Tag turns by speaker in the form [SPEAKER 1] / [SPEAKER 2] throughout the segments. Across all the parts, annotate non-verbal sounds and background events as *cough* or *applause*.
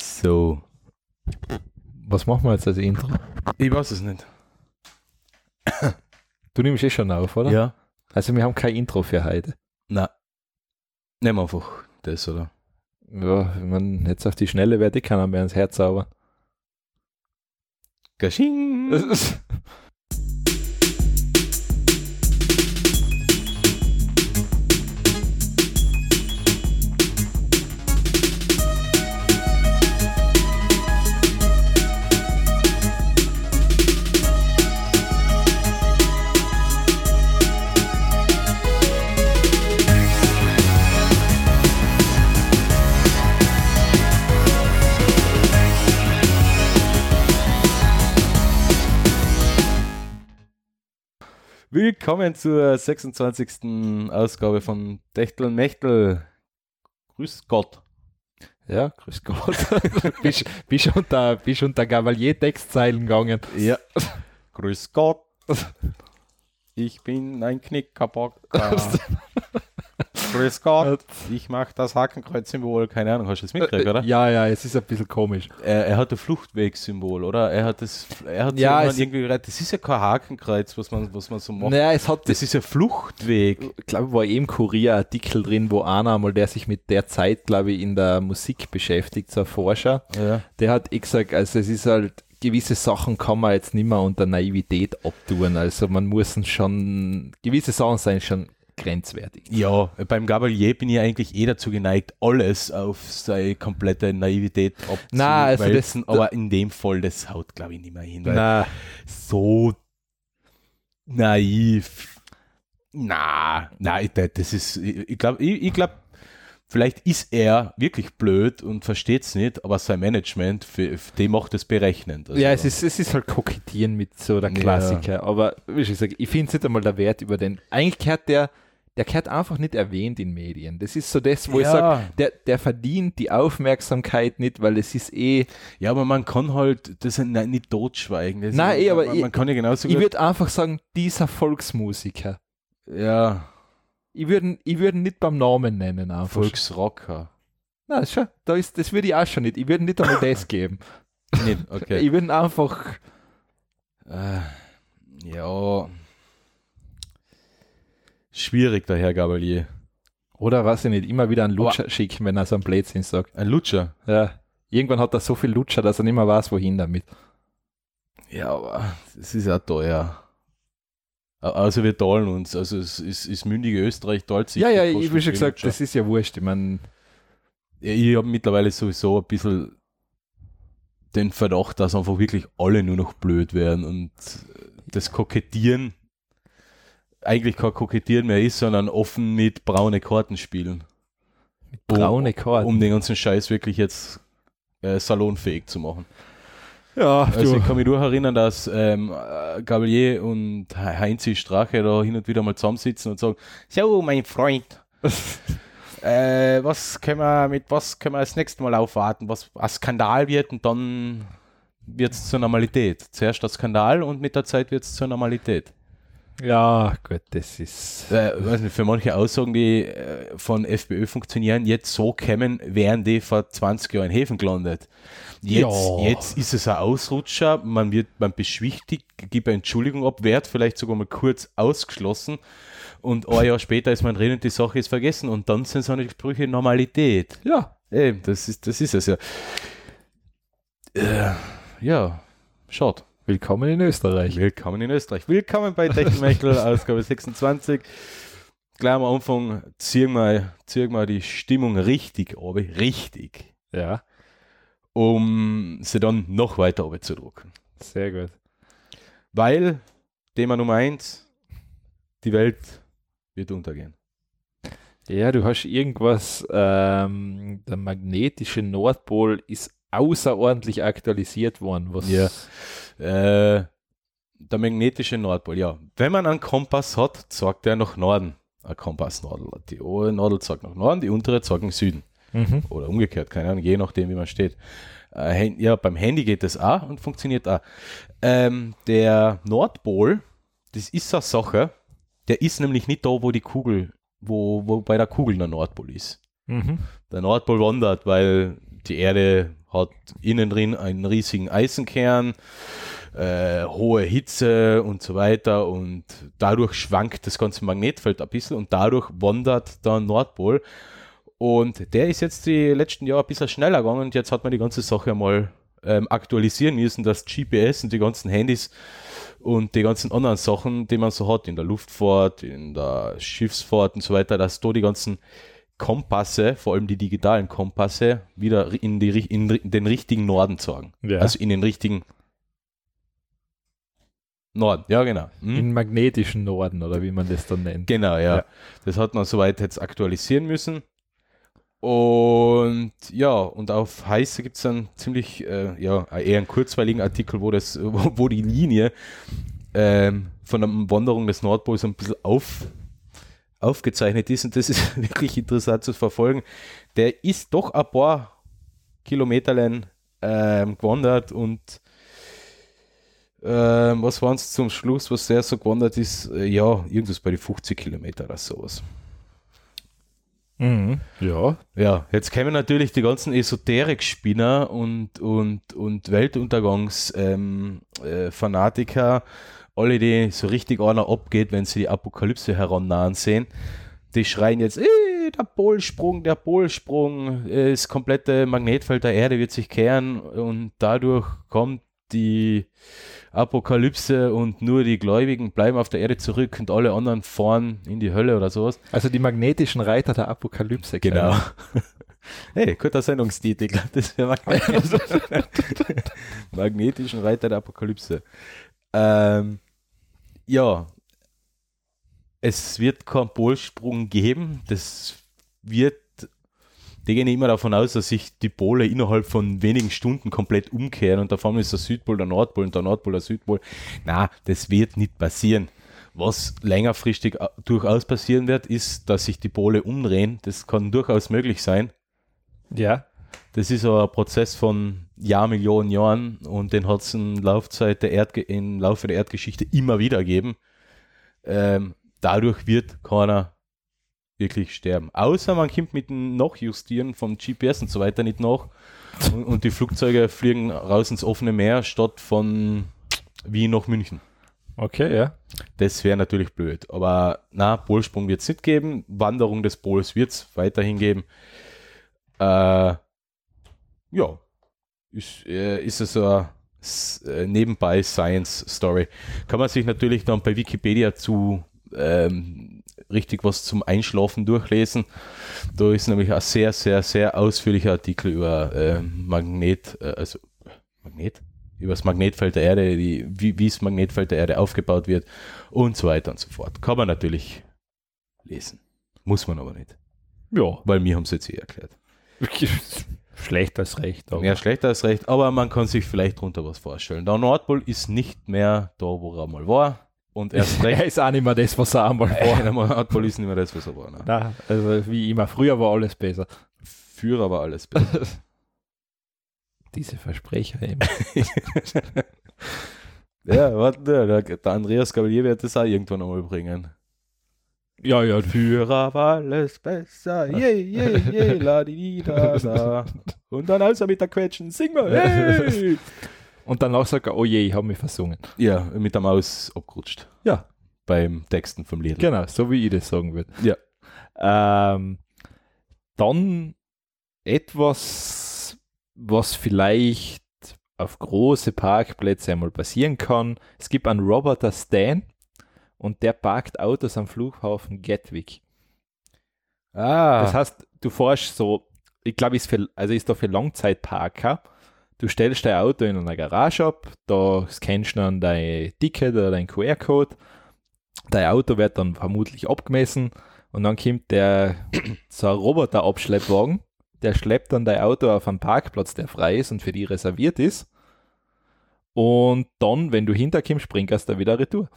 [SPEAKER 1] So. Was machen wir jetzt als Intro?
[SPEAKER 2] Ich weiß es nicht.
[SPEAKER 1] Du nimmst eh schon auf, oder?
[SPEAKER 2] Ja?
[SPEAKER 1] Also wir haben kein Intro für heute.
[SPEAKER 2] Nein. Nehmen wir einfach das, oder?
[SPEAKER 1] Ja, man jetzt auf die Schnelle werde ich keiner mehr ins Herz zaubern.
[SPEAKER 2] Gasching! *laughs* Willkommen zur 26. Ausgabe von Techtel Mechtel. Grüß Gott.
[SPEAKER 1] ja, grüß Gott. *laughs* bist, bist unter, bist unter Gavalier-Textzeilen gegangen.
[SPEAKER 2] Ja. *laughs* Grüß Gott. Ich bin ein *laughs* Knickerbocker. Grüß Gott. Ich mache das Hakenkreuz-Symbol. Keine Ahnung, hast du das mitgekriegt, oder?
[SPEAKER 1] Ja, ja, es ist ein bisschen komisch.
[SPEAKER 2] Äh, Er, er hat ein Fluchtwegssymbol, oder? Er hat das, er hat
[SPEAKER 1] Ja,
[SPEAKER 2] so
[SPEAKER 1] es-
[SPEAKER 2] jemand irgendwie geredet, das ist ja kein Hakenkreuz, was man, was man so macht.
[SPEAKER 1] Naja, es hat,
[SPEAKER 2] Das ist ein Fluchtweg.
[SPEAKER 1] ich glaube, war eh eben Kurier-Artikel drin, wo einer mal, der sich mit der Zeit, glaube ich, in der Musik beschäftigt, so ein Forscher,
[SPEAKER 2] Ja.
[SPEAKER 1] der hat eh gesagt, also es ist halt, gewisse Sachen kann man jetzt nicht mehr unter Naivität abtun. Also man muss schon, gewisse Sachen sind schon grenzwertig.
[SPEAKER 2] Ja, beim Gabalier bin ich eigentlich eh dazu geneigt, alles auf seine komplette Naivität
[SPEAKER 1] Na, also
[SPEAKER 2] abzuwälzen,
[SPEAKER 1] das-
[SPEAKER 2] aber in dem Fall, das haut glaube ich nicht mehr hin, weil
[SPEAKER 1] Na,
[SPEAKER 2] so naiv. Na, nein, da- das ist, ich ich glaube, ich, ich glaube, vielleicht ist er wirklich blöd und versteht es nicht, aber sein Management, für, für dem macht es berechnend. Also,
[SPEAKER 1] ja, es ist, es ist halt kokettieren mit so der
[SPEAKER 2] Ja.
[SPEAKER 1] Klassiker. Aber wie schon gesagt, ich finde es nicht einmal der Wert über den. Eigentlich gehört der, der gehört einfach nicht erwähnt in Medien. Das ist so das, wo ich
[SPEAKER 2] Ja.
[SPEAKER 1] sage, der, der verdient die Aufmerksamkeit nicht, weil es ist eh.
[SPEAKER 2] Ja, aber man kann halt das nein, nicht totschweigen. Das
[SPEAKER 1] Nein, eh, aber
[SPEAKER 2] man,
[SPEAKER 1] ich-
[SPEAKER 2] man kann ja genauso
[SPEAKER 1] Ich
[SPEAKER 2] gut.
[SPEAKER 1] würde einfach sagen, dieser Volksmusiker.
[SPEAKER 2] Ja,
[SPEAKER 1] Ich würde ich würd ihn nicht beim Namen nennen. Einfach.
[SPEAKER 2] Volksrocker.
[SPEAKER 1] Na, schau, da ist, das würde ich auch schon nicht. Ich würde nicht einmal *laughs* das geben.
[SPEAKER 2] Nicht, okay. *laughs*
[SPEAKER 1] Ich würde einfach.
[SPEAKER 2] äh, ja. Schwierig, der Herr Gabalier.
[SPEAKER 1] Oder weiß ich nicht, immer wieder einen Lutscher schicken, wenn er so einen Blödsinn sagt.
[SPEAKER 2] Ein Lutscher.
[SPEAKER 1] Ja. Irgendwann hat er so viel Lutscher, dass er nicht mehr weiß, wohin damit.
[SPEAKER 2] Ja, aber es ist ja teuer. Au- Also wir teilen uns. Also es ist, ist mündige Österreich teilt sich.
[SPEAKER 1] ja,
[SPEAKER 2] die
[SPEAKER 1] ja, ich
[SPEAKER 2] Kosten
[SPEAKER 1] habe schon
[SPEAKER 2] für
[SPEAKER 1] gesagt,
[SPEAKER 2] Lutscher.
[SPEAKER 1] das ist ja wurscht. Ich meine,
[SPEAKER 2] Ja, ich habe mittlerweile sowieso ein bisschen den Verdacht, dass einfach wirklich alle nur noch blöd werden und äh, das Kokettieren eigentlich kein Kokettieren mehr ist, sondern offen mit braune Karten spielen, Um-
[SPEAKER 1] braune Karten.
[SPEAKER 2] um den ganzen Scheiß wirklich jetzt äh, salonfähig zu machen.
[SPEAKER 1] ja,
[SPEAKER 2] Also
[SPEAKER 1] du.
[SPEAKER 2] ich kann mich durch erinnern, dass ähm, äh, Gabalier und He- Heinzi Strache da hin und wieder mal zusammensitzen und sagen, so mein Freund, äh, was können wir, mit was können wir das nächste Mal aufwarten, was ein Skandal wird und dann wird es zur Normalität. Zuerst der Skandal und mit der Zeit wird es zur Normalität.
[SPEAKER 1] ja, gut, das ist.
[SPEAKER 2] Äh, weiß nicht, für manche Aussagen, die äh, von FPÖ funktionieren, jetzt so kämen, wären die vor 20 Jahren in Häfen gelandet. Jetzt,
[SPEAKER 1] Ja.
[SPEAKER 2] jetzt ist es ein Ausrutscher, man wird man beschwichtigt, gibt eine Entschuldigung ab, wird vielleicht sogar mal kurz ausgeschlossen und ein Jahr später ist man drin und die Sache ist vergessen und dann sind so eine Sprüche Normalität.
[SPEAKER 1] Ja,
[SPEAKER 2] Eben, das ist, das ist es ja. Äh, ja, schade.
[SPEAKER 1] willkommen in Österreich.
[SPEAKER 2] Willkommen in Österreich. Willkommen bei Techtelmechtel, Ausgabe 26. Gleich am Anfang ziehen wir, ziehen wir die Stimmung richtig runter, richtig,
[SPEAKER 1] Ja,
[SPEAKER 2] um sie dann noch weiter runterzudrücken.
[SPEAKER 1] sehr gut.
[SPEAKER 2] Weil, Thema Nummer eins: die Welt wird untergehen.
[SPEAKER 1] Ja, du hast irgendwas, ähm, der magnetische Nordpol ist außerordentlich aktualisiert worden. Was
[SPEAKER 2] Ja. Äh, der magnetische Nordpol, ja. Wenn man einen Kompass hat, zeigt er nach Norden. Ein Kompassnadel. Die obere Nadel zeigt nach Norden, die untere zeigt nach Süden.
[SPEAKER 1] Mhm.
[SPEAKER 2] oder umgekehrt, keine Ahnung, je nachdem, wie man steht. Äh, Hen- ja, beim Handy geht das auch und funktioniert auch. Ähm, der Nordpol, das ist eine Sache, der ist nämlich nicht da, wo die Kugel, wo, wo bei der Kugel der Nordpol ist.
[SPEAKER 1] Mhm.
[SPEAKER 2] Der Nordpol wandert, weil die Erde hat innen drin einen riesigen Eisenkern, äh, hohe Hitze und so weiter und dadurch schwankt das ganze Magnetfeld ein bisschen und dadurch wandert der Nordpol. Und der ist jetzt die letzten Jahre ein bisschen schneller gegangen und jetzt hat man die ganze Sache mal ähm, aktualisieren müssen, dass GPS und die ganzen Handys und die ganzen anderen Sachen, die man so hat, in der Luftfahrt, in der Schiffsfahrt und so weiter, dass da die ganzen Kompasse, vor allem die digitalen Kompasse, wieder in, die, ri- in ri- den richtigen Norden zeigen.
[SPEAKER 1] Ja.
[SPEAKER 2] Also in den richtigen Norden, ja genau. Hm?
[SPEAKER 1] Im magnetischen Norden oder wie man das dann nennt.
[SPEAKER 2] Genau, ja.
[SPEAKER 1] Ja.
[SPEAKER 2] Das hat man soweit jetzt aktualisieren müssen. Und ja, und auf Heiße gibt es dann ziemlich, äh, ja, eher einen kurzweiligen Artikel, wo, das, *laughs* wo, wo die Linie ähm, von der Wanderung des Nordpols ein bisschen auf, aufgezeichnet ist. Und das ist *laughs* wirklich interessant zu verfolgen. Der ist doch ein paar Kilometer lang ähm, gewandert und ähm, was waren es zum Schluss, was der so gewandert ist? Äh, ja, irgendwas bei den 50 Kilometer oder sowas.
[SPEAKER 1] Mhm. Ja.
[SPEAKER 2] Ja, jetzt kämen natürlich die ganzen Esoterik-Spinner und, und, und Weltuntergangs-Fanatiker, alle, die so richtig einer abgeht, wenn sie die Apokalypse herannahen sehen, die schreien jetzt, "Äh, der Polsprung, der Polsprung, äh, das komplette Magnetfeld der Erde wird sich kehren und dadurch kommt die Apokalypse und nur die Gläubigen bleiben auf der Erde zurück und alle anderen fahren in die Hölle oder sowas.
[SPEAKER 1] Also die magnetischen Reiter der Apokalypse.
[SPEAKER 2] Genau. *laughs*
[SPEAKER 1] keine.
[SPEAKER 2] Hey, guter Sendungstitel, *laughs* glaub, das wäre magnetisch. magnetischen Reiter der Apokalypse. Ähm, ja, es wird keinen Polsprung geben. Das wird, die gehen immer davon aus, dass sich die Pole innerhalb von wenigen Stunden komplett umkehren und davon ist der Südpol der Nordpol und der Nordpol der Südpol. Na, das wird nicht passieren. Was längerfristig au- durchaus passieren wird, ist, dass sich die Pole umdrehen. Das kann durchaus möglich sein.
[SPEAKER 1] Ja.
[SPEAKER 2] Das ist aber ein Prozess von Jahr, Millionen Jahren und den hat es im, Laufzeit der Erdge im Laufe der Erdgeschichte immer wieder gegeben. Ähm, dadurch wird keiner wirklich sterben. Außer man kommt mit dem Nachjustieren vom GPS und so weiter nicht nach und, und die Flugzeuge fliegen raus ins offene Meer statt von Wien nach München.
[SPEAKER 1] Okay, ja.
[SPEAKER 2] Das wäre natürlich blöd. Aber na, Polsprung wird es nicht geben. Wanderung des Pols wird es weiterhin geben. Äh, ja. Ist, äh, ist es eine s- äh, nebenbei Science Story. Kann man sich natürlich dann bei Wikipedia zu ähm, richtig was zum Einschlafen durchlesen. Da ist nämlich ein sehr, sehr, sehr ausführlicher Artikel über äh, Magnet, äh, also Magnet? Über das Magnetfeld der Erde, die, wie, wie das Magnetfeld der Erde aufgebaut wird und so weiter und so fort. Kann man natürlich lesen. Muss man aber nicht,
[SPEAKER 1] Ja.
[SPEAKER 2] weil mir haben sie jetzt eh erklärt.
[SPEAKER 1] *laughs* Schlecht als recht. aber-
[SPEAKER 2] Mehr schlechter als recht, aber man kann sich vielleicht drunter was vorstellen. Der Nordpol ist nicht mehr da, wo er mal war und erst *laughs*
[SPEAKER 1] Er
[SPEAKER 2] recht.
[SPEAKER 1] ist auch nicht mehr das, was er einmal war.
[SPEAKER 2] Der Nordpol ist nicht mehr das, was er war. Ne?
[SPEAKER 1] Na, also wie immer, früher war alles *laughs* besser.
[SPEAKER 2] Führer war alles. besser.
[SPEAKER 1] Diese Versprecher eben.
[SPEAKER 2] *laughs* ja, warte, der, der Andreas Gabalier wird das auch irgendwann einmal bringen.
[SPEAKER 1] Ja, *laughs* ja,
[SPEAKER 2] Führer war alles besser. Je, je, je, la di, di, da, da. *laughs* Und dann also mit der Quetschen. Sing *laughs* mal. Hey!
[SPEAKER 1] Und danach sagt er, oh je, ich habe mich versungen.
[SPEAKER 2] Ja, mit der Maus abgerutscht.
[SPEAKER 1] Ja.
[SPEAKER 2] Beim Texten vom Lied.
[SPEAKER 1] Genau, so wie ich das sagen würde.
[SPEAKER 2] Ja.
[SPEAKER 1] Ähm, dann etwas, was vielleicht auf große Parkplätze einmal passieren kann. Es gibt einen Roboter Stan und der parkt Autos am Flughafen Gatwick.
[SPEAKER 2] Ah.
[SPEAKER 1] Das heißt, du fährst so, ich glaube, ist für, also ist da für Langzeitparker. Du stellst dein Auto in einer Garage ab, da scannst du dann dein Ticket oder dein QR-Code. Dein Auto wird dann vermutlich abgemessen und dann kommt der so ein Roboter-Abschleppwagen, der schleppt dann dein Auto auf einen Parkplatz, der frei ist und für dich reserviert ist. Und dann, wenn du hinterkommst, bringst du da wieder retour.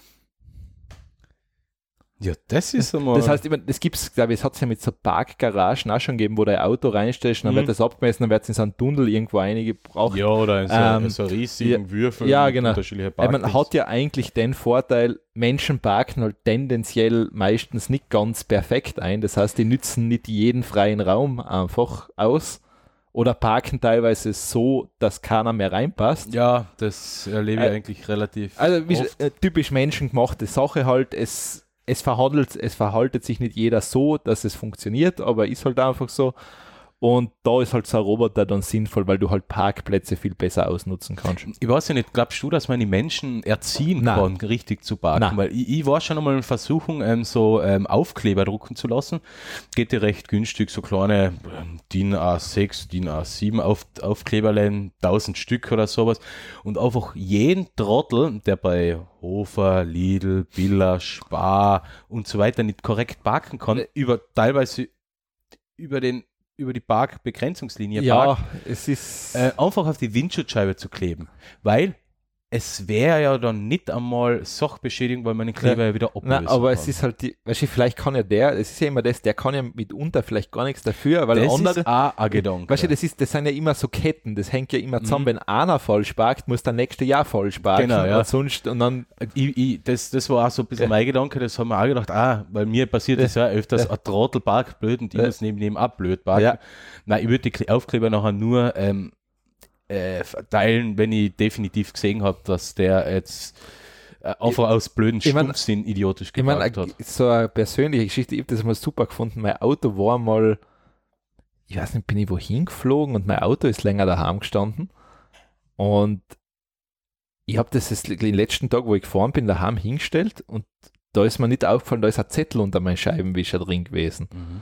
[SPEAKER 2] ja, das ist einmal.
[SPEAKER 1] Das heißt, ich mein, das gibt's, glaube ich, es hat es ja mit so Parkgaragen auch schon gegeben, wo dein Auto reinstellst, dann
[SPEAKER 2] Mhm.
[SPEAKER 1] wird das abgemessen, dann wird es in so einen Tunnel irgendwo eingebraucht.
[SPEAKER 2] ja, oder in so,
[SPEAKER 1] Ähm,
[SPEAKER 2] in so riesigen Würfeln.
[SPEAKER 1] ja,
[SPEAKER 2] mit
[SPEAKER 1] genau.
[SPEAKER 2] Unterschiedliche
[SPEAKER 1] Ich mein,
[SPEAKER 2] Parkdings.
[SPEAKER 1] hat ja eigentlich den Vorteil, Menschen parken halt tendenziell meistens nicht ganz perfekt ein. Das heißt, die nützen nicht jeden freien Raum einfach aus. Oder parken teilweise so, dass keiner mehr reinpasst.
[SPEAKER 2] Ja, das erlebe ich
[SPEAKER 1] Äh,
[SPEAKER 2] eigentlich relativ.
[SPEAKER 1] Also wie so,
[SPEAKER 2] oft.
[SPEAKER 1] äh, typisch menschengemachte Sache halt, es, es verhandelt, es verhaltet sich nicht jeder so, dass es funktioniert, aber ist halt einfach so. Und da ist halt so ein Roboter dann sinnvoll, weil du halt Parkplätze viel besser ausnutzen kannst.
[SPEAKER 2] Ich weiß ja nicht, glaubst du, dass man die Menschen erziehen
[SPEAKER 1] Nein.
[SPEAKER 2] kann, richtig zu parken?
[SPEAKER 1] Nein.
[SPEAKER 2] Weil ich, ich war schon einmal in Versuchung, ähm, so ähm, Aufkleber drucken zu lassen. Geht dir recht günstig, so kleine ähm, DIN A6, DIN A7 auf, Aufkleberlein, 1000 Stück oder sowas. Und einfach jeden Trottel, der bei Hofer, Lidl, Billa, Spar und so weiter nicht korrekt parken kann, über teilweise über den über die Parkbegrenzungslinie parkt,
[SPEAKER 1] es ist.
[SPEAKER 2] äh, einfach auf die Windschutzscheibe zu kleben, weil es wäre ja dann nicht einmal Sachbeschädigung, weil man den Kleber ja wieder ablösen
[SPEAKER 1] na, aber
[SPEAKER 2] kann.
[SPEAKER 1] es ist halt die, weißt du, vielleicht kann ja der, es ist ja immer das, der kann ja mitunter vielleicht gar nichts dafür, weil
[SPEAKER 2] das
[SPEAKER 1] halt andere.
[SPEAKER 2] ist auch ein Gedanke.
[SPEAKER 1] Weißt du, das, ist, das sind ja immer so Ketten, das hängt ja immer zusammen. Wenn einer falsch parkt, muss der nächste Jahr falsch parken.
[SPEAKER 2] Genau, ja.
[SPEAKER 1] Und sonst, und dann
[SPEAKER 2] ich, ich, das, das war auch so ein bisschen mein Gedanke, das haben wir auch gedacht, ah, weil mir passiert das ja öfters, ein Trottel parkt blöd und ich
[SPEAKER 1] Ja.
[SPEAKER 2] muss neben dem ab blöd parken.
[SPEAKER 1] Ja.
[SPEAKER 2] Nein, ich würde die Kle- Aufkleber nachher nur ähm, äh, verteilen, wenn ich definitiv gesehen habe, dass der jetzt äh, einfach aus blöden
[SPEAKER 1] ich mein-
[SPEAKER 2] Stumpfsinn idiotisch
[SPEAKER 1] Ich äh, meine,
[SPEAKER 2] geparkt hat.
[SPEAKER 1] so eine persönliche Geschichte, ich habe das mal super gefunden. Mein Auto war mal, ich weiß nicht, bin ich wohin geflogen und mein Auto ist länger daheim gestanden. Und ich habe das jetzt den letzten Tag, wo ich gefahren bin, daheim hingestellt und da ist mir nicht aufgefallen, da ist ein Zettel unter meinem Scheibenwischer drin gewesen.
[SPEAKER 2] Mhm.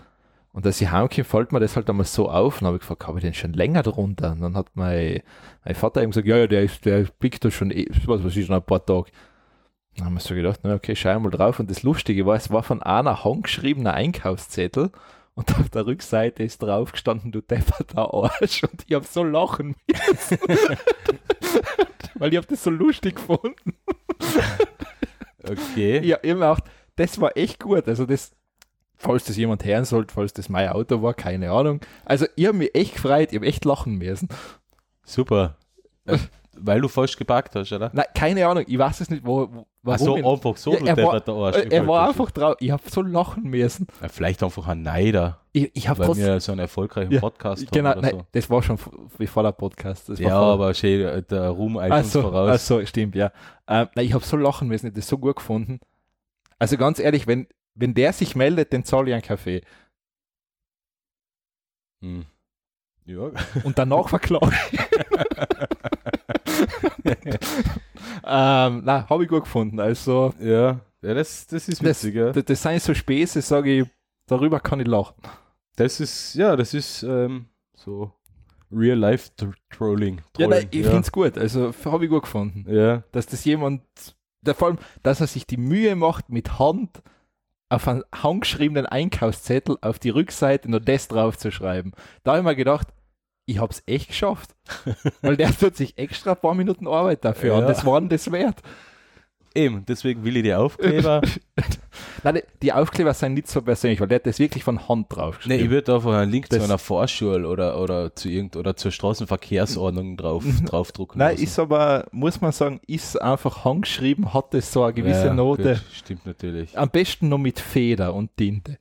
[SPEAKER 1] Und als ich heimkam, fällt mir das halt einmal so auf. Und habe ich gefragt, habe ich den schon länger drunter? Und dann hat mein, mein Vater eben gesagt, ja, ja, der, ist, der biegt da schon, eh- was weiß ich, schon ein paar Tage. Dann haben wir so gedacht, na, okay, schau mal drauf. Und das Lustige war, es war von einer handgeschriebener Einkaufszettel. Und auf der Rückseite ist drauf gestanden, du depperter Arsch. Und ich habe so lachen müssen. *laughs* Weil ich habe das so lustig gefunden.
[SPEAKER 2] Okay.
[SPEAKER 1] Ja, ich hab mir auch, das war echt gut. Also das, falls das jemand hören sollte, falls das mein Auto war, keine Ahnung. Also ich habe mich echt gefreut, ich habe echt lachen müssen.
[SPEAKER 2] Super. Äh, Weil du falsch geparkt hast, oder?
[SPEAKER 1] Nein, keine Ahnung, ich weiß es nicht, wo, wo
[SPEAKER 2] Ach so,
[SPEAKER 1] warum. ich,
[SPEAKER 2] einfach so,
[SPEAKER 1] Ja,
[SPEAKER 2] du
[SPEAKER 1] er war-
[SPEAKER 2] depperter Arsch.
[SPEAKER 1] äh, er
[SPEAKER 2] Ich
[SPEAKER 1] war
[SPEAKER 2] wollte-
[SPEAKER 1] einfach drauf, ich habe so lachen müssen.
[SPEAKER 2] Ja, Vielleicht einfach ein Neider,
[SPEAKER 1] Ich, ich habe
[SPEAKER 2] weil
[SPEAKER 1] trotzdem,
[SPEAKER 2] wir so einen erfolgreichen
[SPEAKER 1] Ja,
[SPEAKER 2] Podcast haben
[SPEAKER 1] genau,
[SPEAKER 2] oder
[SPEAKER 1] nein,
[SPEAKER 2] so.
[SPEAKER 1] das war schon f- bevor der Podcast. Das war
[SPEAKER 2] Ja,
[SPEAKER 1] vor-
[SPEAKER 2] aber schön, äh, der Ruhm eilt
[SPEAKER 1] Ach
[SPEAKER 2] uns
[SPEAKER 1] so,
[SPEAKER 2] voraus.
[SPEAKER 1] ach so, stimmt, ja. Ähm, nein, ich habe so lachen müssen, ich hab das so gut gefunden. Also ganz ehrlich, wenn, wenn der sich meldet, dann zahle ich einen Kaffee.
[SPEAKER 2] Hm. Ja.
[SPEAKER 1] und danach verklagen. ähm, na, habe ich gut gefunden. Also,
[SPEAKER 2] ja, ja, das, das ist
[SPEAKER 1] das,
[SPEAKER 2] witzig, ja.
[SPEAKER 1] das, das sind so Späße, sage ich, darüber kann ich lachen.
[SPEAKER 2] Das ist, ja, das ist ähm, so Real-Life-Trolling.
[SPEAKER 1] Ja, nein, ich
[SPEAKER 2] ja.
[SPEAKER 1] finde es gut. Also, habe ich gut gefunden.
[SPEAKER 2] ja.
[SPEAKER 1] Dass das jemand, der, vor allem, dass er sich die Mühe macht, mit Hand auf einen handgeschriebenen Einkaufszettel auf die Rückseite nur das drauf zu schreiben. Da habe ich mir gedacht, ich habe es echt *laughs* geschafft. Weil der tut sich extra ein paar Minuten Arbeit dafür und
[SPEAKER 2] Ja.
[SPEAKER 1] das war ihm das wert.
[SPEAKER 2] Eben, deswegen will ich die
[SPEAKER 1] *laughs*
[SPEAKER 2] Aufkleber.
[SPEAKER 1] Nein, die- die Aufkleber sind nicht so persönlich, weil der hat das wirklich von Hand drauf
[SPEAKER 2] nee, ich
[SPEAKER 1] geschrieben.
[SPEAKER 2] würde einfach einen Link zu
[SPEAKER 1] Das-
[SPEAKER 2] einer Vorschule oder, oder zu irgend oder zur Straßenverkehrsordnung *laughs* drauf, draufdrucken.
[SPEAKER 1] Nein,
[SPEAKER 2] lassen.
[SPEAKER 1] ist aber, muss man sagen, ist einfach handgeschrieben, hat das so eine gewisse
[SPEAKER 2] Ja,
[SPEAKER 1] Note.
[SPEAKER 2] gut, stimmt *laughs* natürlich.
[SPEAKER 1] Am besten noch mit Feder und Tinte.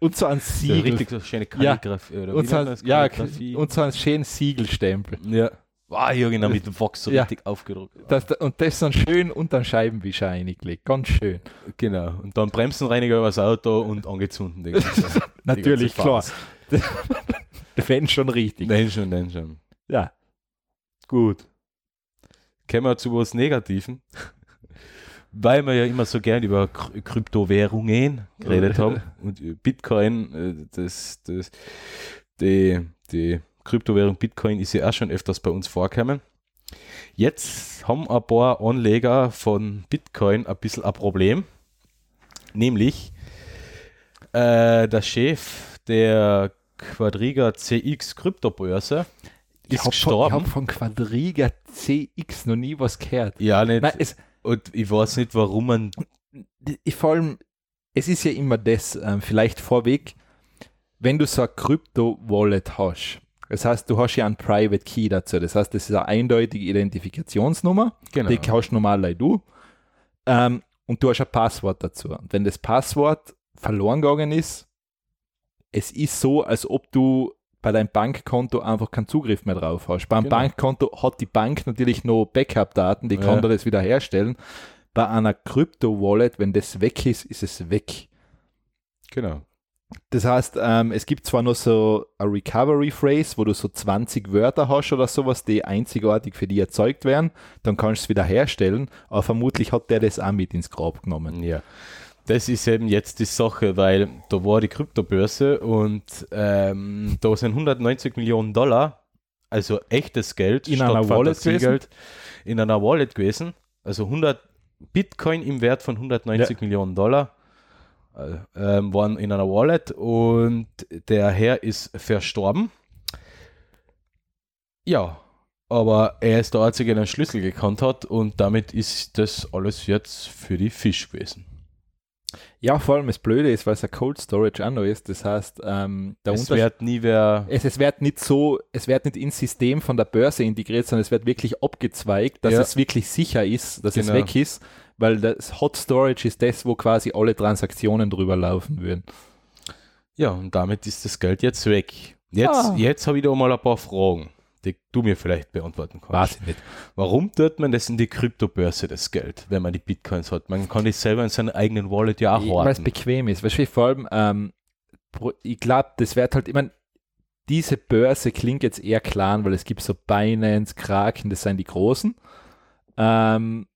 [SPEAKER 1] und so ein
[SPEAKER 2] So
[SPEAKER 1] Siegel.
[SPEAKER 2] richtig so schöne Kalligrafie. Oder
[SPEAKER 1] und,
[SPEAKER 2] wie
[SPEAKER 1] so
[SPEAKER 2] nennt man
[SPEAKER 1] ein,
[SPEAKER 2] das?
[SPEAKER 1] ja,
[SPEAKER 2] Kalligrafie.
[SPEAKER 1] und so einen schönen Siegelstempel.
[SPEAKER 2] ja. Wow, Jürgen, mit dem Vox so
[SPEAKER 1] Ja.
[SPEAKER 2] richtig aufgedruckt.
[SPEAKER 1] Das, und das dann schön unter den Scheibenwischer eingelegt. Ganz schön.
[SPEAKER 2] Genau. Und dann Bremsenreiniger übers Auto und angezündet. *laughs* den ganzen- die ganze
[SPEAKER 1] Natürlich, klar.
[SPEAKER 2] Farce.
[SPEAKER 1] Wenn schon richtig.
[SPEAKER 2] Nein, schon, nein, schon.
[SPEAKER 1] Ja.
[SPEAKER 2] Gut. Kommen wir zu was Negativen. Weil wir ja immer so gern über Kry Kryptowährungen geredet haben und Bitcoin, äh, das, das, die, die Kryptowährung Bitcoin ist ja auch schon öfters bei uns vorgekommen. Jetzt haben ein paar Anleger von Bitcoin ein bisschen ein Problem, nämlich äh, der Chef der Quadriga CX Kryptobörse
[SPEAKER 1] Ich
[SPEAKER 2] ist
[SPEAKER 1] habe von, ich
[SPEAKER 2] gestorben.
[SPEAKER 1] hab von Quadriga CX noch nie was gehört.
[SPEAKER 2] Ja, nicht.
[SPEAKER 1] Nein, es,
[SPEAKER 2] Und ich weiß nicht, warum man.
[SPEAKER 1] die- ich- vor allem, es ist ja immer das, ähm, vielleicht vorweg, wenn du so ein Krypto-Wallet hast, das heißt, du hast ja einen Private Key dazu, das heißt, das ist eine eindeutige Identifikationsnummer,
[SPEAKER 2] Genau.
[SPEAKER 1] die hast normalerweise du, ähm, und du hast ein Passwort dazu. Und wenn das Passwort verloren gegangen ist, es ist so, als ob du bei deinem Bankkonto einfach keinen Zugriff mehr drauf hast. Beim
[SPEAKER 2] Genau.
[SPEAKER 1] Bankkonto hat die Bank natürlich noch Backup-Daten, die kann
[SPEAKER 2] Ja.
[SPEAKER 1] da das wieder herstellen. Bei einer Krypto-Wallet, wenn das weg ist, ist es weg.
[SPEAKER 2] Genau.
[SPEAKER 1] Das heißt, ähm, es gibt zwar noch so eine Recovery-Phrase, wo du so 20 Wörter hast oder sowas, die einzigartig für dich erzeugt werden, dann kannst du es wieder herstellen, aber vermutlich hat der das auch mit ins Grab genommen.
[SPEAKER 2] Ja. Das ist eben jetzt die Sache, weil da war die Kryptobörse und ähm, da sind 190 Millionen Dollar, also echtes Geld,
[SPEAKER 1] In
[SPEAKER 2] statt
[SPEAKER 1] einer Wallet
[SPEAKER 2] Fantasiegeld, in einer Wallet gewesen. Also 100 Bitcoin im Wert von 190 Millionen Dollar äh, ähm, waren in einer Wallet und der Herr ist verstorben. Ja, aber er ist der Einzige, der den Schlüssel gekannt hat und damit ist das alles jetzt für die Fisch gewesen.
[SPEAKER 1] Ja, vor allem das Blöde ist, weil es ein Cold Storage auch noch ist, das heißt, ähm, der
[SPEAKER 2] es
[SPEAKER 1] Unterschied-
[SPEAKER 2] wird nie wer.
[SPEAKER 1] es, es wird nicht so, es wird nicht ins System von der Börse integriert, sondern es wird wirklich abgezweigt, dass
[SPEAKER 2] Ja.
[SPEAKER 1] es wirklich sicher ist, dass es
[SPEAKER 2] Genau.
[SPEAKER 1] weg ist, weil das Hot Storage ist das, wo quasi alle Transaktionen drüber laufen würden.
[SPEAKER 2] Ja, und damit ist das Geld jetzt weg. Jetzt,
[SPEAKER 1] Ah.
[SPEAKER 2] jetzt habe ich da mal ein paar Fragen, die du mir vielleicht beantworten kannst.
[SPEAKER 1] Weiß ich nicht.
[SPEAKER 2] Warum tut man das in die Kryptobörse, das Geld, wenn man die Bitcoins hat? Man kann das selber in seinen eigenen Wallet ja auch
[SPEAKER 1] Weil es
[SPEAKER 2] horten.
[SPEAKER 1] bequem ist. Weißt du, vor allem, ähm, pro- ich glaube, das wird halt, ich meine, diese Börse klingt jetzt eher klar, weil es gibt so Binance, Kraken, das sind die großen, ähm,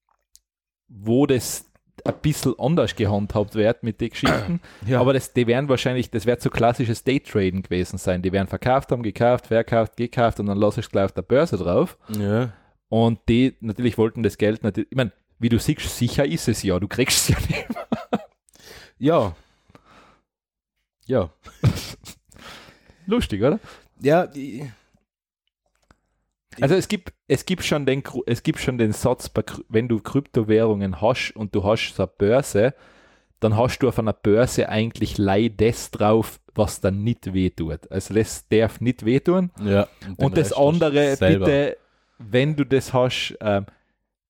[SPEAKER 1] wo das ein bisschen anders gehandhabt wird mit den Geschichten.
[SPEAKER 2] *clears throat* Ja.
[SPEAKER 1] Aber das, die werden wahrscheinlich, das wird so klassisches Daytraden gewesen sein. Die werden verkauft haben, gekauft, verkauft, gekauft und dann lasse ich es gleich auf der Börse drauf.
[SPEAKER 2] Ja.
[SPEAKER 1] Und die natürlich wollten das Geld natürlich, ich meine, wie du siehst, sicher ist es ja, du kriegst es ja nicht. *laughs*
[SPEAKER 2] Ja. Ja.
[SPEAKER 1] Lustig, oder?
[SPEAKER 2] Ja, die-
[SPEAKER 1] Also es gibt, es gibt schon den, Gru- es gibt schon den Satz, bei Kry- wenn du Kryptowährungen hast und du hast so eine Börse, dann hast du auf einer Börse eigentlich lei das drauf, was dann nicht wehtut. Also das darf nicht wehtun.
[SPEAKER 2] ja. den
[SPEAKER 1] Und das
[SPEAKER 2] Rest hast du
[SPEAKER 1] andere,
[SPEAKER 2] selber.
[SPEAKER 1] bitte, wenn du das hast, ähm,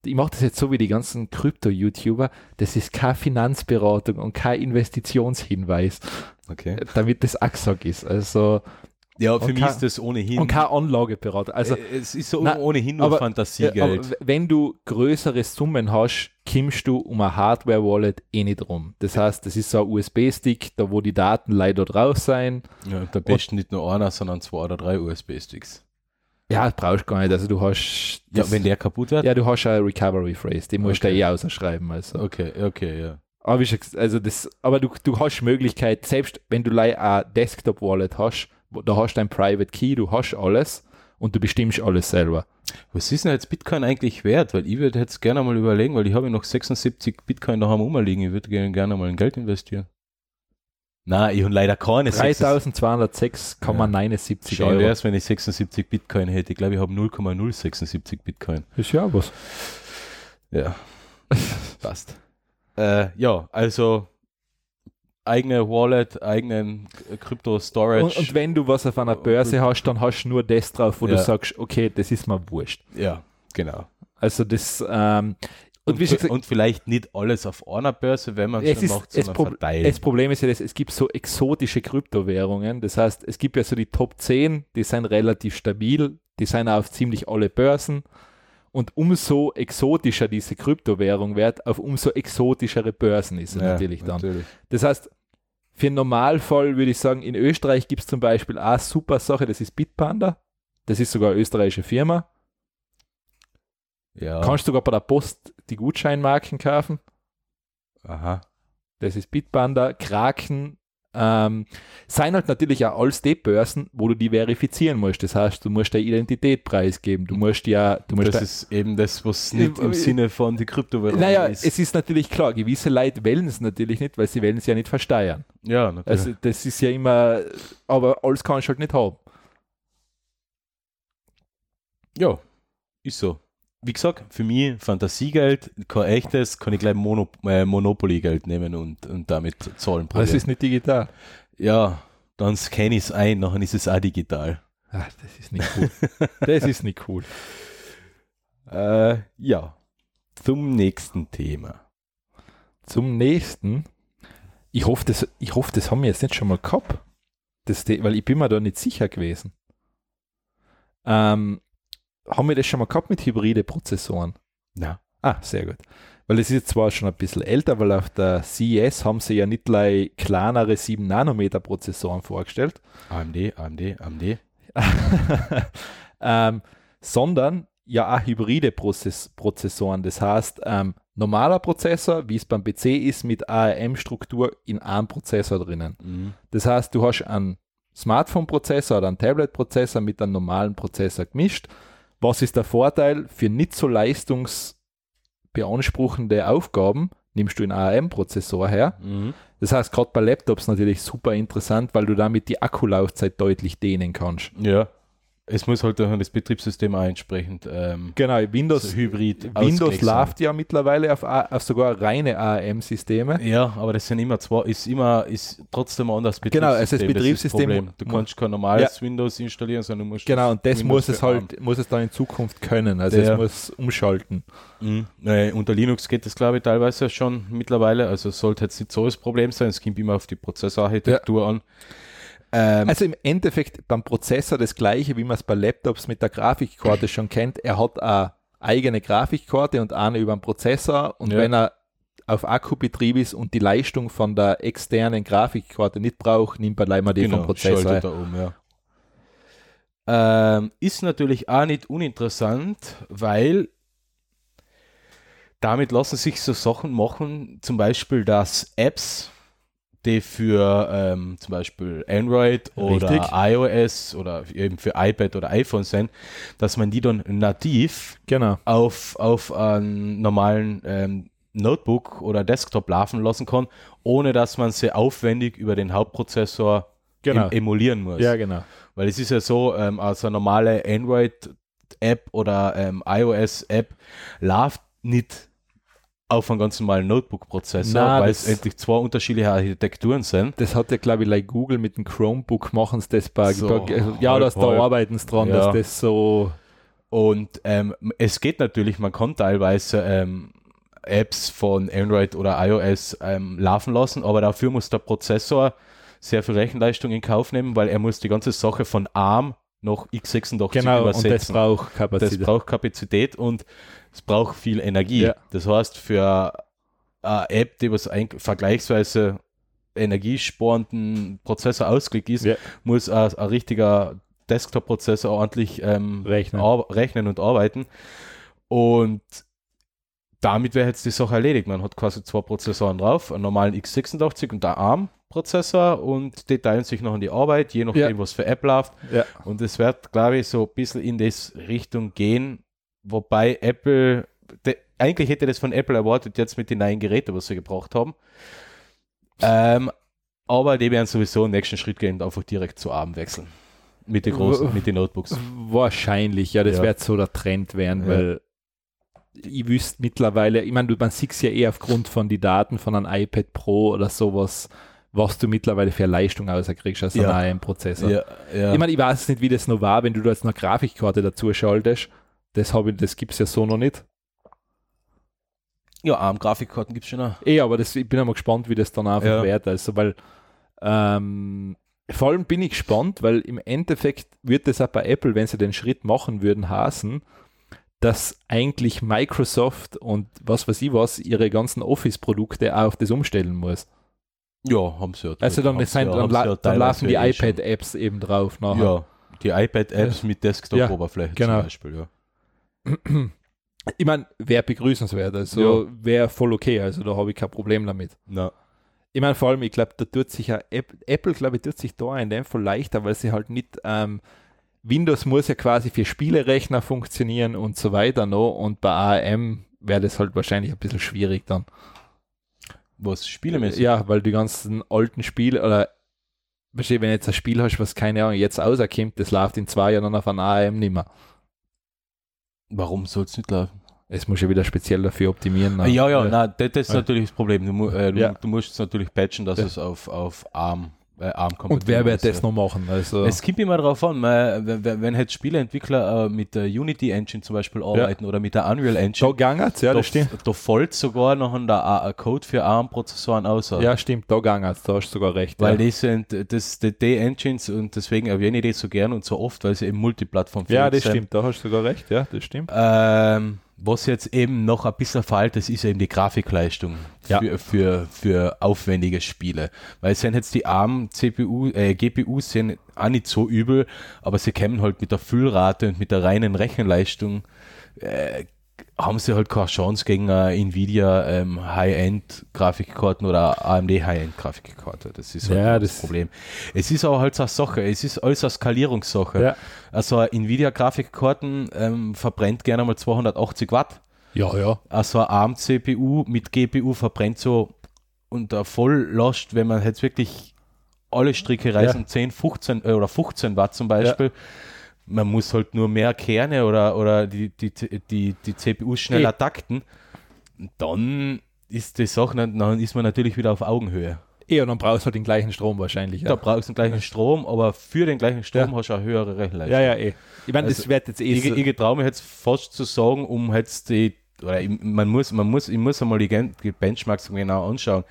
[SPEAKER 1] ich mache das jetzt so wie die ganzen Krypto-YouTuber, das ist keine Finanzberatung und kein Investitionshinweis,
[SPEAKER 2] Okay.
[SPEAKER 1] damit das auch gesagt ist. Also,
[SPEAKER 2] Ja,
[SPEAKER 1] Und
[SPEAKER 2] für mich
[SPEAKER 1] kein-
[SPEAKER 2] ist das ohnehin.
[SPEAKER 1] und keine Anlageberatung. Also,
[SPEAKER 2] Äh, es ist so
[SPEAKER 1] Na,
[SPEAKER 2] ohnehin nur
[SPEAKER 1] aber-
[SPEAKER 2] Fantasiegeld.
[SPEAKER 1] Ja, aber w- wenn du größere Summen hast, kimmst du um ein Hardware-Wallet eh nicht rum. Das heißt, das ist so ein USB-Stick, da wo die Daten leider drauf sein.
[SPEAKER 2] Ja, und am besten nicht nur einer, sondern zwei oder drei USB-Sticks.
[SPEAKER 1] Ja, das brauchst du gar nicht. Also du hast
[SPEAKER 2] Ja, wenn der kaputt wird?
[SPEAKER 1] ja, du hast eine Recovery-Phrase, die musst du
[SPEAKER 2] Okay.
[SPEAKER 1] eh ausschreiben. Also.
[SPEAKER 2] Okay, okay, ja.
[SPEAKER 1] Aber, wie schon gesagt, also das, aber du, du hast Möglichkeit, selbst wenn du lei- ein Desktop-Wallet hast, wo- da hast du ein Private Key, du hast alles und du bestimmst alles selber.
[SPEAKER 2] Was ist denn jetzt Bitcoin eigentlich wert? Weil ich würde jetzt gerne mal überlegen, weil ich habe ja noch 76 Bitcoin daheim rumliegen. Ich würde gerne, gerne mal in Geld investieren. Na, ich habe leider keine 76.
[SPEAKER 1] 3206,79
[SPEAKER 2] Schön wäre
[SPEAKER 1] Euro.
[SPEAKER 2] es, wenn ich 76 Bitcoin hätte. Ich glaube, ich habe 0,076 Bitcoin.
[SPEAKER 1] Ist ja was. *laughs*
[SPEAKER 2] Ja. Passt. Äh, ja, also eigene Wallet, eigenen äh, Krypto-Storage.
[SPEAKER 1] Und, und wenn du was auf einer Börse hast, dann hast du nur das drauf, wo du
[SPEAKER 2] Ja.
[SPEAKER 1] sagst, okay, das ist mir wurscht.
[SPEAKER 2] ja, genau.
[SPEAKER 1] Also das, ähm, und,
[SPEAKER 2] Und,
[SPEAKER 1] wie schon
[SPEAKER 2] vi-
[SPEAKER 1] gesagt,
[SPEAKER 2] und vielleicht nicht alles auf einer Börse, wenn man
[SPEAKER 1] es
[SPEAKER 2] schon
[SPEAKER 1] ist,
[SPEAKER 2] macht,
[SPEAKER 1] das,
[SPEAKER 2] sondern
[SPEAKER 1] Prob-
[SPEAKER 2] verteilen.
[SPEAKER 1] das Problem ist ja, das, es gibt so exotische Kryptowährungen. Das heißt, es gibt ja so die Top 10, die sind relativ stabil, die sind auch auf ziemlich alle Börsen. Und umso exotischer diese Kryptowährung wird, auf umso exotischere Börsen ist sie
[SPEAKER 2] Ja,
[SPEAKER 1] natürlich dann.
[SPEAKER 2] natürlich.
[SPEAKER 1] Das heißt, für einen Normalfall würde ich sagen, in Österreich gibt es zum Beispiel eine super Sache, das ist Bitpanda. Das ist sogar eine österreichische Firma.
[SPEAKER 2] Ja.
[SPEAKER 1] Kannst sogar bei der Post die Gutscheinmarken kaufen.
[SPEAKER 2] Aha.
[SPEAKER 1] Das ist Bitpanda, Kraken. Ähm, seien halt natürlich auch alles die Börsen, wo du die verifizieren musst. Das heißt, du musst deine Identität preisgeben. Du musst ja, du musst
[SPEAKER 2] Das ist eben das, was nicht
[SPEAKER 1] Ähm,
[SPEAKER 2] im Sinne von die Kryptowährung
[SPEAKER 1] naja,
[SPEAKER 2] ist.
[SPEAKER 1] es ist natürlich klar, gewisse Leute wählen es natürlich nicht, weil sie wählen es ja nicht versteuern.
[SPEAKER 2] ja, natürlich.
[SPEAKER 1] Also das ist ja immer, aber alles kannst du halt nicht haben.
[SPEAKER 2] ja, ist so. Wie gesagt, für mich Fantasiegeld, kein echtes, kann ich gleich Mono, äh, Monopoly-Geld nehmen und, und damit zahlen.
[SPEAKER 1] Das
[SPEAKER 2] probieren.
[SPEAKER 1] ist nicht digital.
[SPEAKER 2] ja, dann scanne ich es ein, nachher ist es auch digital.
[SPEAKER 1] Ach, das ist nicht cool. *laughs* Das ist nicht cool.
[SPEAKER 2] Äh, ja, zum nächsten Thema.
[SPEAKER 1] Zum nächsten. Ich hoffe, das, ich hoffe, das haben wir jetzt nicht schon mal gehabt. das, The- weil ich bin mir da nicht sicher gewesen. Ähm, haben wir das schon mal gehabt mit hybride Prozessoren?
[SPEAKER 2] Nein.
[SPEAKER 1] Ah, sehr gut. Weil es ist zwar schon ein bisschen älter, weil auf der CES haben sie ja nicht gleich kleinere 7-Nanometer-Prozessoren vorgestellt,
[SPEAKER 2] AMD, AMD, AMD.
[SPEAKER 1] *laughs* ähm, sondern ja auch hybride Prozess Prozessoren. Das heißt, ähm, normaler Prozessor, wie es beim PC ist, mit ARM-Struktur in einem Prozessor drinnen. Das heißt, du hast einen Smartphone-Prozessor oder einen Tablet-Prozessor mit einem normalen Prozessor gemischt. Was ist der Vorteil? Für nicht so leistungsbeanspruchende Aufgaben nimmst du einen ARM-Prozessor her.
[SPEAKER 2] Mhm.
[SPEAKER 1] Das heißt, gerade bei Laptops natürlich super interessant, weil du damit die Akkulaufzeit deutlich dehnen kannst.
[SPEAKER 2] Ja. Es muss halt auch das Betriebssystem auch entsprechend ähm,
[SPEAKER 1] Genau, Windows,
[SPEAKER 2] so hybrid
[SPEAKER 1] Windows
[SPEAKER 2] ausgelegt sein.
[SPEAKER 1] läuft ja mittlerweile auf, A- auf sogar reine ARM-Systeme.
[SPEAKER 2] Ja, aber das sind immer zwei, ist immer, ist trotzdem ein anderes Betriebssystem.
[SPEAKER 1] Genau, also das
[SPEAKER 2] Das
[SPEAKER 1] Betriebssystem
[SPEAKER 2] ist das Problem. Du
[SPEAKER 1] mu-
[SPEAKER 2] kannst kein normales Windows installieren, sondern du musst.
[SPEAKER 1] Genau, und das
[SPEAKER 2] Windows
[SPEAKER 1] muss es
[SPEAKER 2] für ARM.
[SPEAKER 1] halt, muss es dann in Zukunft können. Also
[SPEAKER 2] Ja.
[SPEAKER 1] es muss umschalten.
[SPEAKER 2] Mhm. Nee, unter Linux geht das, glaube ich, teilweise schon mittlerweile. Also es sollte jetzt nicht so das Problem sein. Es kommt immer auf die Prozessorarchitektur an. Ähm,
[SPEAKER 1] Also im Endeffekt beim Prozessor das gleiche, wie man es bei Laptops mit der Grafikkarte schon kennt. Er hat eine eigene Grafikkarte und eine über den Prozessor. Und
[SPEAKER 2] Ja.
[SPEAKER 1] wenn er auf Akkubetrieb ist und die Leistung von der externen Grafikkarte nicht braucht, nimmt er leider mal die vom Prozessor.
[SPEAKER 2] schaltet
[SPEAKER 1] her.
[SPEAKER 2] er um, ja. Ähm, ist natürlich auch nicht uninteressant, weil damit lassen sich so Sachen machen, zum Beispiel, dass Apps, die für ähm, zum Beispiel Android oder
[SPEAKER 1] Richtig.
[SPEAKER 2] iOS oder eben für iPad oder iPhone sind, dass man die dann nativ
[SPEAKER 1] Genau.
[SPEAKER 2] auf, auf einen normalen ähm, Notebook oder Desktop laufen lassen kann, ohne dass man sie aufwendig über den Hauptprozessor
[SPEAKER 1] Genau.
[SPEAKER 2] em emulieren muss.
[SPEAKER 1] Ja, genau.
[SPEAKER 2] Weil es ist ja so, ähm, also eine normale Android-App oder ähm, iOS-App läuft nicht auf einem ganz normalen Notebook-Prozessor,
[SPEAKER 1] Na,
[SPEAKER 2] weil
[SPEAKER 1] das-
[SPEAKER 2] es endlich zwei unterschiedliche Architekturen sind.
[SPEAKER 1] Das hat ja, glaube ich, like Google mit dem Chromebook machen sie das bei.
[SPEAKER 2] So,
[SPEAKER 1] bei ja,
[SPEAKER 2] halb,
[SPEAKER 1] dass da
[SPEAKER 2] halb.
[SPEAKER 1] arbeiten sie dran, dass
[SPEAKER 2] Ja.
[SPEAKER 1] das so.
[SPEAKER 2] Und ähm, es geht natürlich, man kann teilweise ähm, Apps von Android oder iOS ähm, laufen lassen, aber dafür muss der Prozessor sehr viel Rechenleistung in Kauf nehmen, weil er muss die ganze Sache von ARM noch x86
[SPEAKER 1] Genau, und
[SPEAKER 2] übersetzen.
[SPEAKER 1] das braucht
[SPEAKER 2] das
[SPEAKER 1] Kapazität.
[SPEAKER 2] braucht Kapazität und es braucht viel Energie.
[SPEAKER 1] Ja.
[SPEAKER 2] Das heißt, für eine App, die was ein, vergleichsweise energiesparenden Prozessor ausgelegt ist,
[SPEAKER 1] Ja.
[SPEAKER 2] muss ein, ein richtiger Desktop-Prozessor ordentlich ähm,
[SPEAKER 1] Rechnen.
[SPEAKER 2] ar- rechnen und arbeiten. Und damit wäre jetzt die Sache erledigt. Man hat quasi zwei Prozessoren drauf, einen normalen x86 und einen ARM-Prozessor und die teilen sich noch in die Arbeit, je nachdem,
[SPEAKER 1] Ja.
[SPEAKER 2] was für App läuft.
[SPEAKER 1] ja.
[SPEAKER 2] Und es wird, glaube ich, so ein bisschen in das Richtung gehen, wobei Apple, de, eigentlich hätte ich das von Apple erwartet, jetzt mit den neuen Geräten, was sie gebraucht haben. Ähm, aber die werden sowieso im nächsten Schritt gehen und einfach direkt zu ARM wechseln. Mit den großen, mit den Notebooks.
[SPEAKER 1] Wahrscheinlich, ja, das
[SPEAKER 2] Ja.
[SPEAKER 1] wird so der Trend werden,
[SPEAKER 2] Ja.
[SPEAKER 1] weil ich wüsste mittlerweile, ich meine, du- man sieht es ja eh aufgrund von den Daten von einem iPad Pro oder sowas, was du mittlerweile für Leistung auskriegst aus einem
[SPEAKER 2] Ja.
[SPEAKER 1] AM-Prozessor.
[SPEAKER 2] ja.
[SPEAKER 1] Ich meine, ich weiß nicht, wie das noch war, wenn du da jetzt eine Grafikkarte dazu schaltest. Das, hab ich- das gibt es ja so noch nicht.
[SPEAKER 2] ja ARM-Grafikkarten gibt es schon auch.
[SPEAKER 1] Eh, aber das, ich bin einmal gespannt, wie das dann einfach
[SPEAKER 2] Ja.
[SPEAKER 1] wird. Also, weil ähm, vor allem bin ich gespannt, weil im Endeffekt wird das auch bei Apple, wenn sie den Schritt machen würden, hasen, dass eigentlich Microsoft und was weiß ich was ihre ganzen Office-Produkte auch auf das umstellen muss.
[SPEAKER 2] Ja, haben sie ja.
[SPEAKER 1] Also dann,
[SPEAKER 2] haben's
[SPEAKER 1] sind,
[SPEAKER 2] ja-
[SPEAKER 1] dann,
[SPEAKER 2] haben's ja
[SPEAKER 1] la dann laufen die
[SPEAKER 2] teilweise eh schon.
[SPEAKER 1] iPad-Apps eben drauf nachher.
[SPEAKER 2] Ja, die iPad-Apps mit Desktop-Oberfläche
[SPEAKER 1] genau.
[SPEAKER 2] zum Beispiel. Ja.
[SPEAKER 1] Ich meine, wäre begrüßenswert, also wäre voll okay, also da habe ich kein Problem damit.
[SPEAKER 2] Na,
[SPEAKER 1] Ich meine, vor allem, ich glaube, da tut sich ja App, Apple, glaube ich, tut sich da in dem Fall leichter, weil sie halt nicht ähm, Windows muss ja quasi für Spielerechner funktionieren und so weiter noch und bei ARM wäre das halt wahrscheinlich ein bisschen schwierig dann.
[SPEAKER 2] was spielemäßig?
[SPEAKER 1] Ja, weil die ganzen alten Spiele oder verstehe, wenn du jetzt ein Spiel hast, was keine Ahnung jetzt rauskommt, das läuft in zwei Jahren dann auf einem ARM nimmer.
[SPEAKER 2] Warum soll es nicht laufen?
[SPEAKER 1] Es muss ja wieder speziell dafür optimieren.
[SPEAKER 2] Ah, Ja, ja,
[SPEAKER 1] Äh,
[SPEAKER 2] nein, das, das ist
[SPEAKER 1] Ja.
[SPEAKER 2] natürlich das Problem. Du, mu- äh, du,
[SPEAKER 1] Ja.
[SPEAKER 2] du musst es natürlich patchen, dass
[SPEAKER 1] Ja.
[SPEAKER 2] es auf, auf ARM äh, ARM-kompatibel
[SPEAKER 1] Und wer wird
[SPEAKER 2] ist,
[SPEAKER 1] das
[SPEAKER 2] ja.
[SPEAKER 1] noch machen? Also,
[SPEAKER 2] Es kommt immer darauf an, man- wenn- wenn wenn halt Spieleentwickler äh, mit der Unity Engine zum Beispiel arbeiten oder mit der Unreal
[SPEAKER 1] da
[SPEAKER 2] Engine,
[SPEAKER 1] gangert ja,
[SPEAKER 2] da,
[SPEAKER 1] das stimmt.
[SPEAKER 2] da fällt sogar noch ein Code für ARM-Prozessoren aus.
[SPEAKER 1] Ja, stimmt, da gangert da hast du sogar recht.
[SPEAKER 2] Weil
[SPEAKER 1] ja.
[SPEAKER 2] die sind das, die, die Engines und deswegen erwähne ich die so gern und so oft, weil sie eben multiplattform
[SPEAKER 1] ja, das
[SPEAKER 2] sind.
[SPEAKER 1] stimmt, da hast du sogar recht, ja, das stimmt.
[SPEAKER 2] Ähm, was jetzt eben noch ein bisschen fehlt, das ist eben die Grafikleistung
[SPEAKER 1] Ja.
[SPEAKER 2] für, für, für aufwendige Spiele. Weil es sind jetzt die ARM CPU, äh, GPUs sind auch nicht so übel, aber sie kämen halt mit der Füllrate und mit der reinen Rechenleistung, äh, haben sie halt keine Chance gegen äh, Nvidia ähm, High-End-Grafikkarten oder AMD High-End-Grafikkarte. Das ist halt
[SPEAKER 1] Ja,
[SPEAKER 2] immer
[SPEAKER 1] das-
[SPEAKER 2] das Problem. Es ist aber halt so eine Sache, es ist alles eine Skalierungssache.
[SPEAKER 1] Ja.
[SPEAKER 2] Also Nvidia-Grafikkarten ähm, verbrennt gerne mal 280 Watt.
[SPEAKER 1] Ja, ja.
[SPEAKER 2] Also eine ARM-CPU mit GPU verbrennt so unter Volllast, wenn man jetzt wirklich alle Stricke reißen, 10, 15 äh, oder 15 Watt zum Beispiel. Man muss halt nur mehr Kerne oder, oder die, die, die, die CPU schneller
[SPEAKER 1] Eh.
[SPEAKER 2] takten. Dann ist die Sache, dann ist man natürlich wieder auf Augenhöhe.
[SPEAKER 1] Eh, und dann brauchst du halt den gleichen Strom wahrscheinlich.
[SPEAKER 2] Da
[SPEAKER 1] Ja,
[SPEAKER 2] brauchst du den gleichen Strom, aber für den gleichen Strom hast du eine höhere Rechenleistung.
[SPEAKER 1] ja, ja eh. Ich meine, das
[SPEAKER 2] Also,
[SPEAKER 1] wird jetzt eh
[SPEAKER 2] ich,
[SPEAKER 1] so-
[SPEAKER 2] ich traue mich jetzt fast zu sagen, um jetzt die, oder ich, man muss, man muss, ich muss einmal die, Gen- die Benchmarks genau anschauen.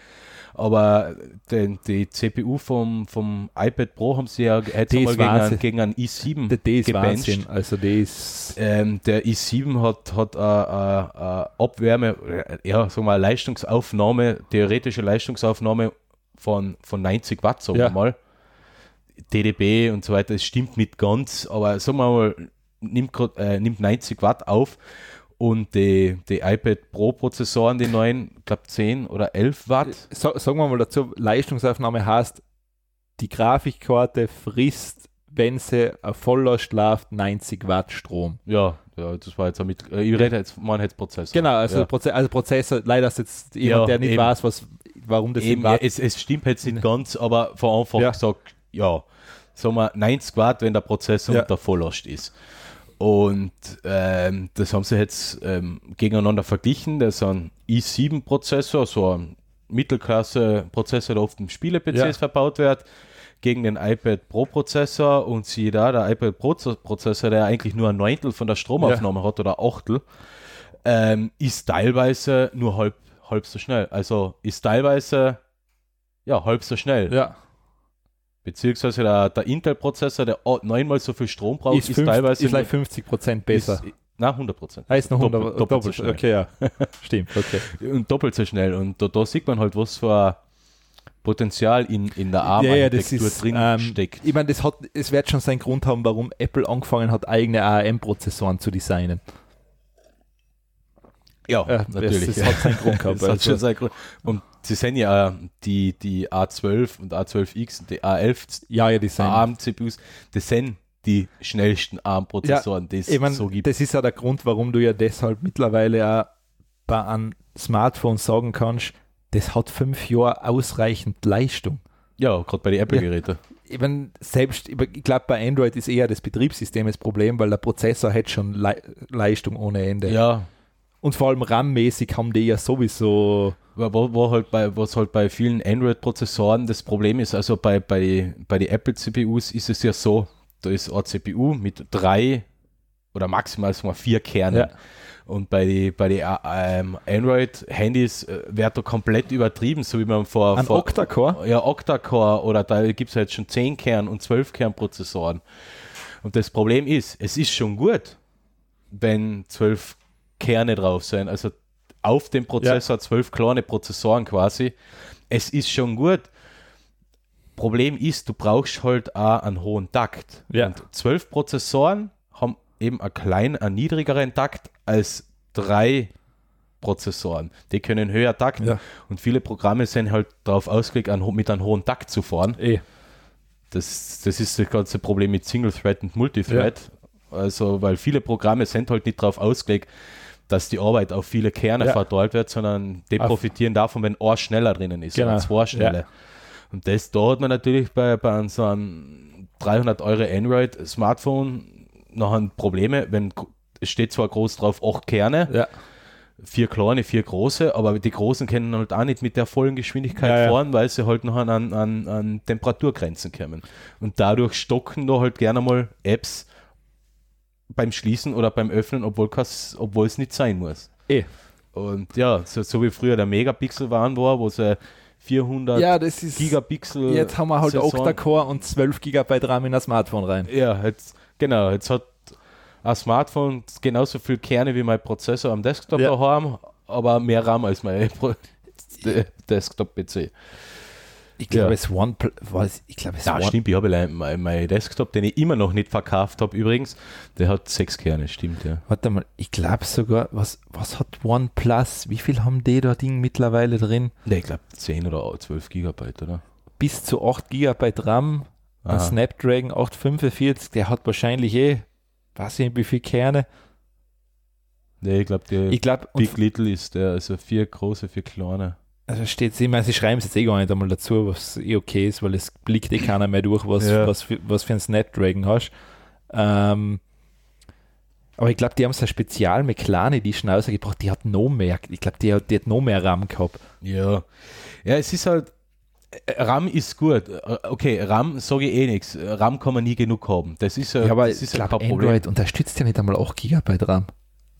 [SPEAKER 2] Aber den, die CPU vom, vom iPad Pro haben sie ja jetzt
[SPEAKER 1] Die
[SPEAKER 2] einmal
[SPEAKER 1] ist
[SPEAKER 2] gegen einen,
[SPEAKER 1] Wahnsinn.
[SPEAKER 2] gegen einen i7
[SPEAKER 1] Der D ist
[SPEAKER 2] gebencht.
[SPEAKER 1] Wahnsinn. Also der ist.
[SPEAKER 2] Ähm, der i7 hat, hat eine, Abwärme, äh, ja, sagen wir, eine Leistungsaufnahme, theoretische Leistungsaufnahme von, von 90 Watt, sagen
[SPEAKER 1] Ja.
[SPEAKER 2] wir mal. DDB und so weiter, es stimmt nicht ganz, aber sagen wir mal, nimmt, grad- äh, nimmt 90 Watt auf und die, die iPad Pro Prozessoren, die neuen, glaube 10 oder 11 Watt.
[SPEAKER 1] So, sagen wir mal dazu, Leistungsaufnahme heißt, die Grafikkarte frisst, wenn sie auf Volllast läuft, 90 Watt Strom.
[SPEAKER 2] Ja, ja das war jetzt auch mit, äh, ich rede jetzt, man jetzt Prozessor.
[SPEAKER 1] Genau, also,
[SPEAKER 2] ja.
[SPEAKER 1] Proze also Prozessor, leider ist jetzt jemand,
[SPEAKER 2] Ja,
[SPEAKER 1] der nicht
[SPEAKER 2] eben.
[SPEAKER 1] weiß, was, warum das
[SPEAKER 2] Eben,
[SPEAKER 1] im Watt-
[SPEAKER 2] ja, es, es stimmt jetzt nicht ganz, aber von Anfang
[SPEAKER 1] Ne. Ja.
[SPEAKER 2] gesagt, ja, sagen wir 90 Watt, wenn der Prozessor
[SPEAKER 1] Ja.
[SPEAKER 2] unter Volllast ist. Und ähm, das haben sie jetzt ähm, gegeneinander verglichen. Das ist ein i7-Prozessor, so ein Mittelklasse-Prozessor, der oft im Spiele-PCs
[SPEAKER 1] Ja.
[SPEAKER 2] verbaut wird, gegen den iPad Pro-Prozessor. Und siehe da, der iPad Pro-Prozessor, der eigentlich nur ein Neuntel von der Stromaufnahme hat oder Achtel, ähm, ist teilweise nur halb, halb so schnell. Also ist teilweise ja halb so schnell.
[SPEAKER 1] ja,
[SPEAKER 2] Beziehungsweise der, der Intel-Prozessor, der o- neunmal so viel Strom braucht, ist,
[SPEAKER 1] ist, fünf,
[SPEAKER 2] teilweise
[SPEAKER 1] ist
[SPEAKER 2] nur-
[SPEAKER 1] gleich 50 Prozent besser.
[SPEAKER 2] Ist, na, 100 Prozent.
[SPEAKER 1] Ah, ist noch
[SPEAKER 2] doppelt-
[SPEAKER 1] 100, doppelt,
[SPEAKER 2] doppelt so schnell.
[SPEAKER 1] okay, ja. *laughs* Stimmt, okay.
[SPEAKER 2] Und doppelt so schnell. Und da, da sieht man halt, was für ein Potenzial in, in der
[SPEAKER 1] ja, ja,
[SPEAKER 2] ARM-Architektur
[SPEAKER 1] das ist,
[SPEAKER 2] Ah, drin
[SPEAKER 1] ähm,
[SPEAKER 2] steckt.
[SPEAKER 1] Ich meine, das hat, es wird schon seinen Grund haben, warum Apple angefangen hat, eigene ARM-Prozessoren zu designen.
[SPEAKER 2] Ja,
[SPEAKER 1] Äh, Das, das hat seinen Grund
[SPEAKER 2] *laughs*
[SPEAKER 1] gehabt.
[SPEAKER 2] Das hat schon
[SPEAKER 1] also.
[SPEAKER 2] seinen Grund. Und sie sehen ja äh, die, die A12 und A12X und die A11
[SPEAKER 1] Ja, ja, Design.
[SPEAKER 2] ARM-CPUs, das sind die schnellsten ARM-Prozessoren, die es
[SPEAKER 1] Ich mein,
[SPEAKER 2] so gibt.
[SPEAKER 1] das ist ja der Grund, warum du ja deshalb mittlerweile auch bei einem Smartphone sagen kannst, das hat fünf Jahre ausreichend Leistung.
[SPEAKER 2] Ja, gerade bei den Apple-Geräten.
[SPEAKER 1] Ich mein, selbst, ich mein, ich glaube, bei Android ist eher das Betriebssystem das Problem, weil der Prozessor hat schon Le Leistung ohne Ende.
[SPEAKER 2] ja,
[SPEAKER 1] Und vor allem RAM-mäßig haben die ja sowieso.
[SPEAKER 2] Wa- wa- wa halt bei, was halt bei vielen Android-Prozessoren das Problem ist, also bei, bei, bei den Apple-CPUs ist es ja so, da ist eine CPU mit drei oder maximal sagen wir vier Kernen.
[SPEAKER 1] Ja.
[SPEAKER 2] Und bei den bei die, äh, ähm, Android-Handys äh, wird da komplett übertrieben, so wie man vor,
[SPEAKER 1] Ein
[SPEAKER 2] vor
[SPEAKER 1] Octa-Core?
[SPEAKER 2] ja, Octa-Core oder da gibt es halt schon 10-Kern- und 12-Kern-Prozessoren. Und das Problem ist, es ist schon gut, wenn 12 Kerne drauf sind, also auf dem Prozessor 12 kleine Prozessoren quasi. Es ist schon gut. Problem ist, du brauchst halt auch einen hohen Takt.
[SPEAKER 1] Ja.
[SPEAKER 2] Und 12 Prozessoren haben eben einen kleinen, einen niedrigeren Takt als drei Prozessoren. Die können höher takten.
[SPEAKER 1] Ja.
[SPEAKER 2] Und viele Programme sind halt darauf ausgelegt, an, mit einem hohen Takt zu fahren.
[SPEAKER 1] Eh.
[SPEAKER 2] Das, das ist das ganze Problem mit Single Thread und Multithread. Also, weil viele Programme sind halt nicht darauf ausgelegt, dass die Arbeit auf viele Kerne
[SPEAKER 1] Ja.
[SPEAKER 2] verteilt wird, sondern die
[SPEAKER 1] Auf-
[SPEAKER 2] profitieren davon, wenn ein schneller drinnen ist
[SPEAKER 1] Genau.
[SPEAKER 2] oder zwei schneller.
[SPEAKER 1] Ja.
[SPEAKER 2] Und das da hat man natürlich bei, bei so einem 300 Euro Android-Smartphone nachher Probleme, wenn es steht zwar groß drauf, auch Kerne,
[SPEAKER 1] Ja.
[SPEAKER 2] vier kleine, vier große, aber die großen können halt auch nicht mit der vollen Geschwindigkeit
[SPEAKER 1] Ja, ja.
[SPEAKER 2] fahren, weil sie halt noch an, an, an, an Temperaturgrenzen kommen. Und dadurch stocken da halt gerne mal Apps beim Schließen oder beim Öffnen, obwohl kas- obwohl es nicht sein muss.
[SPEAKER 1] Eh.
[SPEAKER 2] Und ja, so, so wie früher der Megapixel-Wahn war, wo sie 400
[SPEAKER 1] Ja, das ist.
[SPEAKER 2] Gigapixel.
[SPEAKER 1] jetzt haben wir halt
[SPEAKER 2] Sensoren-
[SPEAKER 1] Octa-Core und 12 GB RAM in ein Smartphone rein.
[SPEAKER 2] Ja, jetzt, genau. Jetzt hat ein Smartphone genauso viel Kerne wie mein Prozessor am Desktop
[SPEAKER 1] Ja.
[SPEAKER 2] daheim, aber mehr RAM als mein *laughs* Pro- De- Desktop-PC.
[SPEAKER 1] Ich
[SPEAKER 2] Ja.
[SPEAKER 1] glaube, es OnePlus. was- Ich glaube, es
[SPEAKER 2] Ja,
[SPEAKER 1] One-
[SPEAKER 2] stimmt, ich habe allein mein, mein Desktop, den ich immer noch nicht verkauft habe übrigens, der hat sechs Kerne, stimmt ja.
[SPEAKER 1] Warte mal, ich glaube sogar, was, was hat OnePlus? Wie viel haben die da Ding mittlerweile drin?
[SPEAKER 2] Ne, ich glaube 10 oder 12 Gigabyte, oder?
[SPEAKER 1] Bis zu 8 GB RAM, ein
[SPEAKER 2] Aha.
[SPEAKER 1] Snapdragon 845, der hat wahrscheinlich eh, weiß ich nicht, wie viel Kerne.
[SPEAKER 2] Ne, ich glaube, der
[SPEAKER 1] Ich glaube,
[SPEAKER 2] Big Little ist der, also vier große, vier kleine.
[SPEAKER 1] also steht ich meine, sie schreiben es jetzt eh gar nicht einmal dazu, was eh okay ist, weil es blickt eh keiner mehr durch, was,
[SPEAKER 2] Ja.
[SPEAKER 1] was, für, was für ein Snapdragon hast. Ähm, aber ich glaube, die haben so eine Spezial-McLaren Edition rausgebracht, die hat noch mehr, ich glaube, die, hat- die hat noch mehr RAM gehabt.
[SPEAKER 2] Ja. Ja, es ist halt, äh, RAM ist gut. Äh, Okay, RAM sage ich eh nichts. Äh, RAM kann man nie genug haben. Das ist ja,
[SPEAKER 1] Ja, aber
[SPEAKER 2] das
[SPEAKER 1] ich
[SPEAKER 2] ist halt ja
[SPEAKER 1] glaube,
[SPEAKER 2] kein Problem.
[SPEAKER 1] Android unterstützt ja nicht einmal auch Gigabyte RAM.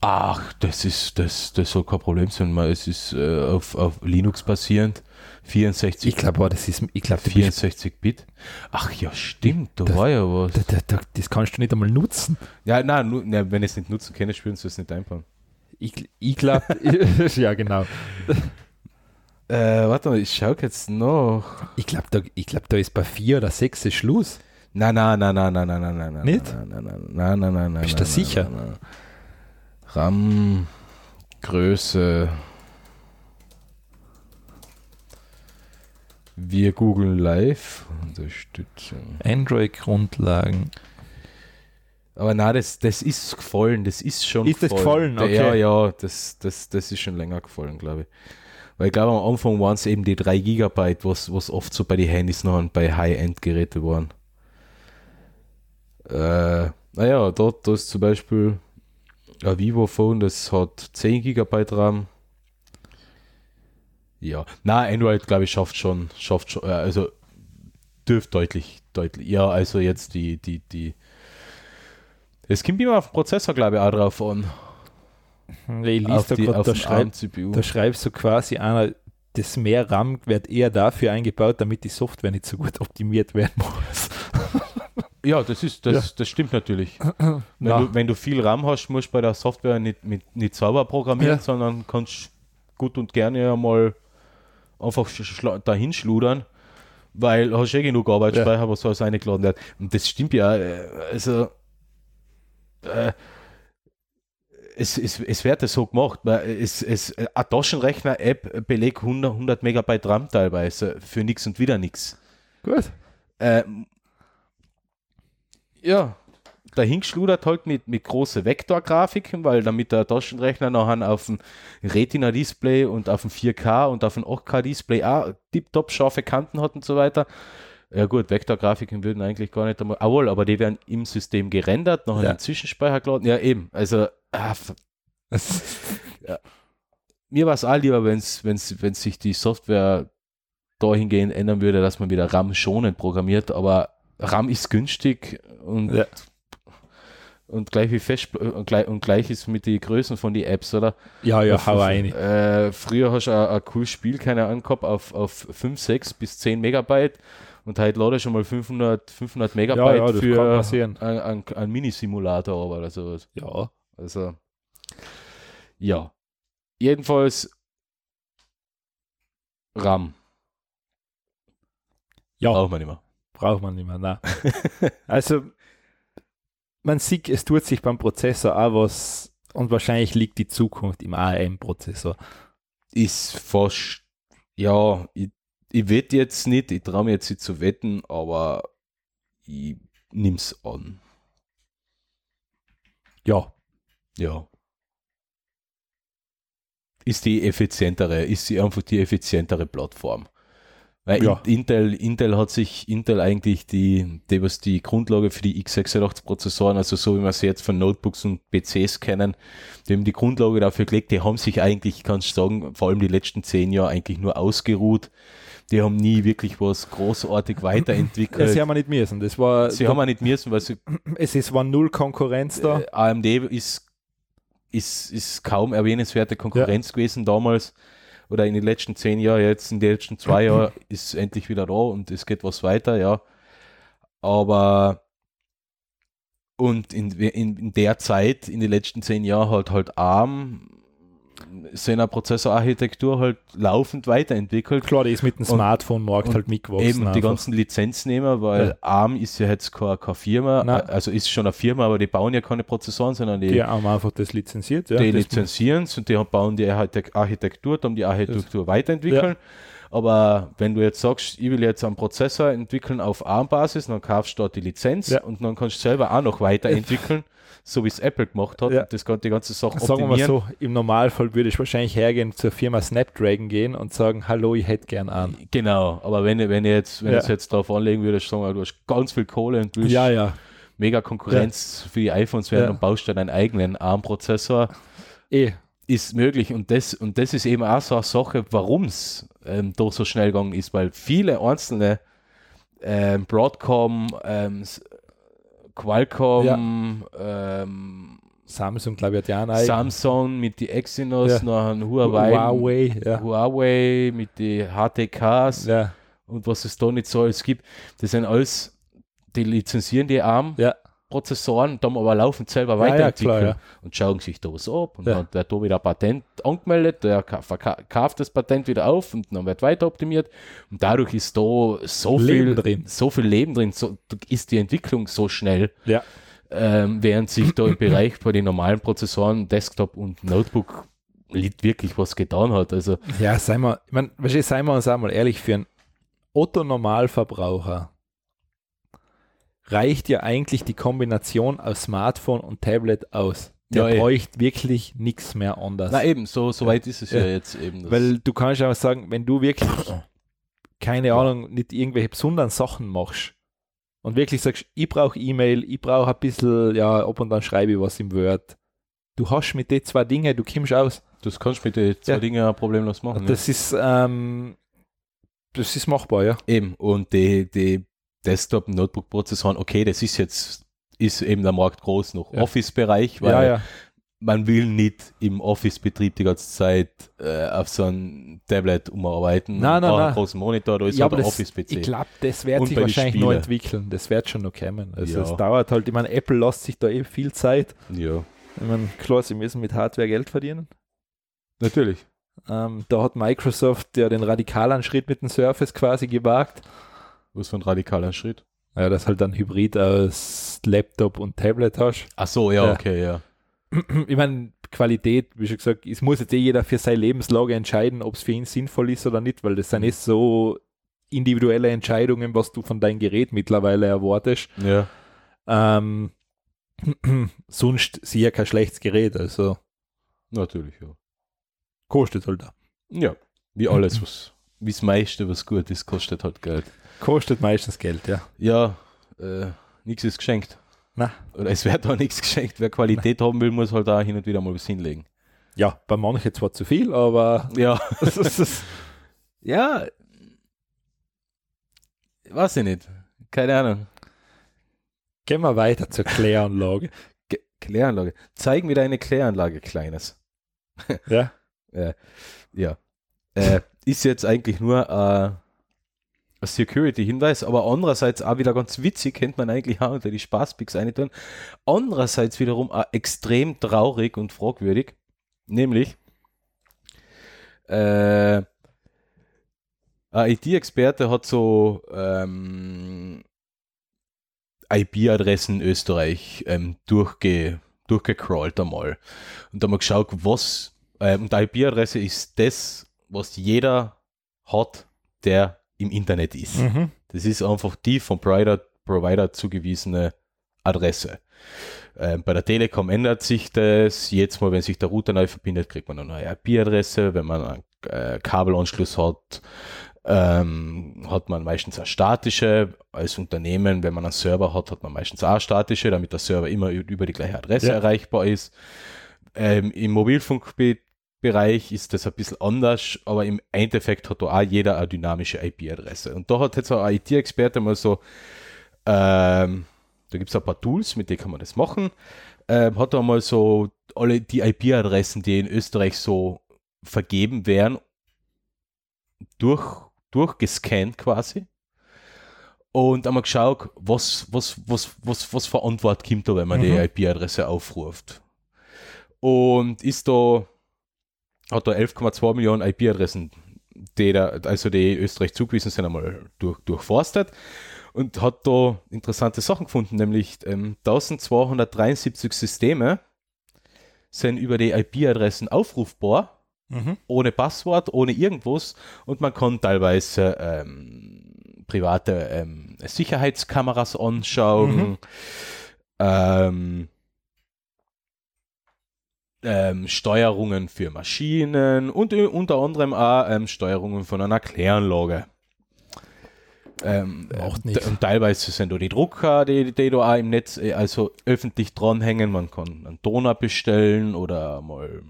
[SPEAKER 2] Ach, das ist, das, das soll kein Problem sein. Man, Es ist äh, auf, auf Linux basierend. 64,
[SPEAKER 1] Ich glaube, das ist, ich glaube,
[SPEAKER 2] 64 Bit. Ach ja, stimmt, da
[SPEAKER 1] Das-
[SPEAKER 2] war ja was.
[SPEAKER 1] da, da, da, das kannst du nicht einmal nutzen.
[SPEAKER 2] Ja, nein, nu, nein, wenn ich es nicht nutzen kann, spielen sie es nicht einbauen.
[SPEAKER 1] Ich,
[SPEAKER 2] *laughs*
[SPEAKER 1] ich glaube, *laughs* ja genau.
[SPEAKER 2] Äh, warte mal, ich schaue jetzt noch.
[SPEAKER 1] Ich glaube, da, ich glaub, da ist bei vier oder sechs ist Schluss.
[SPEAKER 2] Nein, nein, nein, nein, nein, nein, nein, nein, nein.
[SPEAKER 1] Nicht?
[SPEAKER 2] Nein, nein, nein, nein, nein, nein, nein.
[SPEAKER 1] Bist du
[SPEAKER 2] nein,
[SPEAKER 1] sicher?
[SPEAKER 2] nein, nein. RAM, Größe. Wir googeln live. Unterstützung.
[SPEAKER 1] Android-Grundlagen.
[SPEAKER 2] Aber na, das, das ist gefallen, das ist schon
[SPEAKER 1] Ist das gefallen? Okay.
[SPEAKER 2] Ja, ja, das, das, das ist schon länger gefallen, glaube ich. Weil ich glaube, am Anfang waren es eben die 3 Gigabyte, was, was oft so bei den Handys noch und bei High-End-Geräte waren. Äh, naja, dort da ist zum Beispiel ein Vivo-Phone, das hat 10 Gigabyte RAM. Ja, na, Android, glaube ich, schafft schon, schafft schon, äh, also dürft deutlich, deutlich, ja, also jetzt die, die, die, es kommt immer auf den Prozessor, glaube ich, auch drauf an.
[SPEAKER 1] Ich liest
[SPEAKER 2] Auf
[SPEAKER 1] da
[SPEAKER 2] die,
[SPEAKER 1] gerade,
[SPEAKER 2] auf
[SPEAKER 1] da
[SPEAKER 2] den
[SPEAKER 1] schreibt
[SPEAKER 2] ARM-CPU.
[SPEAKER 1] Da schreibst du quasi einer, das mehr RAM wird eher dafür eingebaut, damit die Software nicht so gut optimiert werden muss.
[SPEAKER 2] *laughs* Ja, das ist, das, das stimmt natürlich. Wenn
[SPEAKER 1] Na.
[SPEAKER 2] du, wenn du viel RAM hast, musst du bei der Software nicht, mit, nicht sauber programmieren,
[SPEAKER 1] Ja.
[SPEAKER 2] sondern kannst gut und gerne einmal einfach sch- schla- dahin schludern, weil hast eh genug Arbeitsspeicher, was alles eingeladen wird. Und das stimmt ja. äh, Also äh, es, es, es wird das so gemacht. weil Es, es, äh, eine Taschenrechner-App belegt 100, 100 Megabyte RAM teilweise für nichts und wieder nichts.
[SPEAKER 1] Gut.
[SPEAKER 2] Ähm, ja, dahingeschludert halt mit, mit großen Vektorgrafiken, weil damit der Taschenrechner nachher auf dem Retina-Display und auf dem 4K und auf dem 8K-Display auch tiptop scharfe Kanten hat und so weiter. Ja gut, Vektorgrafiken würden eigentlich gar nicht einmal, ah wohl, aber die werden im System gerendert, nachher
[SPEAKER 1] Ja.
[SPEAKER 2] in den Zwischenspeicher geladen. Ja eben, also ah, f- mir war es auch lieber, wenn's, wenn's, wenn sich die Software dahingehend ändern würde, dass man wieder RAM schonend programmiert, aber RAM ist günstig und,
[SPEAKER 1] Ja.
[SPEAKER 2] und gleich wie Festpl und, gleich, und gleich ist mit den Größen von den Apps, oder?
[SPEAKER 1] Ja, ja, hau rein.
[SPEAKER 2] Äh, früher hast du ein, ein cooles Spiel, keine Ahnung, gehabt, auf, auf 5, 6 bis 10 Megabyte und heute lade ich schon mal 500, 500 Megabyte
[SPEAKER 1] ja, das kann passieren.
[SPEAKER 2] für einen- einen einen Minisimulator aber oder sowas.
[SPEAKER 1] Ja.
[SPEAKER 2] Also, ja. Jedenfalls RAM.
[SPEAKER 1] Ja.
[SPEAKER 2] Braucht man immer.
[SPEAKER 1] braucht man nicht mehr.
[SPEAKER 2] *laughs*
[SPEAKER 1] Nein. also, man sieht, es tut sich beim Prozessor auch was und wahrscheinlich liegt die Zukunft im ARM-Prozessor.
[SPEAKER 2] Ist fast, ja, ich, ich wette jetzt nicht, ich traue mir jetzt nicht zu wetten, aber ich nimm's an.
[SPEAKER 1] Ja,
[SPEAKER 2] Ja. Ist die effizientere, ist sie einfach die effizientere Plattform. Weil
[SPEAKER 1] Ja.
[SPEAKER 2] In- Intel, Intel hat sich, Intel eigentlich die, die, was die Grundlage für die x86-Prozessoren, also so wie wir sie jetzt von Notebooks und PCs kennen, die haben die Grundlage dafür gelegt, die haben sich eigentlich, kannst du sagen, vor allem die letzten zehn Jahre eigentlich nur ausgeruht. Die haben nie wirklich was großartig
[SPEAKER 1] Ja,
[SPEAKER 2] weiterentwickelt.
[SPEAKER 1] sie haben wir nicht müssen. Das war,
[SPEAKER 2] Äh, sie haben auch nicht müssen, weil sie
[SPEAKER 1] es ist, war null Konkurrenz da.
[SPEAKER 2] äh, AMD ist, ist, ist kaum erwähnenswerte Konkurrenz gewesen damals oder in den letzten zehn Jahren, jetzt in den letzten zwei
[SPEAKER 1] *clears throat*
[SPEAKER 2] Jahren ist endlich wieder da und es geht was weiter, ja. Aber und in, in, in der Zeit, in den letzten zehn Jahren, hat halt ARM seiner Prozessorarchitektur halt laufend weiterentwickelt.
[SPEAKER 1] Klar, die ist mit dem
[SPEAKER 2] Und-
[SPEAKER 1] Smartphone-Markt
[SPEAKER 2] und
[SPEAKER 1] halt mitgewachsen.
[SPEAKER 2] Eben, die
[SPEAKER 1] einfach.
[SPEAKER 2] ganzen Lizenznehmer, weil
[SPEAKER 1] Ja.
[SPEAKER 2] ARM ist ja jetzt keine, keine Firma,
[SPEAKER 1] Nein.
[SPEAKER 2] also ist schon eine Firma, aber die bauen ja keine Prozessoren, sondern die,
[SPEAKER 1] die haben einfach das lizenziert. Ja,
[SPEAKER 2] die
[SPEAKER 1] das
[SPEAKER 2] lizenzieren es und die haben- bauen die Architek- Architektur, dann die Architektur weiterentwickeln. Aber wenn du jetzt sagst, ich will jetzt einen Prozessor entwickeln auf ARM-Basis, dann kaufst du dort die Lizenz
[SPEAKER 1] Ja.
[SPEAKER 2] und dann kannst du selber auch noch weiterentwickeln, so wie es Apple gemacht hat.
[SPEAKER 1] Ja.
[SPEAKER 2] Und das kann die ganze Sache
[SPEAKER 1] Sagen wir mal
[SPEAKER 2] optimieren.
[SPEAKER 1] so, im Normalfall würde ich wahrscheinlich hergehen zur Firma Snapdragon gehen und sagen, hallo, ich hätte gern an.
[SPEAKER 2] Genau, aber wenn, wenn ihr jetzt, wenn
[SPEAKER 1] Ja.
[SPEAKER 2] du es jetzt drauf anlegen würdest, sagen wir, du hast ganz viel Kohle und willst
[SPEAKER 1] ja.
[SPEAKER 2] mega Konkurrenz für die iPhones werden
[SPEAKER 1] Ja.
[SPEAKER 2] und baust dann einen eigenen ARM-Prozessor.
[SPEAKER 1] Eh,
[SPEAKER 2] ist möglich und das, und das ist eben auch so eine Sache, warum es ähm, doch so schnell gegangen ist, weil viele einzelne ähm, Broadcom, ähm, S- Qualcomm, ähm,
[SPEAKER 1] Samsung, glaube ich, hat ja einen eigenen.
[SPEAKER 2] Samsung mit die Exynos,
[SPEAKER 1] Ja.
[SPEAKER 2] nachher Huawei, Huawei,
[SPEAKER 1] Huawei, ja.
[SPEAKER 2] Huawei mit die HTKs
[SPEAKER 1] ja.
[SPEAKER 2] und was es da nicht so alles gibt, das sind alles, die lizenzieren die ARM
[SPEAKER 1] Ja,
[SPEAKER 2] Prozessoren dann aber laufend selber
[SPEAKER 1] Ja, ja,
[SPEAKER 2] weiterentwickeln
[SPEAKER 1] klar, ja.
[SPEAKER 2] und schauen sich da was ab und
[SPEAKER 1] Ja.
[SPEAKER 2] dann wird da wieder ein Patent angemeldet, der ka- verkauft das Patent wieder auf und dann wird weiter optimiert und dadurch ist da so
[SPEAKER 1] Leben
[SPEAKER 2] viel
[SPEAKER 1] drin.
[SPEAKER 2] so viel Leben drin, so ist die Entwicklung so schnell,
[SPEAKER 1] ja.
[SPEAKER 2] ähm, während sich da
[SPEAKER 1] *coughs*
[SPEAKER 2] im Bereich bei den normalen Prozessoren, Desktop und Notebook nicht wirklich was getan hat. Also
[SPEAKER 1] Ja, seien wir, ich mein, weißt du, seien wir uns einmal ehrlich, für einen Otto-Normalverbraucher reicht ja eigentlich die Kombination aus Smartphone und Tablet aus. Der
[SPEAKER 2] Ja, eh.
[SPEAKER 1] bräucht wirklich nichts mehr anders.
[SPEAKER 2] na eben, so, so weit ist es ja,
[SPEAKER 1] Ja.
[SPEAKER 2] jetzt eben. dass-
[SPEAKER 1] Weil du kannst ja auch sagen, wenn
[SPEAKER 2] *clears throat*
[SPEAKER 1] du wirklich, keine Ahnung, nicht irgendwelche besonderen Sachen machst und wirklich sagst, ich brauche E-Mail, ich brauche ein bisschen, ja, ab und dann schreibe ich was im Word. Du hast mit den zwei Dingen, du kommst aus.
[SPEAKER 2] das kannst du mit den zwei
[SPEAKER 1] Ja.
[SPEAKER 2] Dingen ja problemlos machen. ja.
[SPEAKER 1] Das ist, ähm, das ist machbar, ja.
[SPEAKER 2] Eben, und die, die Desktop- und Notebook-Prozessoren, okay, das ist jetzt, ist eben der Markt groß noch.
[SPEAKER 1] Ja.
[SPEAKER 2] Office-Bereich, weil
[SPEAKER 1] ja, ja.
[SPEAKER 2] man will nicht im Office-Betrieb die ganze Zeit äh, auf so ein Tablet umarbeiten. Man
[SPEAKER 1] Nein, nein,
[SPEAKER 2] braucht
[SPEAKER 1] nein.
[SPEAKER 2] einen großen Monitor, da ist
[SPEAKER 1] ja
[SPEAKER 2] halt
[SPEAKER 1] aber
[SPEAKER 2] ein
[SPEAKER 1] das, ich
[SPEAKER 2] Office-PC.
[SPEAKER 1] glaube, das wird
[SPEAKER 2] Und
[SPEAKER 1] sich
[SPEAKER 2] bei den
[SPEAKER 1] wahrscheinlich noch
[SPEAKER 2] Spielen.
[SPEAKER 1] entwickeln. Das wird schon noch kommen. Also
[SPEAKER 2] Ja.
[SPEAKER 1] es dauert halt, ich meine, Apple lässt sich da eh viel Zeit.
[SPEAKER 2] Ja,
[SPEAKER 1] Ich meine, klar, sie müssen mit Hardware Geld verdienen.
[SPEAKER 2] natürlich.
[SPEAKER 1] Ähm, da hat Microsoft ja den radikalen Schritt mit dem Surface quasi gewagt.
[SPEAKER 2] Was für ein radikaler Schritt.
[SPEAKER 1] Ja, das halt dann Hybrid aus Laptop und Tablet hast.
[SPEAKER 2] Ach so, ja,
[SPEAKER 1] Ja.
[SPEAKER 2] okay, ja.
[SPEAKER 1] *clears throat* Ich meine, Qualität, wie schon gesagt, es muss jetzt eh jeder für seine Lebenslage entscheiden, ob es für ihn sinnvoll ist oder nicht, weil das sind eh so individuelle Entscheidungen, was du von deinem Gerät mittlerweile erwartest.
[SPEAKER 2] Ja,
[SPEAKER 1] Ähm, *clears throat* sonst sie ja kein schlechtes Gerät, also
[SPEAKER 2] natürlich, ja.
[SPEAKER 1] kostet halt. auch.
[SPEAKER 2] Ja, wie alles, was, wie das meiste, was gut ist, kostet halt Geld.
[SPEAKER 1] Kostet meistens Geld, ja.
[SPEAKER 2] Ja, äh, nichts ist geschenkt.
[SPEAKER 1] Na.
[SPEAKER 2] Oder es wird auch nichts geschenkt. Wer Qualität haben will, muss halt da hin und wieder mal was hinlegen.
[SPEAKER 1] Ja, bei manchen zwar zu viel, aber *laughs*
[SPEAKER 2] Ja.
[SPEAKER 1] das ist das.
[SPEAKER 2] ja. Weiß ich nicht. Keine Ahnung.
[SPEAKER 1] Gehen wir weiter zur Kläranlage.
[SPEAKER 2] Ge- Kläranlage. Zeig mir deine Kläranlage, Kleines.
[SPEAKER 1] ja.
[SPEAKER 2] Ja. *laughs* Äh, ist jetzt eigentlich nur äh, ein Security-Hinweis, aber andererseits auch wieder ganz witzig, könnte man eigentlich auch unter die Spaßpicks eintun. Andererseits wiederum auch extrem traurig und fragwürdig, nämlich äh, ein IT-Experte hat so ähm, IP-Adressen in Österreich ähm, durchge durchgecrawlt einmal und da haben wir geschaut, was äh, und die IP-Adresse ist das, was jeder hat, der im Internet ist.
[SPEAKER 1] Mhm.
[SPEAKER 2] Das ist einfach die vom Provider, Provider zugewiesene Adresse. Ähm, bei der Telekom ändert sich das. Jetzt mal, wenn sich der Router neu verbindet, kriegt man eine neue IP-Adresse. Wenn man einen äh, Kabelanschluss hat, ähm, hat man meistens eine statische. Als Unternehmen, wenn man einen Server hat, hat man meistens auch eine statische, damit der Server immer ü- über die gleiche Adresse
[SPEAKER 1] Ja.
[SPEAKER 2] erreichbar ist. Ähm, Im Mobilfunkbereich ist das ein bisschen anders, aber im Endeffekt hat da auch jeder eine dynamische IP-Adresse. Und da hat jetzt ein IT-Experte mal so, ähm, da gibt es ein paar Tools, mit denen kann man das machen, ähm, hat da mal so alle die IP-Adressen, die in Österreich so vergeben werden durch, durchgescannt quasi. Und einmal geschaut, was, was, was, was, was für Antwort kommt da, wenn man die
[SPEAKER 1] Mhm.
[SPEAKER 2] IP-Adresse aufruft. Und ist da, hat da 11,2 Millionen IP-Adressen, die da, also die Österreich zugewiesen sind, einmal durch, durchforstet und hat da interessante Sachen gefunden, nämlich ähm, 1273 Systeme sind über die IP-Adressen aufrufbar
[SPEAKER 1] Mhm.
[SPEAKER 2] ohne Passwort, ohne irgendwas und man kann teilweise ähm, private ähm, Sicherheitskameras anschauen.
[SPEAKER 1] Mhm.
[SPEAKER 2] Ähm, ähm, Steuerungen für Maschinen und äh, unter anderem auch ähm, Steuerungen von einer Kläranlage. Ähm,
[SPEAKER 1] Macht
[SPEAKER 2] äh,
[SPEAKER 1] nichts.
[SPEAKER 2] Und teilweise sind da die Drucker, die, die da auch im Netz äh, also öffentlich dranhängen. Man kann einen Donut bestellen oder mal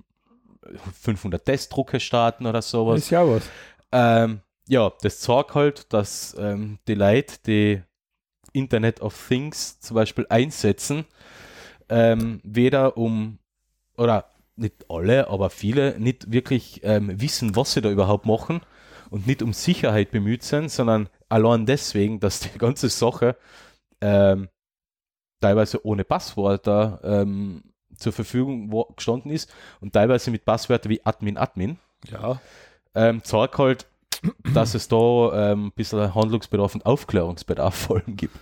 [SPEAKER 2] 500 Testdrucke starten oder sowas.
[SPEAKER 1] Ist ja was.
[SPEAKER 2] Ähm, ja, das zeigt halt, dass ähm, die Leute, die Internet of Things zum Beispiel einsetzen, ähm, weder um, oder nicht alle, aber viele, nicht wirklich ähm, wissen, was sie da überhaupt machen und nicht um Sicherheit bemüht sind, sondern allein deswegen, dass die *laughs* ganze Sache ähm, teilweise ohne Passwörter ähm, zur Verfügung wo- gestanden ist und teilweise mit Passwörtern wie Admin, Admin
[SPEAKER 1] Ja.
[SPEAKER 2] ähm, zeigt halt, dass es da ähm, ein bisschen Handlungsbedarf und Aufklärungsbedarf vor allem gibt.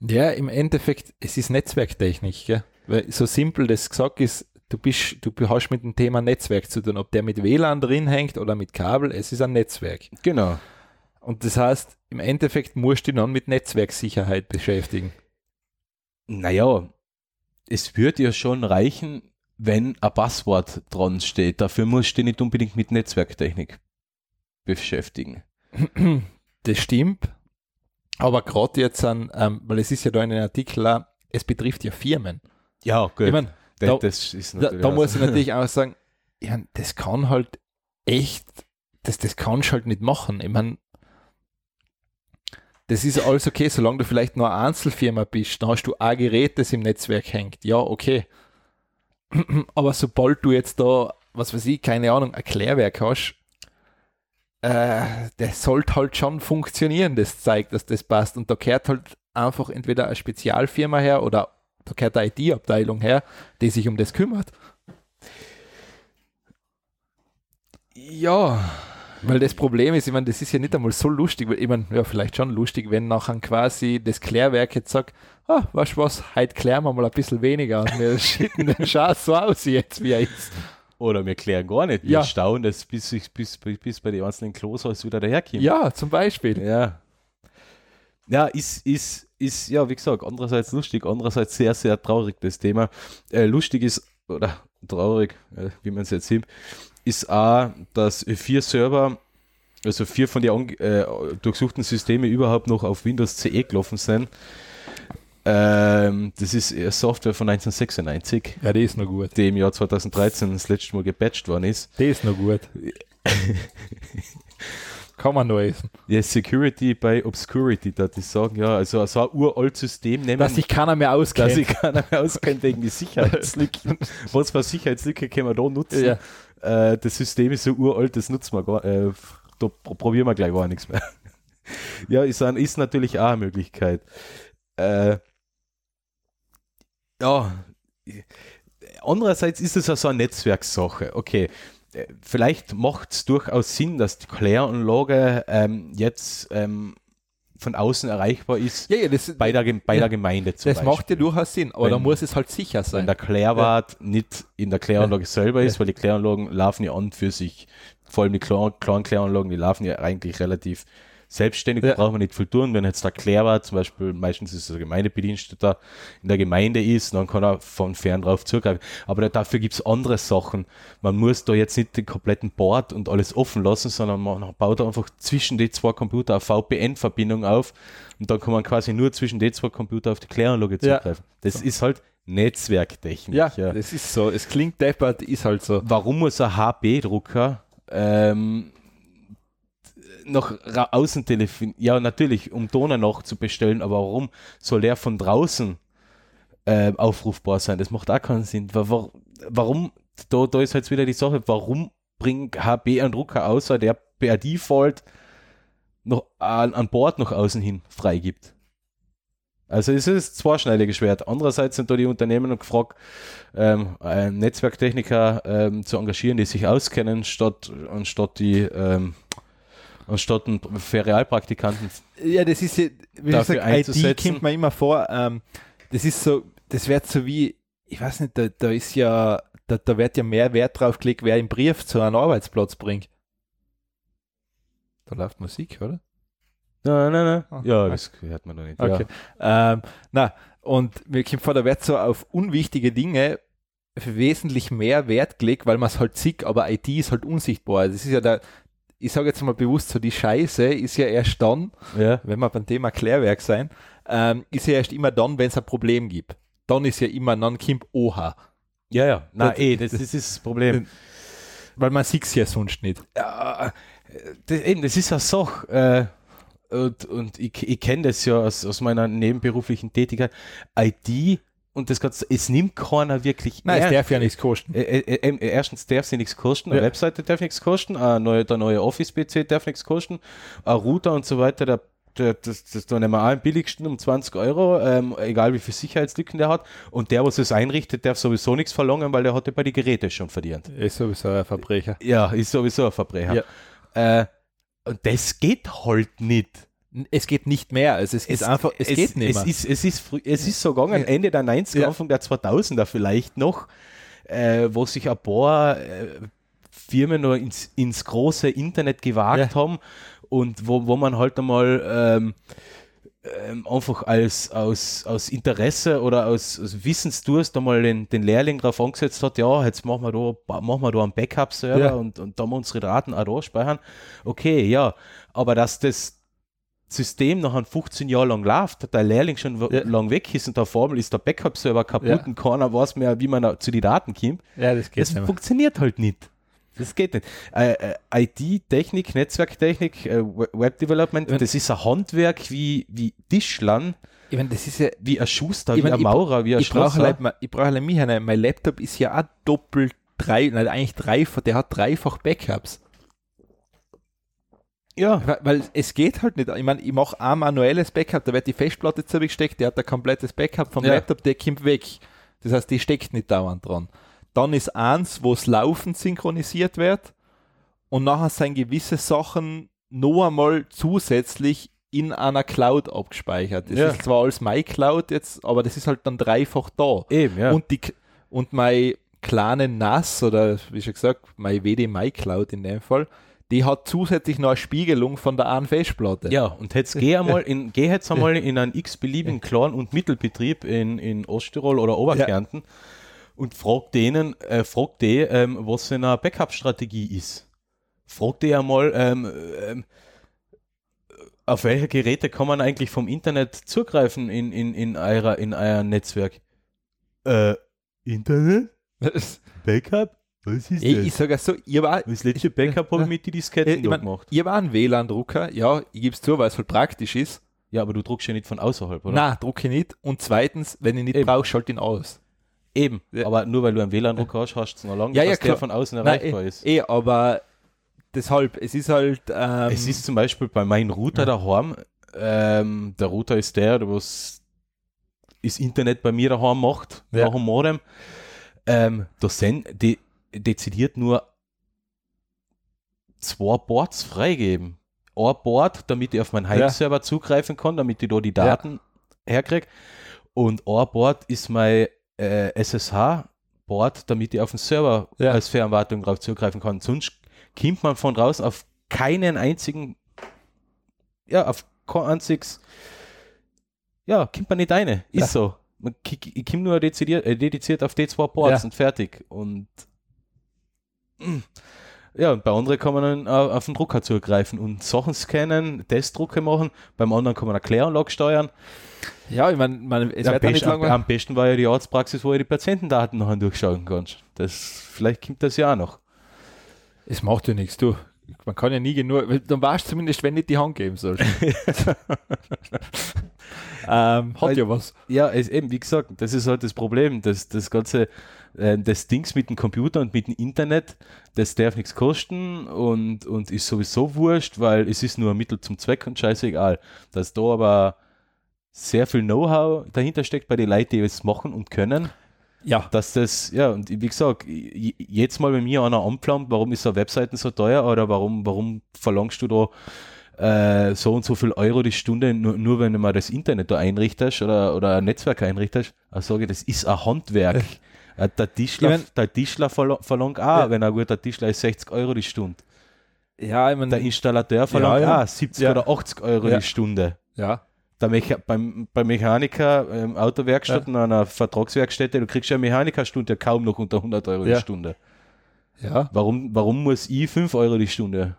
[SPEAKER 1] Ja, im Endeffekt, es ist Netzwerktechnik, gell? Weil so simpel das gesagt ist, du bist, du hast mit dem Thema Netzwerk zu tun, ob der mit WLAN drin hängt oder mit Kabel, es ist ein Netzwerk.
[SPEAKER 2] Genau.
[SPEAKER 1] Und das heißt, im Endeffekt musst du dich dann mit Netzwerksicherheit beschäftigen.
[SPEAKER 2] Naja, es würde ja schon reichen, wenn ein Passwort dran steht. Dafür musst du dich nicht unbedingt mit Netzwerktechnik beschäftigen.
[SPEAKER 1] Das stimmt. Aber gerade jetzt an, ähm, weil es ist ja da in den Artikel, auch, es betrifft ja Firmen.
[SPEAKER 2] Ja, gut.
[SPEAKER 1] Ich meine, da-
[SPEAKER 2] das ist
[SPEAKER 1] da,
[SPEAKER 2] natürlich
[SPEAKER 1] da
[SPEAKER 2] auch
[SPEAKER 1] muss
[SPEAKER 2] so.
[SPEAKER 1] ich natürlich auch sagen, ja, das kann halt echt, das, das kannst halt nicht machen. Ich meine, das ist alles okay, solange du vielleicht nur eine Einzelfirma bist, dann hast du ein Gerät, das im Netzwerk hängt. Ja, okay. *clears throat* Aber sobald du jetzt da, was weiß ich, keine Ahnung, ein Klärwerk hast, äh, das sollte halt schon funktionieren, das zeigt, dass das passt. Und da gehört halt einfach entweder eine Spezialfirma her oder da gehört eine IT-Abteilung her, die sich um das kümmert.
[SPEAKER 2] Ja,
[SPEAKER 1] Weil das Problem ist, ich meine, das ist ja nicht einmal so lustig, weil ich meine, ja, vielleicht schon lustig, wenn nachher quasi das Klärwerk jetzt sagt, ah, weißt du was, heute klären wir mal ein bisschen weniger und *laughs* wir schicken den Schatz so aus jetzt, wie er ist.
[SPEAKER 2] *laughs* oder wir klären gar nicht. Wir
[SPEAKER 1] Ja.
[SPEAKER 2] staunen das, bis, ich, bis, bis bei den einzelnen Klos alles wieder daherkommt.
[SPEAKER 1] Ja, zum Beispiel.
[SPEAKER 2] Ja. Ja, ist, ist, ist, ja, wie gesagt, andererseits lustig, andererseits sehr, sehr traurig, das Thema. Äh, lustig ist, oder traurig, äh, wie man es jetzt sieht, ist auch, dass vier Server, also vier von den ange- äh, durchsuchten Systeme überhaupt noch auf Windows CE gelaufen sind. Ähm, das ist äh, Software von 1996,
[SPEAKER 1] Ja, die ist noch gut.
[SPEAKER 2] die im Jahr 2013 das letzte Mal gepatcht worden ist.
[SPEAKER 1] Die ist noch gut. Kann man nur essen.
[SPEAKER 2] Ja, Security by Obscurity, da die sagen, ja, also so ein uraltes System nehmen.
[SPEAKER 1] Dass sich keiner mehr
[SPEAKER 2] dass
[SPEAKER 1] auskennt.
[SPEAKER 2] ich keiner mehr auskennt wegen die Sicherheitslücken. *laughs* Was für Sicherheitslücke können wir da nutzen?
[SPEAKER 1] Ja.
[SPEAKER 2] Äh, das System ist so uralt, das nutzen wir gar äh, Da pro- probieren wir gleich gar nichts mehr. *laughs* ja, ist, ein, ist natürlich auch eine Möglichkeit. Äh, ja, andererseits ist es also eine Netzwerkssache. Okay, äh, vielleicht macht es durchaus Sinn, dass die Kläranlage ähm, jetzt ähm, von außen erreichbar ist
[SPEAKER 1] Ja, ja, das,
[SPEAKER 2] bei der, Gem- bei
[SPEAKER 1] Ja.
[SPEAKER 2] der Gemeinde zum
[SPEAKER 1] das
[SPEAKER 2] Beispiel.
[SPEAKER 1] macht ja durchaus Sinn, aber
[SPEAKER 2] Wenn-
[SPEAKER 1] da muss es halt sicher
[SPEAKER 2] wenn
[SPEAKER 1] sein.
[SPEAKER 2] der Klärwart nicht in der Kläranlage selber ist,
[SPEAKER 1] Ja.
[SPEAKER 2] weil die Kläranlagen laufen ja an für sich, vor allem die kleinen, kleinen Kläranlagen, die laufen ja eigentlich relativ selbstständig
[SPEAKER 1] Ja.
[SPEAKER 2] braucht man nicht viel tun. Wenn jetzt der Klärer, zum Beispiel, meistens ist es der Gemeindebediensteter, in der Gemeinde ist, dann kann er von fern drauf zugreifen. Aber dafür gibt es andere Sachen. Man muss da jetzt nicht den kompletten Board und alles offen lassen, sondern man baut einfach zwischen die zwei Computer eine VPN-Verbindung auf und dann kann man quasi nur zwischen die zwei Computer auf die Kläranlage
[SPEAKER 1] Ja.
[SPEAKER 2] zugreifen. Das ist halt Netzwerktechnik.
[SPEAKER 1] Ja, das ist so. Es klingt deppert, ist halt so.
[SPEAKER 2] warum muss ein HB-Drucker ähm, noch ra- außen telefonieren? Ja, natürlich, um Toner noch zu bestellen, aber warum soll der von draußen ähm, aufrufbar sein? Das macht auch keinen Sinn. Wa- wa- Warum, da, da ist jetzt wieder die Sache, warum bringt HB einen Drucker außer der per Default noch an, an Bord noch außen hin freigibt? Also es ist zweischneidiges Schwert. Andererseits sind da die Unternehmen gefragt, ähm, einen Netzwerktechniker ähm, zu engagieren, die sich auskennen, statt anstatt die ähm, anstatt einen Ferialpraktikanten.
[SPEAKER 1] Ja, das ist ja, wie
[SPEAKER 2] Dafür
[SPEAKER 1] gesagt, IT
[SPEAKER 2] einzusetzen.
[SPEAKER 1] kommt mir immer vor, ähm, das ist so, das wird so wie, ich weiß nicht, da, da ist ja, da, da wird ja mehr Wert drauf gelegt, wer einen Brief zu einem Arbeitsplatz bringt. Da läuft Musik, oder?
[SPEAKER 2] Nein, nein,
[SPEAKER 1] Ah,
[SPEAKER 2] nein. Ja,
[SPEAKER 1] okay.
[SPEAKER 2] das hört man doch nicht.
[SPEAKER 1] Okay. Ähm, na, und mir kommt vor, da wird so auf unwichtige Dinge wesentlich mehr Wert gelegt, weil man es halt sieht, aber IT ist halt unsichtbar. Das ist ja da, ich sage jetzt mal bewusst so, die Scheiße ist ja erst dann,
[SPEAKER 2] Ja. ja.
[SPEAKER 1] wenn wir beim Thema Klärwerk sein, ähm, ist ja erst immer dann, wenn es ein Problem gibt. Dann ist ja immer non-Kimp Oha.
[SPEAKER 2] Ja, ja. Nein,
[SPEAKER 1] Das-
[SPEAKER 2] eh, das, das ist das Problem.
[SPEAKER 1] Weil man sieht es ja sonst nicht.
[SPEAKER 2] *laughs* Ja, äh, das, eben, das ist eine Sache. Äh, und, und ich, ich kenne das ja aus, aus meiner nebenberuflichen Tätigkeit. IT und das Ganze, es nimmt keiner wirklich
[SPEAKER 1] Nein, es
[SPEAKER 2] ernst.
[SPEAKER 1] darf ja nichts kosten.
[SPEAKER 2] Ä- ä- ä- ähm, Erstens darf sie nichts kosten, eine
[SPEAKER 1] Ja.
[SPEAKER 2] Webseite darf nichts kosten, ein neue, der neue Office-PC darf nichts kosten, ein Router und so weiter, der, der, das, das da nehmen wir auch am billigsten um 20 Euro, ähm, egal wie viel Sicherheitslücken der hat. Und der, was es einrichtet, darf sowieso nichts verlangen, weil der hat ja bei den Geräten schon verdient.
[SPEAKER 1] Ist sowieso ein Verbrecher.
[SPEAKER 2] Ja, ist sowieso ein Verbrecher. Äh, und das geht halt nicht.
[SPEAKER 1] Es geht nicht mehr. Also es, ist einfach, es, geht nicht
[SPEAKER 2] es
[SPEAKER 1] mehr.
[SPEAKER 2] ist, es, ist frü- es ist so gegangen, Ende der 90er,
[SPEAKER 1] Ja.
[SPEAKER 2] Anfang der 2000er vielleicht noch, äh, wo sich ein paar äh, Firmen noch ins, ins große Internet gewagt
[SPEAKER 1] Ja.
[SPEAKER 2] haben und wo, wo man halt einmal ähm, ähm, einfach als, aus, aus Interesse oder aus, aus Wissensdurst einmal den, den Lehrling drauf angesetzt hat, ja, jetzt machen wir da, ba- machen wir da einen Backup-Server
[SPEAKER 1] Ja.
[SPEAKER 2] und, und da mal unsere Daten auch da speichern. Okay, ja, aber dass das System nachher 15 Jahre lang läuft, der Lehrling schon w-
[SPEAKER 1] Ja.
[SPEAKER 2] lang weg ist und der Formel ist der Backup-Server kaputt
[SPEAKER 1] Ja.
[SPEAKER 2] und keiner weiß mehr, wie man da zu den Daten kommt.
[SPEAKER 1] ja, das
[SPEAKER 2] Das funktioniert halt nicht. Das geht nicht. Äh, äh, IT-Technik, Netzwerktechnik, äh, We-
[SPEAKER 1] Wenn-
[SPEAKER 2] Web-Development, das ist ein Handwerk wie, wie Tischlern,
[SPEAKER 1] Ich meine, das ist ja,
[SPEAKER 2] wie ein Schuster,
[SPEAKER 1] Ich
[SPEAKER 2] wie
[SPEAKER 1] mein,
[SPEAKER 2] ein
[SPEAKER 1] ich bra-
[SPEAKER 2] Maurer, wie ein
[SPEAKER 1] ich brauche
[SPEAKER 2] Schlosser.
[SPEAKER 1] halt, ma- ich brauche halt mich einen, mein Laptop ist ja auch doppelt drei, nein, eigentlich dreifach, der hat dreifach Backups.
[SPEAKER 2] Ja,
[SPEAKER 1] Weil, weil es geht halt nicht. Ich meine, ich mache ein manuelles Backup, da wird die Festplatte zurückgesteckt, der hat ein komplettes Backup vom
[SPEAKER 2] Ja.
[SPEAKER 1] Laptop, der kommt weg. Das heißt, die steckt nicht dauernd dran. Dann ist eins, wo es laufend synchronisiert wird und nachher sind gewisse Sachen noch einmal zusätzlich in einer Cloud abgespeichert. Das
[SPEAKER 2] Ja.
[SPEAKER 1] ist zwar alles MyCloud jetzt, aber das ist halt dann dreifach da.
[SPEAKER 2] eben, ja.
[SPEAKER 1] Und, die, K- und mein kleine NAS oder wie schon gesagt, mein WD MyCloud in dem Fall, die hat zusätzlich noch eine Spiegelung von der einen Festplatte. *laughs*
[SPEAKER 2] Ja, und jetzt geh einmal *laughs* in, geh jetzt einmal in einen x-beliebigen kleinen und Mittelbetrieb in, in Osttirol oder Oberkärnten und frag denen, äh, frag die, ähm, was denn eine Backup-Strategie ist. Frag die einmal, ähm, ähm, auf welche Geräte kann man eigentlich vom Internet zugreifen in, in, in eurer, in euer Netzwerk? Äh, Internet? Backup? Was ist
[SPEAKER 1] Ich,
[SPEAKER 2] das?
[SPEAKER 1] ich sage so, ihr war,
[SPEAKER 2] das letzte Backup *laughs* habe ich mit die Disketten
[SPEAKER 1] ich
[SPEAKER 2] da
[SPEAKER 1] mein-
[SPEAKER 2] gemacht.
[SPEAKER 1] ihr war ein WLAN-Drucker, ja, ich gebe es zu, weil es halt praktisch ist.
[SPEAKER 2] Ja, aber du druckst ja nicht von außerhalb, oder?
[SPEAKER 1] Na, drucke ich nicht. Und zweitens, wenn ich nicht
[SPEAKER 2] Eben.
[SPEAKER 1] brauche, schalte ihn aus.
[SPEAKER 2] Eben,
[SPEAKER 1] Ja.
[SPEAKER 2] aber nur weil du einen WLAN-Drucker hast, hast du es noch lange,
[SPEAKER 1] Ja, ja,
[SPEAKER 2] dass
[SPEAKER 1] klar.
[SPEAKER 2] der von außen
[SPEAKER 1] Nein,
[SPEAKER 2] erreichbar
[SPEAKER 1] eh,
[SPEAKER 2] ist.
[SPEAKER 1] eh, aber deshalb, es ist halt. Ähm,
[SPEAKER 2] es ist zum Beispiel bei meinem Router daheim, ähm, der Router ist der, der was das Internet bei mir daheim macht,
[SPEAKER 1] Ja.
[SPEAKER 2] nach dem Modem, ähm, da sind die dezidiert nur zwei Boards freigeben. Ein Board, damit ich auf meinen
[SPEAKER 1] Ja.
[SPEAKER 2] Heimserver zugreifen kann, damit ich da die Daten herkriege. Und ein Board ist mein äh, SSH-Board, damit ich auf den Server
[SPEAKER 1] Ja.
[SPEAKER 2] als Fernwartung drauf zugreifen kann. Sonst kommt man von draußen auf keinen einzigen ja, auf kein einziges, ja, kommt man nicht eine. Ist
[SPEAKER 1] Ja.
[SPEAKER 2] so. Man, ki- ki- ich komme nur dezidiert, äh, dediziert auf die zwei Boards
[SPEAKER 1] Ja.
[SPEAKER 2] und fertig. Und ja, und bei anderen kann man dann au- auf den Drucker zugreifen und Sachen scannen, Testdrucke machen. Beim anderen kann man eine Kläranlage steuern.
[SPEAKER 1] Ja, ich meine, mein, es
[SPEAKER 2] am,
[SPEAKER 1] wird auch nicht
[SPEAKER 2] besten, am,
[SPEAKER 1] langweilig.
[SPEAKER 2] am besten war ja die Arztpraxis, wo du die Patientendaten nachher durchschauen kannst. Das, vielleicht kommt das ja auch noch.
[SPEAKER 1] Es macht ja nichts, du. Man kann ja nie genug, weil dann weißt du zumindest, wenn nicht die Hand
[SPEAKER 2] *laughs*
[SPEAKER 1] geben sollst. ähm, hat
[SPEAKER 2] Weil-
[SPEAKER 1] ja was.
[SPEAKER 2] Ja, es eben, wie gesagt, das ist halt das Problem, dass das ganze, äh, das Dings mit dem Computer und mit dem Internet, das darf nichts kosten und, und ist sowieso wurscht, weil es ist nur ein Mittel zum Zweck und scheißegal. Dass da aber sehr viel Know-how dahinter steckt bei den Leuten, die es machen und können,
[SPEAKER 1] Ja,
[SPEAKER 2] dass das, ja, und wie gesagt, j- jedes Mal, wenn mir einer anplant, warum ist so Webseiten so teuer oder warum, warum verlangst du da äh, so und so viel Euro die Stunde, nur, nur wenn du mal das Internet da einrichtest oder, oder ein Netzwerk einrichtest, dann sage ich, das ist ein Handwerk. Äh, Der Tischler,
[SPEAKER 1] Ich mein-
[SPEAKER 2] der Tischler verla- verlangt auch, wenn er guter Tischler ist, 60 Euro die Stunde.
[SPEAKER 1] ja, ich
[SPEAKER 2] Der
[SPEAKER 1] meine,
[SPEAKER 2] Installateur verlangt
[SPEAKER 1] ja.
[SPEAKER 2] auch 70
[SPEAKER 1] Ja.
[SPEAKER 2] oder 80 Euro
[SPEAKER 1] Ja.
[SPEAKER 2] die Stunde.
[SPEAKER 1] ja,
[SPEAKER 2] Der Mecha beim, beim Mechaniker, ähm, Autowerkstatt, in einer Vertragswerkstätte, du kriegst ja eine Mechanikastunde kaum noch unter 100 Euro
[SPEAKER 1] Ja.
[SPEAKER 2] die Stunde.
[SPEAKER 1] ja,
[SPEAKER 2] Warum, warum muss ich 5 Euro die Stunde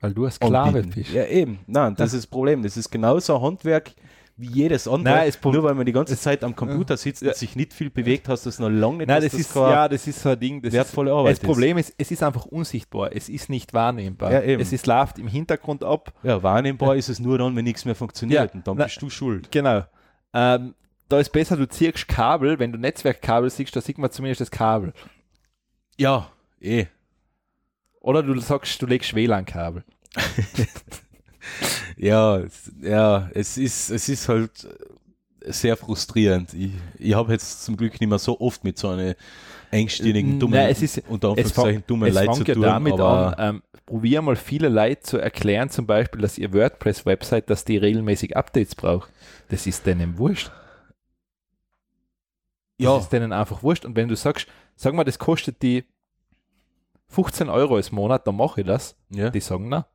[SPEAKER 1] weil du ein Sklave
[SPEAKER 2] anbieten?
[SPEAKER 1] bist.
[SPEAKER 2] Ja, eben. Nein, das ist das Problem. Das ist genauso ein Handwerk wie jedes andere.
[SPEAKER 1] Nein, das Problem-
[SPEAKER 2] Nur weil man die ganze Zeit am Computer sitzt
[SPEAKER 1] Ja.
[SPEAKER 2] und sich nicht viel bewegt, hast du es noch lange nicht,
[SPEAKER 1] Nein,
[SPEAKER 2] dass
[SPEAKER 1] das ist,
[SPEAKER 2] keine
[SPEAKER 1] ja, das ist so ein Ding. Das, ist,
[SPEAKER 2] wertvolle Arbeit
[SPEAKER 1] das Problem ist, es ist einfach unsichtbar. Es ist nicht wahrnehmbar.
[SPEAKER 2] Ja, eben.
[SPEAKER 1] es ist, läuft im Hintergrund ab.
[SPEAKER 2] ist. Ja, wahrnehmbar ist es nur dann, wenn nichts mehr funktioniert.
[SPEAKER 1] Ja.
[SPEAKER 2] Und dann
[SPEAKER 1] Na-
[SPEAKER 2] bist du schuld.
[SPEAKER 1] Genau. Ähm, da ist besser, du ziehst Kabel. Wenn du Netzwerkkabel siehst, da sieht man zumindest das Kabel.
[SPEAKER 2] Ja, eh.
[SPEAKER 1] Oder du sagst, du legst WLAN-Kabel.
[SPEAKER 2] Ja, es- ja, es ist, es ist halt sehr frustrierend. Ich, ich habe jetzt zum Glück nicht mehr so oft mit so einer engstirnigen, dummen,
[SPEAKER 1] Nein, es ist-
[SPEAKER 2] unter
[SPEAKER 1] Es fang-
[SPEAKER 2] Anführungszeichen dummen
[SPEAKER 1] es
[SPEAKER 2] Leid
[SPEAKER 1] fängt
[SPEAKER 2] zu
[SPEAKER 1] ja
[SPEAKER 2] tun.
[SPEAKER 1] damit
[SPEAKER 2] aber
[SPEAKER 1] an, ähm, probier mal viele Leute zu erklären, zum Beispiel, dass ihr WordPress-Website, dass die regelmäßig Updates braucht. Das ist denen wurscht. Das
[SPEAKER 2] ja,
[SPEAKER 1] ist denen einfach wurscht. Und wenn du sagst, sag mal, das kostet die 15 Euro im Monat, dann mache ich das.
[SPEAKER 2] ja.
[SPEAKER 1] Die sagen, na,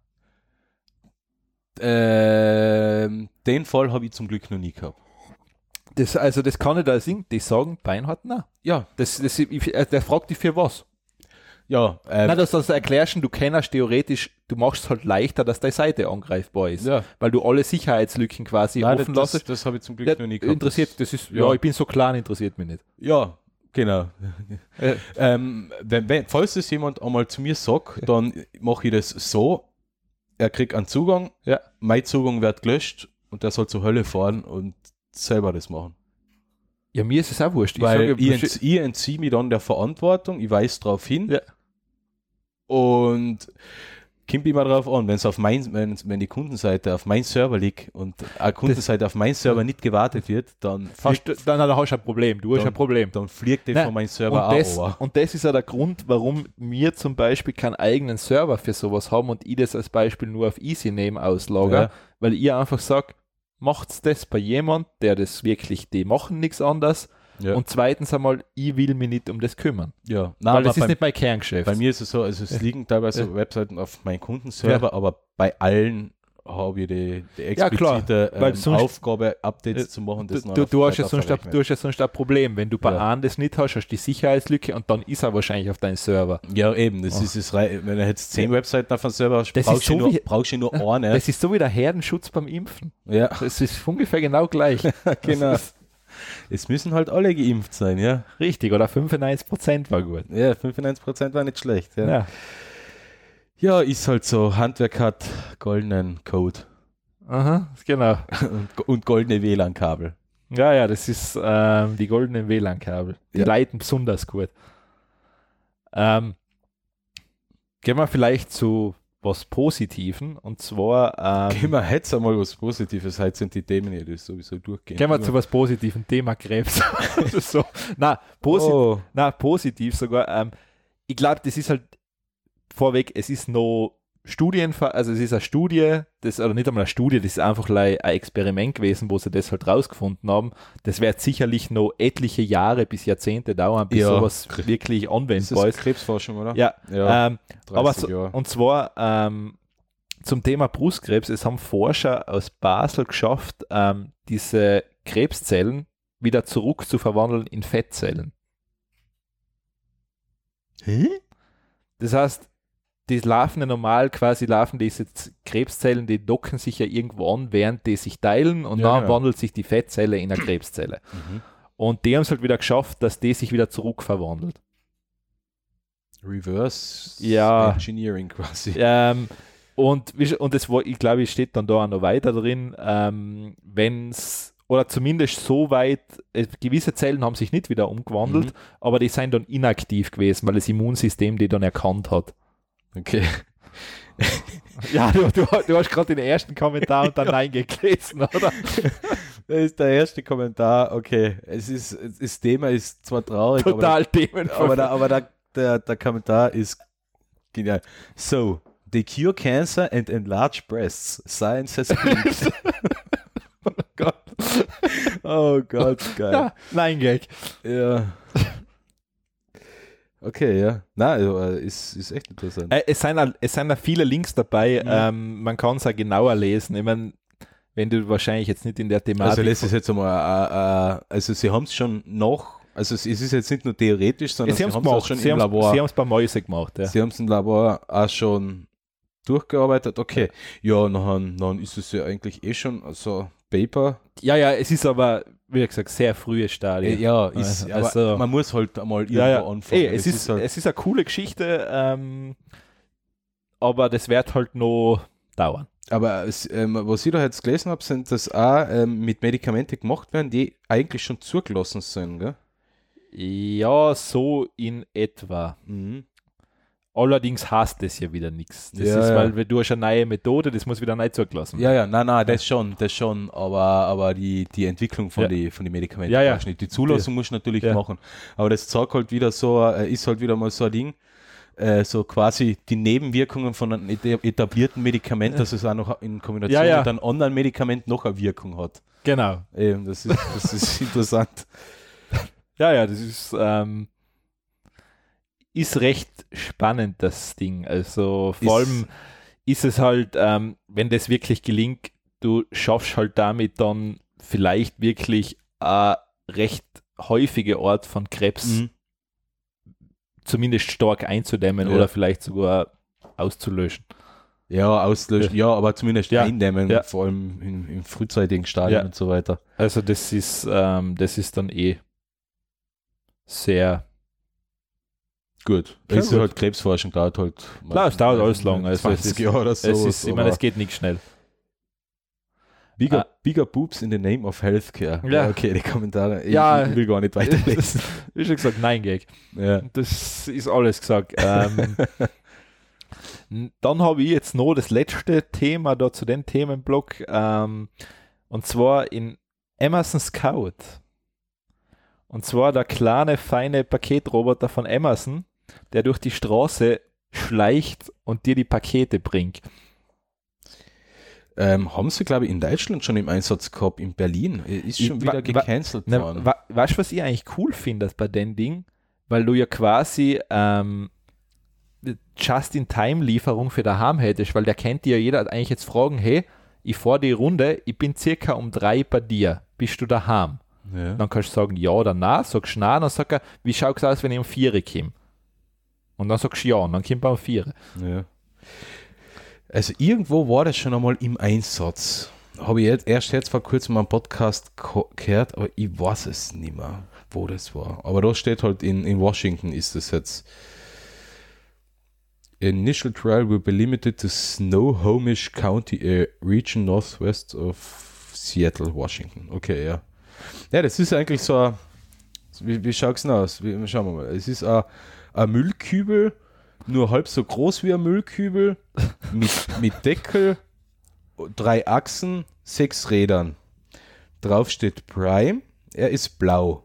[SPEAKER 2] Ähm, den Fall habe ich zum Glück noch nie gehabt.
[SPEAKER 1] das, also das kann ich da singen. Die sagen, Beinhardt, na.
[SPEAKER 2] Ja,
[SPEAKER 1] Das, das, ich, äh, der fragt dich für was.
[SPEAKER 2] ja, ähm,
[SPEAKER 1] Na, dass du das erklärst, du kennst theoretisch, du machst es halt leichter, dass deine Seite angreifbar ist.
[SPEAKER 2] ja.
[SPEAKER 1] Weil du alle Sicherheitslücken quasi
[SPEAKER 2] Nein,
[SPEAKER 1] offen
[SPEAKER 2] das,
[SPEAKER 1] lässt.
[SPEAKER 2] das habe ich zum Glück
[SPEAKER 1] Ja,
[SPEAKER 2] noch nie gehabt.
[SPEAKER 1] interessiert, das ist, ja.
[SPEAKER 2] ja.
[SPEAKER 1] ich bin so klein, interessiert mich nicht.
[SPEAKER 2] Ja, genau. *laughs*
[SPEAKER 1] Äh.
[SPEAKER 2] ähm, wenn, wenn, falls das jemand einmal zu mir sagt, dann mache ich das so: er kriegt einen Zugang,
[SPEAKER 1] Ja.
[SPEAKER 2] mein Zugang wird gelöscht und der soll zur Hölle fahren und selber das machen.
[SPEAKER 1] Ja, mir ist es auch wurscht.
[SPEAKER 2] Weil
[SPEAKER 1] ich
[SPEAKER 2] ich,
[SPEAKER 1] sage,
[SPEAKER 2] entz, ich entziehe mich dann der Verantwortung, ich weiß darauf hin
[SPEAKER 1] Ja.
[SPEAKER 2] und kommt immer drauf an, wenn's auf mein, wenn, wenn die Kundenseite auf mein Server liegt und eine Kundenseite auf mein Server nicht gewartet wird, dann
[SPEAKER 1] hast,
[SPEAKER 2] fliegt,
[SPEAKER 1] du- dann dann hast du ein Problem. Du hast
[SPEAKER 2] Dann-
[SPEAKER 1] ein Problem.
[SPEAKER 2] dann fliegt die
[SPEAKER 1] Nein,
[SPEAKER 2] von meinem
[SPEAKER 1] Und
[SPEAKER 2] Server auch
[SPEAKER 1] das,
[SPEAKER 2] runter.
[SPEAKER 1] und das ist ja der Grund, warum wir zum Beispiel keinen eigenen Server für sowas haben und ich das als Beispiel nur auf Easy Name auslager,
[SPEAKER 2] Ja.
[SPEAKER 1] weil ihr einfach sagt, macht's das bei jemand, der das wirklich, die machen nichts anders.
[SPEAKER 2] Ja.
[SPEAKER 1] Und zweitens einmal, ich will mich nicht um das kümmern.
[SPEAKER 2] Ja, Nein,
[SPEAKER 1] weil
[SPEAKER 2] aber
[SPEAKER 1] das ist
[SPEAKER 2] beim-
[SPEAKER 1] nicht mein Kerngeschäft.
[SPEAKER 2] Bei mir ist es so, also es liegen teilweise
[SPEAKER 1] Ja.
[SPEAKER 2] Webseiten auf meinen Kundenserver, aber bei allen habe ich die, die
[SPEAKER 1] Ja, klar,
[SPEAKER 2] explizite
[SPEAKER 1] weil
[SPEAKER 2] ähm,
[SPEAKER 1] sonst-
[SPEAKER 2] Aufgabe, Updates
[SPEAKER 1] Ja,
[SPEAKER 2] zu machen.
[SPEAKER 1] Du,
[SPEAKER 2] noch
[SPEAKER 1] du,
[SPEAKER 2] auf
[SPEAKER 1] du, hast ja
[SPEAKER 2] Freitag
[SPEAKER 1] sonst ein,
[SPEAKER 2] verrechnet.
[SPEAKER 1] du hast ja sonst ein Problem. Wenn du bei
[SPEAKER 2] Ja.
[SPEAKER 1] einem das nicht hast, hast du die Sicherheitslücke und dann ist er wahrscheinlich auf deinem Server.
[SPEAKER 2] Ja, eben, das ist es, rei- wenn du jetzt zehn Webseiten auf dem Server hast,
[SPEAKER 1] Ah. Das ist
[SPEAKER 2] brauchst,
[SPEAKER 1] so
[SPEAKER 2] du nur,
[SPEAKER 1] wie-
[SPEAKER 2] brauchst
[SPEAKER 1] *laughs*
[SPEAKER 2] du nur eine.
[SPEAKER 1] Das ist so wie der Herdenschutz beim Impfen.
[SPEAKER 2] ja,
[SPEAKER 1] Das ist ungefähr
[SPEAKER 2] *laughs*
[SPEAKER 1] genau gleich.
[SPEAKER 2] genau.
[SPEAKER 1] *laughs* Das ist
[SPEAKER 2] Es müssen halt alle geimpft sein, ja.
[SPEAKER 1] richtig, oder 95 Prozent war gut.
[SPEAKER 2] Ja, 95% war nicht schlecht. Ja.
[SPEAKER 1] Ja.
[SPEAKER 2] ja, ist halt so. Handwerk hat goldenen Code *laughs*
[SPEAKER 1] Aha, genau.
[SPEAKER 2] und, und goldene WLAN-Kabel.
[SPEAKER 1] Ja, ja, das ist ähm, die goldenen WLAN-Kabel. Die
[SPEAKER 2] Ja.
[SPEAKER 1] leiten besonders gut. Ähm, gehen wir vielleicht zu was Positiven und zwar ähm,
[SPEAKER 2] Gehen wir jetzt einmal was Positives. Heute sind die Themen ja das sowieso durchgehen.
[SPEAKER 1] gehen wir zu was Positiven,
[SPEAKER 2] *laughs*
[SPEAKER 1] Thema Krebs. *laughs* Oder so. Na, posit
[SPEAKER 2] Oh.
[SPEAKER 1] na, positiv sogar. Ähm, ich glaube, das ist halt vorweg, es ist noch Studien, also es ist eine Studie, das, oder nicht einmal eine Studie, das ist einfach lei- ein Experiment gewesen, wo sie das halt rausgefunden haben. Das wird sicherlich noch etliche Jahre bis Jahrzehnte dauern, bis
[SPEAKER 2] Ja.
[SPEAKER 1] sowas wirklich
[SPEAKER 2] Das
[SPEAKER 1] anwendbar
[SPEAKER 2] ist Äh,
[SPEAKER 1] ist.
[SPEAKER 2] Krebsforschung, oder?
[SPEAKER 1] Ja,
[SPEAKER 2] ja
[SPEAKER 1] ähm,
[SPEAKER 2] 30
[SPEAKER 1] aber so,
[SPEAKER 2] Jahre.
[SPEAKER 1] und zwar ähm, zum Thema Brustkrebs, es haben Forscher aus Basel geschafft, ähm, diese Krebszellen wieder zurück zu verwandeln in Fettzellen.
[SPEAKER 2] Hä?
[SPEAKER 1] Das heißt, die laufen ja normal quasi, laufen diese Z- Krebszellen, die docken sich ja irgendwo an, während die sich teilen und
[SPEAKER 2] Ja,
[SPEAKER 1] dann
[SPEAKER 2] genau.
[SPEAKER 1] wandelt sich die Fettzelle in eine Krebszelle.
[SPEAKER 2] Mhm.
[SPEAKER 1] Und die haben es halt wieder geschafft, dass die sich wieder zurück verwandelt.
[SPEAKER 2] Reverse
[SPEAKER 1] Ja.
[SPEAKER 2] Engineering quasi.
[SPEAKER 1] Ähm, und, wie- und das, war- ich glaube, es steht dann da auch noch weiter drin, ähm, wenn es, oder zumindest so weit, äh, gewisse Zellen haben sich nicht wieder umgewandelt,
[SPEAKER 2] Mhm.
[SPEAKER 1] aber die sind dann inaktiv gewesen, weil das Immunsystem die dann erkannt hat. *laughs*
[SPEAKER 2] Mhm. Okay.
[SPEAKER 1] Ja, du, du, du hast gerade den ersten
[SPEAKER 2] *laughs*
[SPEAKER 1] Kommentar und dann Nein gelesen, oder?
[SPEAKER 2] *laughs* Das ist der erste Kommentar. Okay. Es ist, es- das Thema ist zwar traurig,
[SPEAKER 1] Total Themen.
[SPEAKER 2] aber, aber, da, aber da, der, der Kommentar ist genial. So, they cure cancer and enlarge breasts. Science has *laughs* proved.
[SPEAKER 1] Gott.
[SPEAKER 2] oh Gott, geil.
[SPEAKER 1] Nein Gag.
[SPEAKER 2] Ja. *laughs* Okay, ja. Na, also, äh, ist, ist echt interessant.
[SPEAKER 1] Äh, es sind, auch- es sind auch viele Links dabei,
[SPEAKER 2] Mhm.
[SPEAKER 1] ähm, man kann es auch genauer lesen. Ich meine, wenn du wahrscheinlich jetzt nicht in der Thematik
[SPEAKER 2] Also lässt es jetzt einmal, äh, äh, also sie haben es schon noch, also es es ist jetzt nicht nur theoretisch, sondern sie,
[SPEAKER 1] sie haben es
[SPEAKER 2] haben es auch
[SPEAKER 1] gemacht.
[SPEAKER 2] schon
[SPEAKER 1] Sie
[SPEAKER 2] im
[SPEAKER 1] haben's-
[SPEAKER 2] Labor.
[SPEAKER 1] Sie haben es bei Mäuse gemacht. Ja.
[SPEAKER 2] Sie haben es im Labor auch schon durchgearbeitet. Okay, ja, dann, dann ist es ja eigentlich eh schon, also Paper.
[SPEAKER 1] ja, ja, es ist aber, wie gesagt, sehr frühes
[SPEAKER 2] Äh,
[SPEAKER 1] Stadium.
[SPEAKER 2] ja, ist,
[SPEAKER 1] Also-
[SPEAKER 2] aber
[SPEAKER 1] also-
[SPEAKER 2] man muss halt einmal irgendwo anfangen.
[SPEAKER 1] Ey, es, ist,
[SPEAKER 2] halt,
[SPEAKER 1] es ist eine coole Geschichte, ähm, aber das wird halt noch dauern.
[SPEAKER 2] aber es, ähm, was ich da jetzt gelesen habe, sind, dass auch ähm, mit Medikamente gemacht werden, die eigentlich schon zugelassen sind, gell?
[SPEAKER 1] Ja, so in etwa. Allerdings hasst das ja wieder nichts. Das
[SPEAKER 2] Ja,
[SPEAKER 1] ist,
[SPEAKER 2] ja.
[SPEAKER 1] weil wir- du hast eine neue Methode, das muss wieder neu zugelassen
[SPEAKER 2] Ja, ja, nein, nein, das schon, das schon, aber, aber die, die Entwicklung von
[SPEAKER 1] Ja.
[SPEAKER 2] die den Medikamenten
[SPEAKER 1] Ja, ja.
[SPEAKER 2] brauchst du nicht. Die Zulassung musst du natürlich
[SPEAKER 1] Ja.
[SPEAKER 2] machen. Aber das zeigt halt wieder so, äh, ist halt wieder mal so ein Ding, äh, so quasi die Nebenwirkungen von einem eta- etablierten Medikament, dass es auch noch in Kombination
[SPEAKER 1] Ja, ja.
[SPEAKER 2] mit einem anderen Medikament noch eine Wirkung hat.
[SPEAKER 1] Genau.
[SPEAKER 2] Eben, das ist, das
[SPEAKER 1] *laughs*
[SPEAKER 2] ist interessant.
[SPEAKER 1] Ja, ja, das ist, ähm, ist recht spannend, das Ding. Also vor
[SPEAKER 2] Ist-
[SPEAKER 1] allem ist es halt, ähm, wenn das wirklich gelingt, du schaffst halt damit dann vielleicht wirklich äh, recht häufige Art von Krebs
[SPEAKER 2] Mhm.
[SPEAKER 1] zumindest stark einzudämmen
[SPEAKER 2] Ja.
[SPEAKER 1] oder vielleicht sogar auszulöschen.
[SPEAKER 2] Ja, auslöschen, ja, aber zumindest
[SPEAKER 1] Ja.
[SPEAKER 2] eindämmen,
[SPEAKER 1] Ja.
[SPEAKER 2] vor allem im, im frühzeitigen Stadium
[SPEAKER 1] Ja.
[SPEAKER 2] und so weiter.
[SPEAKER 1] Also das ist, ähm, das ist dann eh sehr
[SPEAKER 2] Gut.
[SPEAKER 1] Ja,
[SPEAKER 2] ist
[SPEAKER 1] gut.
[SPEAKER 2] halt Krebsforschung, dauert halt.
[SPEAKER 1] Klar, es dauert alles lang, also es
[SPEAKER 2] 20
[SPEAKER 1] ist-
[SPEAKER 2] Jahre oder so.
[SPEAKER 1] es ist, ich meine, es geht nicht *laughs* schnell.
[SPEAKER 2] Bigger,
[SPEAKER 1] Ah.
[SPEAKER 2] bigger boobs in the name of healthcare.
[SPEAKER 1] Ja.
[SPEAKER 2] okay, die Kommentare. Ich,
[SPEAKER 1] Ja.
[SPEAKER 2] ich will gar nicht
[SPEAKER 1] *laughs*
[SPEAKER 2] weiterlesen.
[SPEAKER 1] Wie schon gesagt, nein, Gag.
[SPEAKER 2] ja.
[SPEAKER 1] Das ist alles gesagt. Ähm, *laughs* n- dann habe ich jetzt noch das letzte Thema da zu dem Themenblock. Ähm, und zwar in Amazon Scout. Und zwar der kleine, feine Paketroboter von Amazon, der durch die Straße schleicht und dir die Pakete bringt.
[SPEAKER 2] ähm, haben sie, glaube ich, in Deutschland schon im Einsatz gehabt, in Berlin. Ist schon
[SPEAKER 1] Ich- wa-
[SPEAKER 2] wieder
[SPEAKER 1] wa-
[SPEAKER 2] gecancelt
[SPEAKER 1] Ne,
[SPEAKER 2] worden.
[SPEAKER 1] wa weißt du, was ich eigentlich cool finde bei dem Ding? Weil du ja quasi ähm, Just-in-Time-Lieferung für daheim hättest, weil der kennt dir ja jeder eigentlich jetzt fragen, hey, ich fahre die Runde, ich bin circa um drei bei dir, bist du daheim?
[SPEAKER 2] ja.
[SPEAKER 1] Dann kannst du sagen, ja oder nein, sagst nein, dann sagt er, wie schaut es aus, wenn ich um vier komme? Und dann sagst du ja, und dann kommt er um vier.
[SPEAKER 2] Ja. Also irgendwo war das schon einmal im Einsatz. Habe ich jetzt, erst jetzt vor kurzem einen Podcast ko- gehört, aber ich weiß es nicht mehr, wo das war. Aber da steht halt in, in Washington ist das jetzt. Initial trial will be limited to Snohomish County, a region northwest of Seattle, Washington. Okay, ja. Ja, das ist eigentlich so ein, wie, wie schaut es denn aus? Wie, schauen wir mal. Es ist ein, ein Müllkübel, nur halb so groß wie ein Müllkübel, mit, mit Deckel, drei Achsen, sechs Rädern. Drauf steht Prime, er ist blau.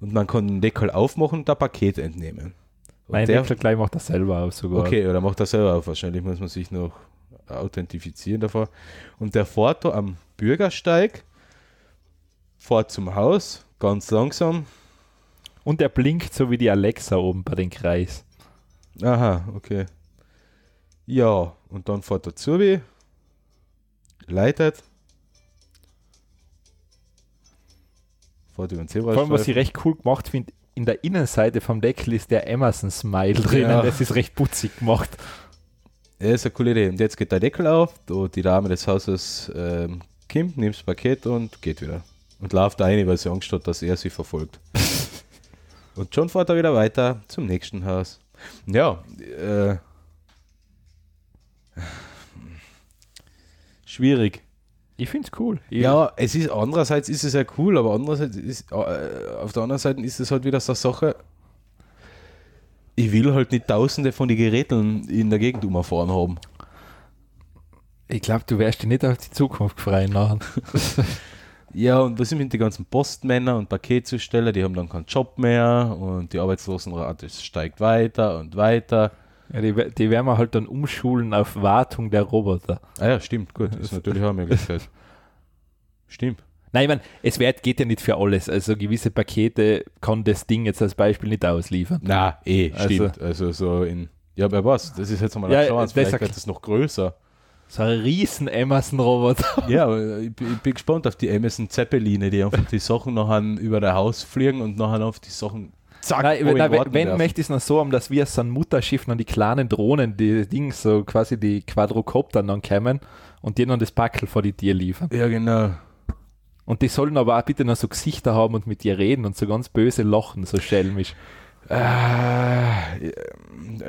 [SPEAKER 2] Und man kann den Deckel aufmachen und da Paket entnehmen. Und
[SPEAKER 1] Mein
[SPEAKER 2] der-
[SPEAKER 1] Entwickler gleich macht das selber auf sogar.
[SPEAKER 2] Okay, oder macht das selber auf. Wahrscheinlich muss man sich noch authentifizieren davor. Und der fährt da am Bürgersteig, fährt zum Haus, ganz langsam.
[SPEAKER 1] Und der blinkt so wie die Alexa oben bei den Kreis.
[SPEAKER 2] Aha, okay. Ja, und dann fährt der Zubi, leitet, fährt über den
[SPEAKER 1] Vor allem, was
[SPEAKER 2] Zebrastreifen.
[SPEAKER 1] ich recht cool gemacht finde, in der Innenseite vom Deckel ist der Emerson-Smile drinnen.
[SPEAKER 2] Ja.
[SPEAKER 1] Das ist recht putzig gemacht.
[SPEAKER 2] Ja, ist eine coole Idee. Und jetzt geht der Deckel auf, da die Dame des Hauses ähm, Kim, nimmt das Paket und geht wieder. Und läuft ein, weil sie Angst hat, dass er sie verfolgt. und schon fährt er wieder weiter zum nächsten Haus. Ja, äh, schwierig.
[SPEAKER 1] Ich finde es cool. Ich-
[SPEAKER 2] Ja, es ist andererseits ist es ja cool, aber andererseits ist äh, auf der anderen Seite ist es halt wieder so eine Sache. Ich will halt nicht Tausende von den Geräten in der Gegend umfahren haben.
[SPEAKER 1] Ich glaube, du wärst dich nicht auf die Zukunft freien machen.
[SPEAKER 2] Ja, und was ist mit den ganzen Postmänner und Paketzusteller? Die haben dann keinen Job mehr und die Arbeitslosenrate steigt weiter und weiter.
[SPEAKER 1] Ja, die, wer- die werden wir halt dann umschulen auf Wartung der Roboter.
[SPEAKER 2] Ah ja, stimmt, gut, ist natürlich auch eine
[SPEAKER 1] *laughs*
[SPEAKER 2] Möglichkeit. Stimmt.
[SPEAKER 1] Nein, ich meine, es wird, geht ja nicht für alles. Also gewisse Pakete kann das Ding jetzt als Beispiel nicht ausliefern.
[SPEAKER 2] Na, eh,
[SPEAKER 1] Also-
[SPEAKER 2] stimmt. Also so in. Ja, bei was? Das ist jetzt mal
[SPEAKER 1] Ja,
[SPEAKER 2] eine Chance,
[SPEAKER 1] das ist
[SPEAKER 2] vielleicht
[SPEAKER 1] ja-
[SPEAKER 2] wird das noch größer.
[SPEAKER 1] So ein riesen Emerson-Roboter.
[SPEAKER 2] Ja, aber ich, bin- ich bin gespannt auf die Amazon Zeppeline, die einfach die Sachen nachher über das Haus fliegen und nachher auf die Sachen zack,
[SPEAKER 1] Nein,
[SPEAKER 2] wo in
[SPEAKER 1] nein, wenn,
[SPEAKER 2] Orten
[SPEAKER 1] wenn
[SPEAKER 2] werfen.
[SPEAKER 1] möchte ich es noch so haben, dass wir so ein Mutterschiff und die kleinen Drohnen, die Dings, so quasi die Quadrocopter dann kämen und denen das Packel vor die Tür liefern.
[SPEAKER 2] Ja, genau.
[SPEAKER 1] Und die sollen aber auch bitte noch so Gesichter haben und mit dir reden und so ganz böse lachen, so schelmisch.
[SPEAKER 2] Äh,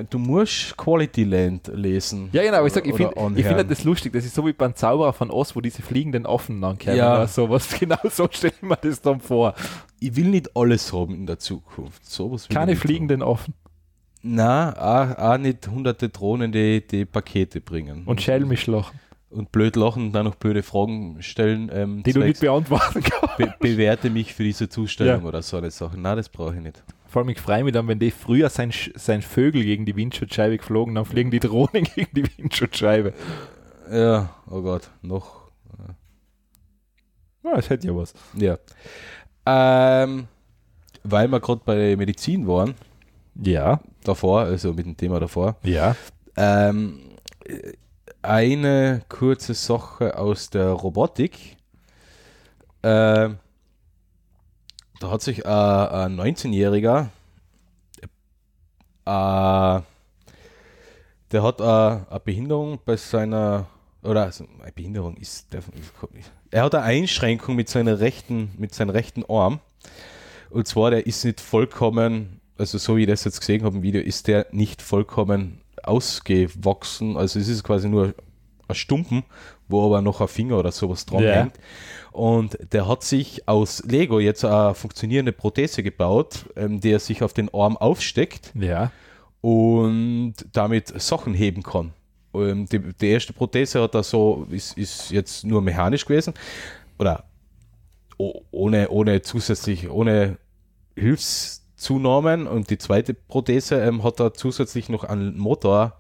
[SPEAKER 2] du musst Quality Land lesen.
[SPEAKER 1] Ja, genau, aber ich sag, ich
[SPEAKER 2] Oder
[SPEAKER 1] finde ich
[SPEAKER 2] anhören.
[SPEAKER 1] find halt das lustig, das ist so wie beim Zauberer von Oz, wo diese fliegenden Affen dann kämen
[SPEAKER 2] Ja.
[SPEAKER 1] oder sowas. *laughs* Genau so stelle ich mir das dann vor.
[SPEAKER 2] ich will nicht alles haben in der Zukunft. So was will
[SPEAKER 1] Keine
[SPEAKER 2] ich nicht
[SPEAKER 1] fliegenden Affen
[SPEAKER 2] Haben. Nein, auch, auch nicht hunderte Drohnen, die, die Pakete bringen.
[SPEAKER 1] und schelmisch lachen,
[SPEAKER 2] und blöd lachen und dann noch blöde Fragen stellen. Ähm,
[SPEAKER 1] die du nicht
[SPEAKER 2] zwecks
[SPEAKER 1] beantworten kannst.
[SPEAKER 2] be bewerte mich für diese Zustellung
[SPEAKER 1] Ja.
[SPEAKER 2] oder so eine Sache. Nein, das brauche ich nicht.
[SPEAKER 1] Vor allem, ich freue mich dann, wenn die früher sein, Sch- sein Vögel gegen die Windschutzscheibe geflogen, dann fliegen die Drohnen *laughs* gegen die Windschutzscheibe.
[SPEAKER 2] Ja, oh Gott, noch
[SPEAKER 1] Ja, das hätte ja was.
[SPEAKER 2] Ja. Ähm, weil wir gerade bei Medizin waren,
[SPEAKER 1] Ja,
[SPEAKER 2] davor, also mit dem Thema davor,
[SPEAKER 1] ja.
[SPEAKER 2] ähm, äh, eine kurze Sache aus der Robotik. Ähm, da hat sich äh, ein 19-Jähriger, äh, der hat äh, eine Behinderung bei seiner, oder also eine Behinderung ist, darf- er hat eine Einschränkung mit, seiner rechten, mit seinem rechten Arm. Und zwar, der ist nicht vollkommen, also so wie ich das jetzt gesehen habe im Video, ist der nicht vollkommen ausgewachsen. Also es ist quasi nur ein Stumpen, wo aber noch ein Finger oder sowas dran
[SPEAKER 1] Ja.
[SPEAKER 2] hängt. Und der hat sich aus Lego jetzt eine funktionierende Prothese gebaut, ähm, die er sich auf den Arm aufsteckt
[SPEAKER 1] Ja.
[SPEAKER 2] und damit Sachen heben kann. Ähm, die, die erste Prothese hat er so, ist, ist jetzt nur mechanisch gewesen oder o- ohne, ohne zusätzlich, ohne Hilfszunahmen und die zweite Prothese ähm, hat er zusätzlich noch einen Motor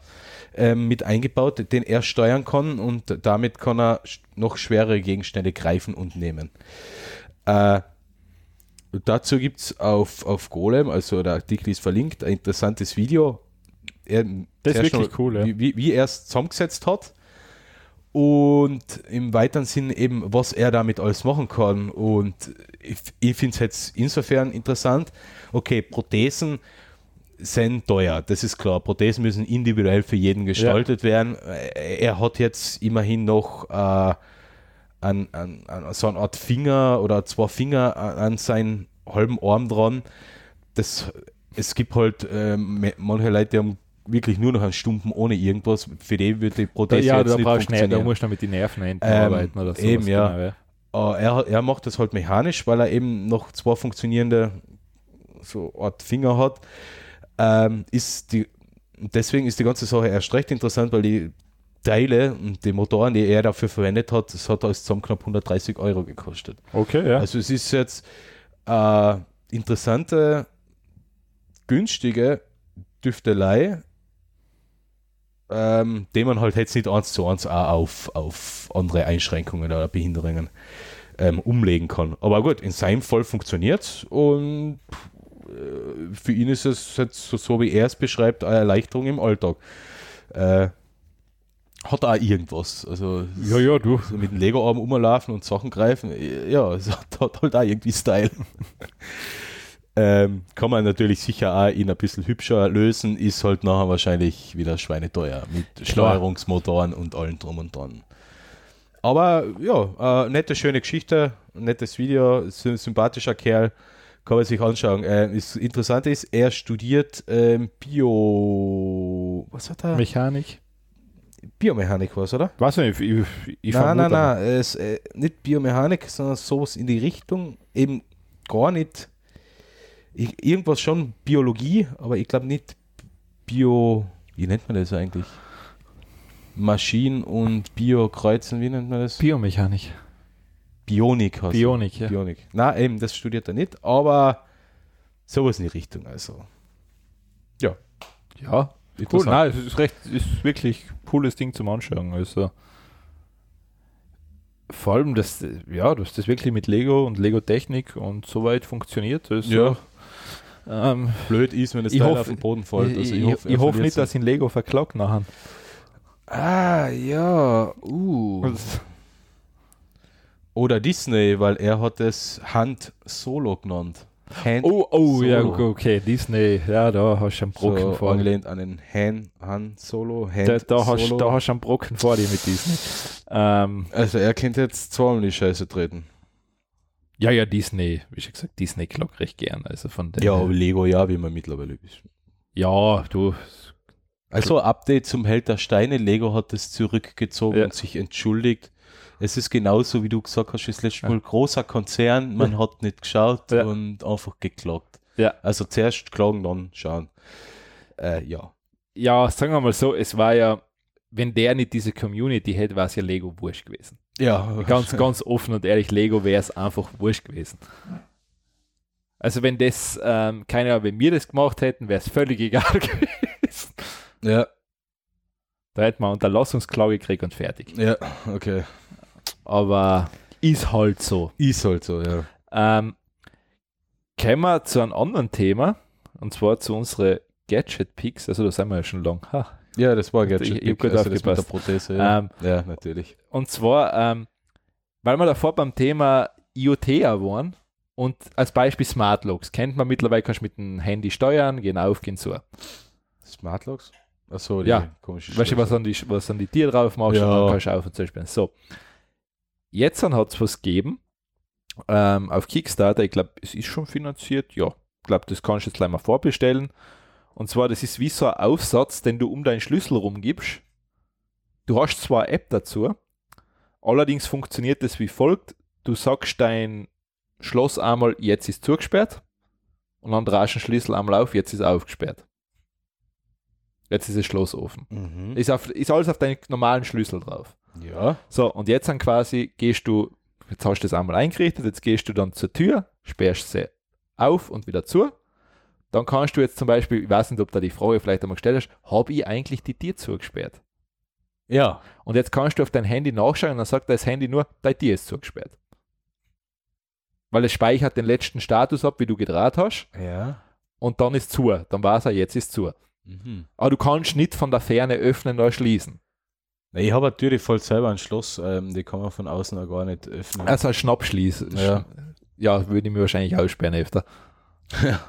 [SPEAKER 2] ähm, mit eingebaut, den er steuern kann und damit kann er sch- noch schwere Gegenstände greifen und nehmen. Äh, Dazu gibt es auf, auf Golem, also der Artikel ist verlinkt, ein interessantes Video. Er,
[SPEAKER 1] Das ist
[SPEAKER 2] zuerst
[SPEAKER 1] wirklich cool, ja.
[SPEAKER 2] Wie, wie, wie er es zusammengesetzt hat und im weiteren Sinn eben, was er damit alles machen kann. Und ich, ich finde es jetzt insofern interessant. Okay, Prothesen sind teuer, das ist klar. Prothesen müssen individuell für jeden gestaltet werden. Äh, Er hat jetzt immerhin noch äh, an, an, an so eine Art Finger oder zwei Finger an, an seinen halben Arm dran. Das, es gibt halt ähm, me- manche Leute, die haben wirklich nur noch einen Stumpen ohne irgendwas. Für die wird die Prothese
[SPEAKER 1] ja,
[SPEAKER 2] jetzt
[SPEAKER 1] da
[SPEAKER 2] nicht
[SPEAKER 1] brauchst du nicht, da
[SPEAKER 2] funktionieren.
[SPEAKER 1] musst du noch mit den Nerven hinten
[SPEAKER 2] Ähm,
[SPEAKER 1] arbeiten oder so.
[SPEAKER 2] eben, ja.
[SPEAKER 1] Genau, ja.
[SPEAKER 2] Aber Äh, er, er macht das halt mechanisch, weil er eben noch zwei funktionierende so Art Finger hat. Ähm, ist die, deswegen ist die ganze Sache erst recht interessant, weil die Teile und die Motoren, die er dafür verwendet hat, das hat alles zusammen knapp 130 Euro gekostet.
[SPEAKER 1] Okay, ja.
[SPEAKER 2] Also es ist jetzt äh, interessante, günstige Düftelei, ähm, die man halt jetzt nicht eins zu eins auch auf, auf andere Einschränkungen oder Behinderungen ähm, umlegen kann. Aber gut, in seinem Fall funktioniert es und äh, für ihn ist es jetzt so, so wie er es beschreibt, eine Erleichterung im Alltag. Äh, hat auch irgendwas. Also
[SPEAKER 1] Ja, ja, du.
[SPEAKER 2] so mit dem Lego-Arm umlaufen und Sachen greifen, ja, es hat, hat halt *laughs* auch irgendwie Style. *laughs* ähm, kann man natürlich sicher auch in ein bisschen hübscher lösen, ist halt nachher wahrscheinlich wieder schweineteuer mit Steuerungsmotoren und allem drum und dran. Aber ja, äh, nette, schöne Geschichte, nettes Video, sy sympathischer Kerl, kann man sich anschauen. Ähm, ist, interessant ist, er studiert ähm, Bio... Was hat er?
[SPEAKER 1] Mechanik.
[SPEAKER 2] Biomechanik was, oder?
[SPEAKER 1] Weiß nicht, ich, ich, ich
[SPEAKER 2] nein, nein,
[SPEAKER 1] vermute-
[SPEAKER 2] nein, es, äh, nicht Biomechanik, sondern sowas in die Richtung, eben gar nicht. Ich, irgendwas schon Biologie, aber ich glaube nicht Bio. Wie nennt man das eigentlich? Maschinen und Bio kreuzen, wie nennt man das?
[SPEAKER 1] Biomechanik.
[SPEAKER 2] Bionik heißt
[SPEAKER 1] Bionik, ja.
[SPEAKER 2] Bionik. Na, eben, das studiert er nicht, aber sowas in die Richtung, also.
[SPEAKER 1] Ja, cool.
[SPEAKER 2] Interessant.
[SPEAKER 1] Nein, es ist recht, ist wirklich cooles Ding zum Anschauen. Also vor allem, dass ja, dass das wirklich mit Lego und Lego Technik und so weit funktioniert. Also,
[SPEAKER 2] Ja.
[SPEAKER 1] Ähm,
[SPEAKER 2] Blöd ist, wenn das
[SPEAKER 1] Ich
[SPEAKER 2] Teil
[SPEAKER 1] hoffe-
[SPEAKER 2] auf den Boden fällt.
[SPEAKER 1] ich
[SPEAKER 2] Also
[SPEAKER 1] ich,
[SPEAKER 2] hoff-
[SPEAKER 1] ich
[SPEAKER 2] er
[SPEAKER 1] hoffe
[SPEAKER 2] verliert
[SPEAKER 1] nicht,
[SPEAKER 2] sein-
[SPEAKER 1] dass ihn Lego verklagt nachher.
[SPEAKER 2] Ah, ja, uh. *laughs* Oder Disney, weil er hat es Hand Solo genannt. Hand
[SPEAKER 1] Oh, oh,
[SPEAKER 2] Solo.
[SPEAKER 1] ja, okay, Disney, ja, da hast du einen
[SPEAKER 2] so
[SPEAKER 1] Brocken vor dir.
[SPEAKER 2] angelehnt an den Han, Han Solo. Hand
[SPEAKER 1] Da, da, hast,
[SPEAKER 2] Solo.
[SPEAKER 1] da hast du einen Brocken vor dir mit Disney. Ähm,
[SPEAKER 2] also er könnte jetzt zweimal in die Scheiße treten.
[SPEAKER 1] ja, ja, Disney, wie schon gesagt, Disney klagt recht gern. Also von dem
[SPEAKER 2] Ja,
[SPEAKER 1] her-
[SPEAKER 2] aber Lego ja, wie man mittlerweile ist.
[SPEAKER 1] ja, du,
[SPEAKER 2] Also Update zum Held der Steine. Lego hat es zurückgezogen
[SPEAKER 1] Ja.
[SPEAKER 2] und sich entschuldigt. Es ist genauso, wie du gesagt hast, das letzte Mal großer Konzern, man hat nicht geschaut
[SPEAKER 1] Ja.
[SPEAKER 2] und einfach geklagt.
[SPEAKER 1] Ja.
[SPEAKER 2] Also zuerst klagen, dann schauen. Äh, ja.
[SPEAKER 1] ja, sagen wir mal so, es war ja, wenn der nicht diese Community hätte, war es ja Lego wurscht gewesen.
[SPEAKER 2] Ja, *laughs*
[SPEAKER 1] Ganz, ganz offen und ehrlich, Lego wäre es einfach wurscht gewesen. Also wenn das, ähm, keine Ahnung, wenn wir das gemacht hätten, wäre es völlig *laughs* egal gewesen.
[SPEAKER 2] ja.
[SPEAKER 1] Da hätten wir Unterlassungsklage gekriegt und fertig.
[SPEAKER 2] Ja, okay.
[SPEAKER 1] Aber ist halt so.
[SPEAKER 2] Ist halt so, ja.
[SPEAKER 1] Ähm, kommen wir zu einem anderen Thema und zwar zu unseren Gadget-Picks. Also da sind wir ja schon lang. Ha.
[SPEAKER 2] Ja, das war
[SPEAKER 1] Ich-
[SPEAKER 2] Gadget
[SPEAKER 1] ich hab
[SPEAKER 2] Pick,
[SPEAKER 1] gut
[SPEAKER 2] also das mit der
[SPEAKER 1] aufgepasst.
[SPEAKER 2] Prothese. Ja,
[SPEAKER 1] Ähm,
[SPEAKER 2] ja natürlich.
[SPEAKER 1] Und zwar, ähm, weil wir davor beim Thema IoT auch waren und als Beispiel Smart Locks. Kennt man mittlerweile, kannst du mit dem Handy steuern, gehen auf, gehen zu.
[SPEAKER 2] Smartlocks? Achso,
[SPEAKER 1] Ja.
[SPEAKER 2] komische
[SPEAKER 1] Weißt du, was an die, was an die Tiere drauf machst und
[SPEAKER 2] Ja.
[SPEAKER 1] dann kannst du auf und zu spielen. So. Jetzt hat es was gegeben ähm, auf Kickstarter. Ich glaube, es ist schon finanziert. Ja, ich glaube, das kannst du jetzt gleich mal vorbestellen. Und zwar, das ist wie so ein Aufsatz, den du um deinen Schlüssel rumgibst. Du hast zwar eine App dazu, allerdings funktioniert das wie folgt. Du sagst dein Schloss einmal, jetzt ist zugesperrt. Und dann drehst du den Schlüssel einmal auf, jetzt ist aufgesperrt. Jetzt ist das Schloss offen.
[SPEAKER 2] Mhm.
[SPEAKER 1] Ist, auf, ist alles auf deinen normalen Schlüssel drauf.
[SPEAKER 2] Ja.
[SPEAKER 1] So, und jetzt dann quasi gehst du, jetzt hast du das einmal eingerichtet, jetzt gehst du dann zur Tür, sperrst sie auf und wieder zu. Dann kannst du jetzt zum Beispiel, ich weiß nicht, ob da die Frage vielleicht einmal gestellt hast, habe ich eigentlich die Tür zugesperrt?
[SPEAKER 2] Ja.
[SPEAKER 1] Und jetzt kannst du auf dein Handy nachschauen und dann sagt das Handy nur, dein Tier ist zugesperrt. Weil es speichert den letzten Status ab, wie du gedraht hast,
[SPEAKER 2] Ja.
[SPEAKER 1] und dann ist zu. Dann weiß er, jetzt ist zu.
[SPEAKER 2] Mhm.
[SPEAKER 1] Aber du kannst nicht von der Ferne öffnen oder schließen.
[SPEAKER 2] Na, Ich habe natürlich voll selber ein Schloss, ähm, die kann man von außen auch gar nicht öffnen.
[SPEAKER 1] Also ein Schnappschließ.
[SPEAKER 2] Ja.
[SPEAKER 1] ja, würde ich mir wahrscheinlich aussperren öfter.
[SPEAKER 2] *laughs* ja.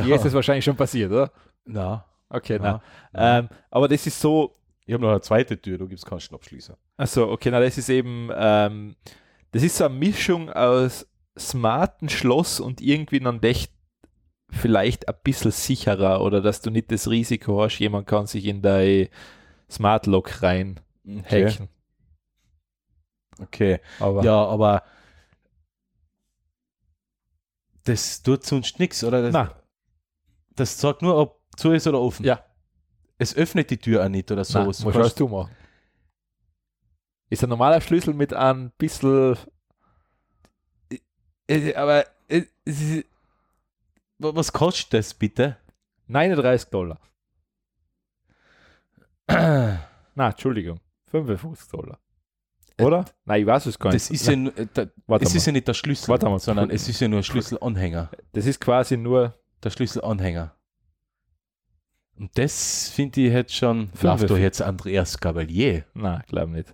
[SPEAKER 1] Hier ist das wahrscheinlich schon passiert, oder?
[SPEAKER 2] Na.
[SPEAKER 1] Okay,
[SPEAKER 2] na.
[SPEAKER 1] na. Ähm, aber das ist so,
[SPEAKER 2] Ich habe noch eine zweite Tür, da gibt es keinen Schnappschließer.
[SPEAKER 1] also okay, na, das ist eben, ähm, das ist so eine Mischung aus smarten Schloss und irgendwie dann echt vielleicht ein bisschen sicherer oder dass du nicht das Risiko hast, jemand kann sich in dein Smart Lock rein
[SPEAKER 2] Okay.
[SPEAKER 1] hacken.
[SPEAKER 2] okay.
[SPEAKER 1] Aber
[SPEAKER 2] Ja, aber das tut sonst nichts, oder? Das,
[SPEAKER 1] Nein.
[SPEAKER 2] das sagt nur, ob zu ist oder offen.
[SPEAKER 1] Ja.
[SPEAKER 2] Es öffnet die Tür auch nicht oder
[SPEAKER 1] so,
[SPEAKER 2] so. Du
[SPEAKER 1] nein, was
[SPEAKER 2] kannst-
[SPEAKER 1] kannst du machen? Ist ein normaler Schlüssel mit ein bisschen,
[SPEAKER 2] Äh, aber äh, es ist- Wa- was kostet das
[SPEAKER 1] *clears throat*
[SPEAKER 2] bitte?
[SPEAKER 1] 39 Dollar. Na, Entschuldigung, 55 Dollar. Oder? Nein, ich weiß es gar nicht.
[SPEAKER 2] Äh, Das ist ja,
[SPEAKER 1] Nein,
[SPEAKER 2] nu- äh, da,
[SPEAKER 1] warte
[SPEAKER 2] es
[SPEAKER 1] mal.
[SPEAKER 2] ist ja nicht der Schlüssel,
[SPEAKER 1] Warte mal.
[SPEAKER 2] sondern es ist ja nur ein Schlüsselanhänger.
[SPEAKER 1] das ist quasi nur,
[SPEAKER 2] Der Schlüsselanhänger. Und das finde ich jetzt schon. Läuft doch jetzt Andreas Gabalier.
[SPEAKER 1] Nein,
[SPEAKER 2] *laughs*
[SPEAKER 1] glaube nicht.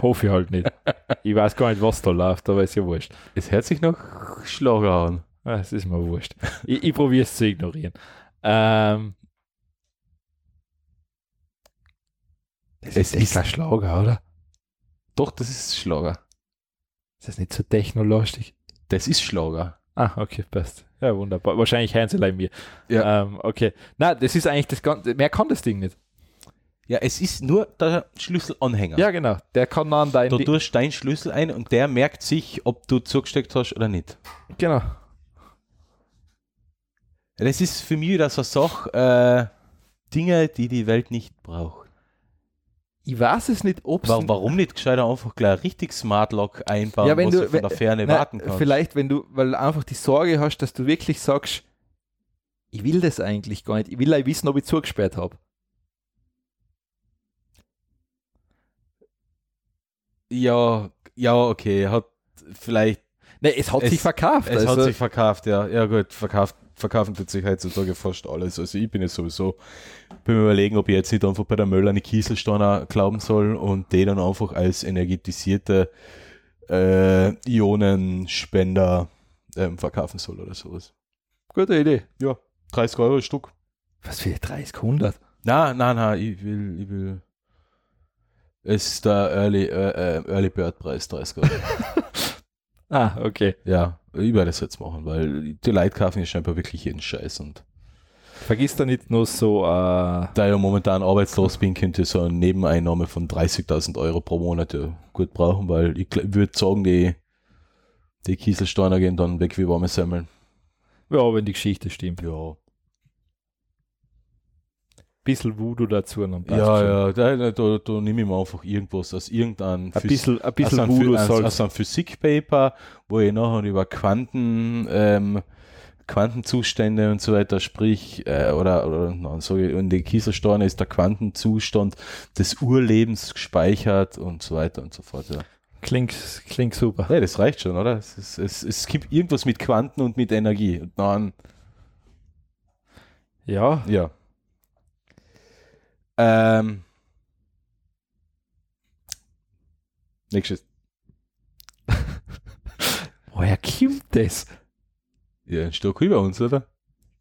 [SPEAKER 1] Hoffe ich halt nicht. Ich weiß gar nicht, was da läuft, aber ist ja wurscht.
[SPEAKER 2] Es hört sich noch Schlager an.
[SPEAKER 1] Ah, Es ist mir wurscht. Ich, ich probiere es zu ignorieren. Ähm, das
[SPEAKER 2] Es ist-
[SPEAKER 1] kein Schlager, oder?
[SPEAKER 2] Doch, das ist Schlager.
[SPEAKER 1] Ist das nicht so technolastig?
[SPEAKER 2] Das ist Schlager.
[SPEAKER 1] Ah, okay, passt. Ja, wunderbar. Wahrscheinlich Heinzelei mir.
[SPEAKER 2] Ja.
[SPEAKER 1] Ähm, okay. Na, das ist eigentlich das Ganze. Mehr kann das Ding nicht.
[SPEAKER 2] Ja, es ist nur der Schlüsselanhänger.
[SPEAKER 1] Ja, genau. Der kann dann da in
[SPEAKER 2] Da
[SPEAKER 1] die-
[SPEAKER 2] tust du deinen Schlüssel ein und der merkt sich, ob du zugesteckt hast oder nicht.
[SPEAKER 1] Genau.
[SPEAKER 2] Das ist für mich wieder so eine Sache, äh, Dinge, die die Welt nicht braucht.
[SPEAKER 1] Ich weiß es nicht, ob
[SPEAKER 2] Wa- Warum nicht gescheiter einfach gleich ein richtig Smart Lock einbauen,
[SPEAKER 1] Ja, wenn
[SPEAKER 2] wo
[SPEAKER 1] du-
[SPEAKER 2] von der Ferne
[SPEAKER 1] Nein,
[SPEAKER 2] warten kannst?
[SPEAKER 1] Vielleicht, wenn du, weil du einfach die Sorge hast, dass du wirklich sagst, ich will das eigentlich gar nicht. Ich will ja wissen, ob ich zugesperrt habe.
[SPEAKER 2] Ja, ja, okay, hat vielleicht,
[SPEAKER 1] Ne, es hat
[SPEAKER 2] Es-
[SPEAKER 1] sich verkauft.
[SPEAKER 2] es
[SPEAKER 1] also,
[SPEAKER 2] hat sich verkauft, ja, ja gut, verkauft, verkaufen tut sich heutzutage fast alles, also ich bin jetzt sowieso, bin mir überlegen, ob ich jetzt nicht einfach bei der Möller eine Kieselsteiner glauben soll und die dann einfach als energetisierte äh, Ionenspender ähm, verkaufen soll oder sowas.
[SPEAKER 1] gute Idee.
[SPEAKER 2] Ja, 30 Euro Stück.
[SPEAKER 1] Was für 30, 100?
[SPEAKER 2] Na, na, na, ich will, ich will. Es ist der Early, äh, äh, Early Bird Preis 30 Euro.
[SPEAKER 1] Ah, okay.
[SPEAKER 2] ja, ich werde das jetzt machen, weil die Leute kaufen ja scheinbar wirklich jeden Scheiß und
[SPEAKER 1] Vergiss da nicht nur so, äh,
[SPEAKER 2] da ich ja momentan arbeitslos bin, könnte ich so eine Nebeneinnahme von 30.000 Euro pro Monat ja gut brauchen, weil ich würde sagen, die, die Kieselsteiner gehen dann weg wie warme Semmeln.
[SPEAKER 1] ja, wenn die Geschichte stimmt.
[SPEAKER 2] Ja,
[SPEAKER 1] Bisschen Voodoo dazu und dann passt
[SPEAKER 2] ja,
[SPEAKER 1] schon.
[SPEAKER 2] ja, da, da, da, da nehme ich mir einfach irgendwas aus irgendeinem
[SPEAKER 1] Ein bisschen, ein
[SPEAKER 2] Bisschen
[SPEAKER 1] bisschen
[SPEAKER 2] also
[SPEAKER 1] Voodoo
[SPEAKER 2] ein, Phy-
[SPEAKER 1] soll
[SPEAKER 2] ein, also ein Physikpaper, wo ich nachher über Quanten, ähm, Quantenzustände und so weiter sprich, äh, oder, oder nein, so, und die Kieselsteine ist der Quantenzustand des Urlebens gespeichert und so weiter und so fort. Ja,
[SPEAKER 1] Klingt, klingt super.
[SPEAKER 2] ja das reicht schon, oder? Es, ist, es, es gibt irgendwas mit Quanten und mit Energie. Und dann,
[SPEAKER 1] Ja,
[SPEAKER 2] ja. Ähm. Nächstes.
[SPEAKER 1] *laughs* woher kommt das?
[SPEAKER 2] Ja, ein Stück über uns, oder?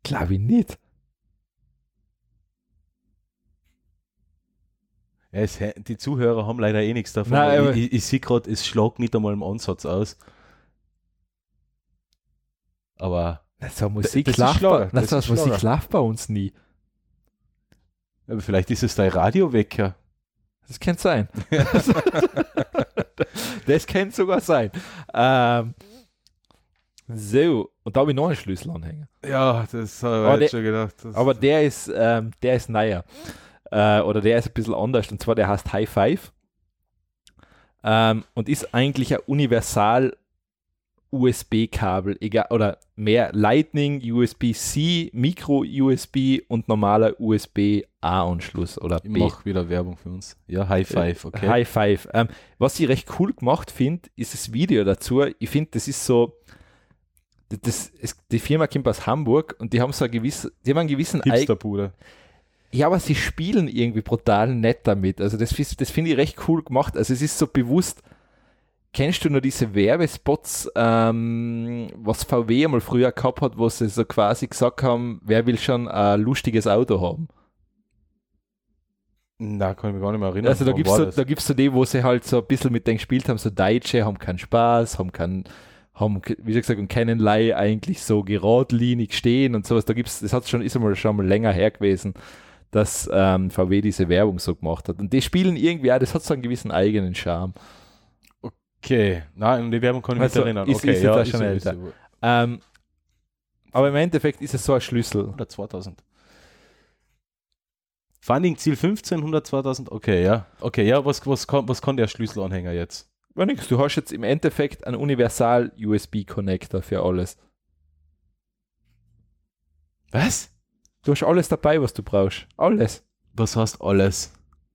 [SPEAKER 1] Glaube ich nicht.
[SPEAKER 2] Ja, es, hä- die Zuhörer haben leider eh nichts davon.
[SPEAKER 1] Nein,
[SPEAKER 2] weil
[SPEAKER 1] aber-
[SPEAKER 2] ich ich, ich sehe gerade, es schlägt nicht einmal im Ansatz aus. Aber
[SPEAKER 1] Na, so Musik
[SPEAKER 2] das ist
[SPEAKER 1] läuft
[SPEAKER 2] Schlager,
[SPEAKER 1] bei- na,
[SPEAKER 2] das
[SPEAKER 1] so
[SPEAKER 2] ist
[SPEAKER 1] Musik
[SPEAKER 2] Schlager.
[SPEAKER 1] läuft bei uns nie.
[SPEAKER 2] aber vielleicht ist es dein Radiowecker.
[SPEAKER 1] Das kann sein. *laughs* das kann sogar sein. Ähm, so, und da habe ich noch einen Schlüsselanhänger.
[SPEAKER 2] Ja, das
[SPEAKER 1] Aber
[SPEAKER 2] habe
[SPEAKER 1] jetzt
[SPEAKER 2] schon gedacht.
[SPEAKER 1] Aber der ist, ähm, der ist neuer. Äh, oder der ist ein bisschen anders. Und zwar, der heißt High Five. Ähm, und ist eigentlich ein universal USB-Kabel, egal, oder mehr Lightning, USB-C, Micro-USB und normaler USB-A-Anschluss oder
[SPEAKER 2] ich
[SPEAKER 1] B.
[SPEAKER 2] mache wieder Werbung für uns. Ja, Äh, High Five, okay.
[SPEAKER 1] High Five. Ähm, was ich recht cool gemacht finde, ist das Video dazu. Ich finde, das ist so. d- Das, es, die Firma kommt aus Hamburg und die haben so ein gewiss, die haben einen gewissen Eigen.
[SPEAKER 2] Hipsterbude.
[SPEAKER 1] Ja, aber sie spielen irgendwie brutal nett damit. Also das, ist- das finde ich recht cool gemacht. Also es ist so bewusst. Kennst du nur diese Werbespots, ähm, was VW einmal früher gehabt hat, wo sie so quasi gesagt haben, wer will schon ein lustiges Auto haben?
[SPEAKER 2] Na, kann ich mich gar nicht mehr erinnern.
[SPEAKER 1] Also da
[SPEAKER 2] Wann
[SPEAKER 1] gibt es
[SPEAKER 2] war
[SPEAKER 1] so,
[SPEAKER 2] das?
[SPEAKER 1] da gibt's so die, wo sie halt so ein bisschen mit denen gespielt haben, so Deutsche haben keinen Spaß, haben keinen, haben, ke- wie schon gesagt, und keinen Lei eigentlich so geradlinig stehen und sowas. Da gibt's, das hat schon, ist einmal schon mal länger her gewesen, dass ähm, VW diese Werbung so gemacht hat. Und die spielen irgendwie auch, das hat so einen gewissen eigenen Charme.
[SPEAKER 2] okay, nein, an die Werbung kann ich mich
[SPEAKER 1] Also,
[SPEAKER 2] nicht erinnern.
[SPEAKER 1] ist-
[SPEAKER 2] okay,
[SPEAKER 1] ist jetzt auch schon
[SPEAKER 2] ist-
[SPEAKER 1] älter. Ähm, aber im Endeffekt ist es so ein Schlüssel.
[SPEAKER 2] Oder 2000. Funding Ziel 15, 100, 2000. Okay, ja. Okay, ja, was, was, kann, was kann der Schlüsselanhänger jetzt?
[SPEAKER 1] Ja, nix, du hast jetzt im Endeffekt einen Universal-USB-Connector für alles.
[SPEAKER 2] Was?
[SPEAKER 1] Du hast alles dabei, was du brauchst. Alles.
[SPEAKER 2] Was heißt alles?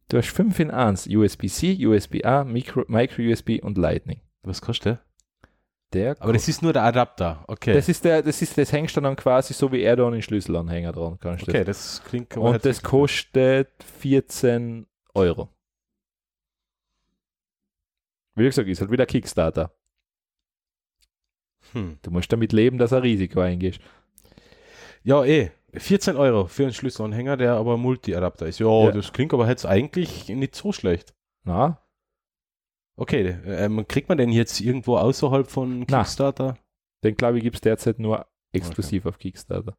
[SPEAKER 1] Du hast 5 in 1, USB-C, USB-A, Micro, Micro-USB und Lightning.
[SPEAKER 2] Was kostet der?
[SPEAKER 1] Der
[SPEAKER 2] Aber das ist nur der Adapter. Okay.
[SPEAKER 1] das ist der, das ist, das hängst du dann quasi so wie er da an den Schlüsselanhänger dran kannst. du
[SPEAKER 2] okay, halt das klingt
[SPEAKER 1] Das. Und das kostet 14 Euro. Wie gesagt, ist halt wieder Kickstarter.
[SPEAKER 2] Hm.
[SPEAKER 1] Du musst damit leben, dass er Risiko eingehst.
[SPEAKER 2] Ja, eh. 14 Euro für einen Schlüsselanhänger, der aber Multi-Adapter ist. Ja,
[SPEAKER 1] Ja.
[SPEAKER 2] das klingt aber jetzt eigentlich nicht so schlecht.
[SPEAKER 1] Na,
[SPEAKER 2] Okay, ähm, kriegt man den jetzt irgendwo außerhalb von
[SPEAKER 1] Na.
[SPEAKER 2] Kickstarter?
[SPEAKER 1] den glaube ich gibt es derzeit nur exklusiv auf Kickstarter.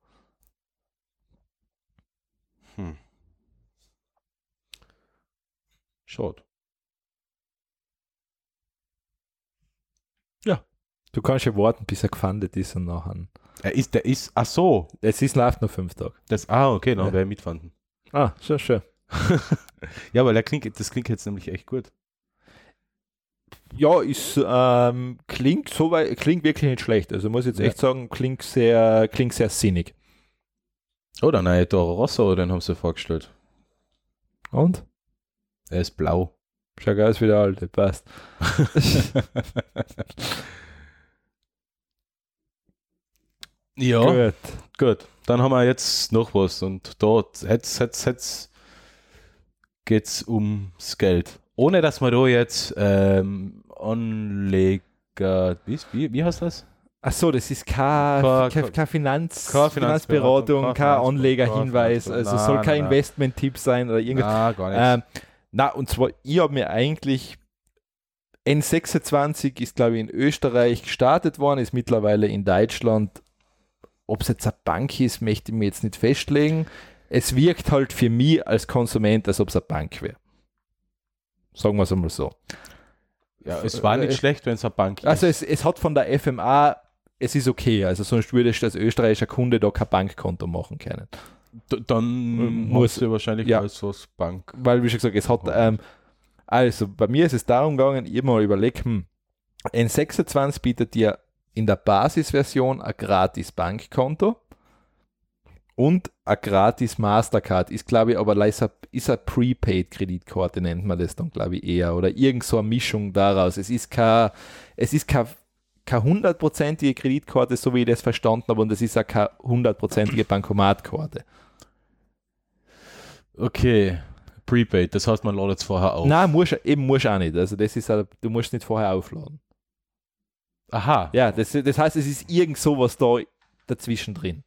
[SPEAKER 2] Schaut.
[SPEAKER 1] Du kannst ja warten, bis er gefundet ist und nachher.
[SPEAKER 2] Er ist, der ist, ach so.
[SPEAKER 1] Es ist läuft nur fünf Tage.
[SPEAKER 2] Das, ah, okay, dann
[SPEAKER 1] Ja.
[SPEAKER 2] wäre ich mitfanden.
[SPEAKER 1] Ah, schon schön.
[SPEAKER 2] Ja, weil der klingt, das klingt jetzt nämlich echt gut.
[SPEAKER 1] Ja, ist, ähm, klingt so weit, klingt wirklich nicht schlecht. Also muss jetzt
[SPEAKER 2] Ja.
[SPEAKER 1] echt sagen, klingt sehr, klingt sehr sinnig.
[SPEAKER 2] Oh, der neue Toro Rosso, den haben sie vorgestellt.
[SPEAKER 1] Und?
[SPEAKER 2] Er ist blau.
[SPEAKER 1] Schau geil, ist wieder alte, passt.
[SPEAKER 2] *laughs* ja, gut.
[SPEAKER 1] Gut.
[SPEAKER 2] Dann haben wir jetzt noch was und dort, jetzt, jetzt, jetzt geht's ums Geld. Ohne dass wir da jetzt ähm, Anleger, wie, ist- wie, wie heißt das?
[SPEAKER 1] Ach so, das ist kein,
[SPEAKER 2] Kein-
[SPEAKER 1] kein, kein, Finanz,
[SPEAKER 2] keine Finanzberatung, keine
[SPEAKER 1] Finanzberatung, kein
[SPEAKER 2] Finanzberatung,
[SPEAKER 1] Anlegerhinweis,
[SPEAKER 2] keine
[SPEAKER 1] also
[SPEAKER 2] Finanzberatung.
[SPEAKER 1] soll
[SPEAKER 2] Nein,
[SPEAKER 1] kein
[SPEAKER 2] nein, nein.
[SPEAKER 1] Investment-Tipp sein oder irgendwas.
[SPEAKER 2] Ah, gar
[SPEAKER 1] Ähm, na, und zwar, ich habe mir eigentlich N26 ist, glaube ich, in Österreich gestartet worden, ist mittlerweile in Deutschland. Ob es jetzt eine Bank ist, möchte ich mir jetzt nicht festlegen. Es wirkt halt für mich als Konsument, als ob es eine Bank wäre. Sagen wir es einmal so.
[SPEAKER 2] ja, es war nicht
[SPEAKER 1] äh,
[SPEAKER 2] schlecht, wenn es eine Bank ist.
[SPEAKER 1] Also es, es hat von der FMA, es ist okay. Also sonst würdest du als österreichischer Kunde da kein Bankkonto machen können.
[SPEAKER 2] D- dann
[SPEAKER 1] muss-
[SPEAKER 2] muss sie wahrscheinlich
[SPEAKER 1] ja.
[SPEAKER 2] als was Bank.
[SPEAKER 1] weil wie schon gesagt, es hat, ähm, also bei mir ist es darum gegangen, ich hab mal überlegt, hm, N26 bietet dir in der Basisversion ein gratis Bankkonto und ein gratis Mastercard. Ist, glaube ich, aber leiser, ist eine Prepaid-Kreditkarte, nennt man das dann, glaube ich, eher. Oder irgend so eine Mischung daraus. Es ist kein, es ist kein keine hundertprozentige Kreditkarte, so wie ich das verstanden habe, und es ist auch keine hundertprozentige Bankomatkarte.
[SPEAKER 2] Okay, Prepaid, das heißt, man ladet es vorher auf.
[SPEAKER 1] Nein, musst, eben musst auch nicht. Also das ist, auch- du musst nicht vorher aufladen.
[SPEAKER 2] Aha.
[SPEAKER 1] Ja, das, das heißt, es ist irgend sowas da dazwischen drin.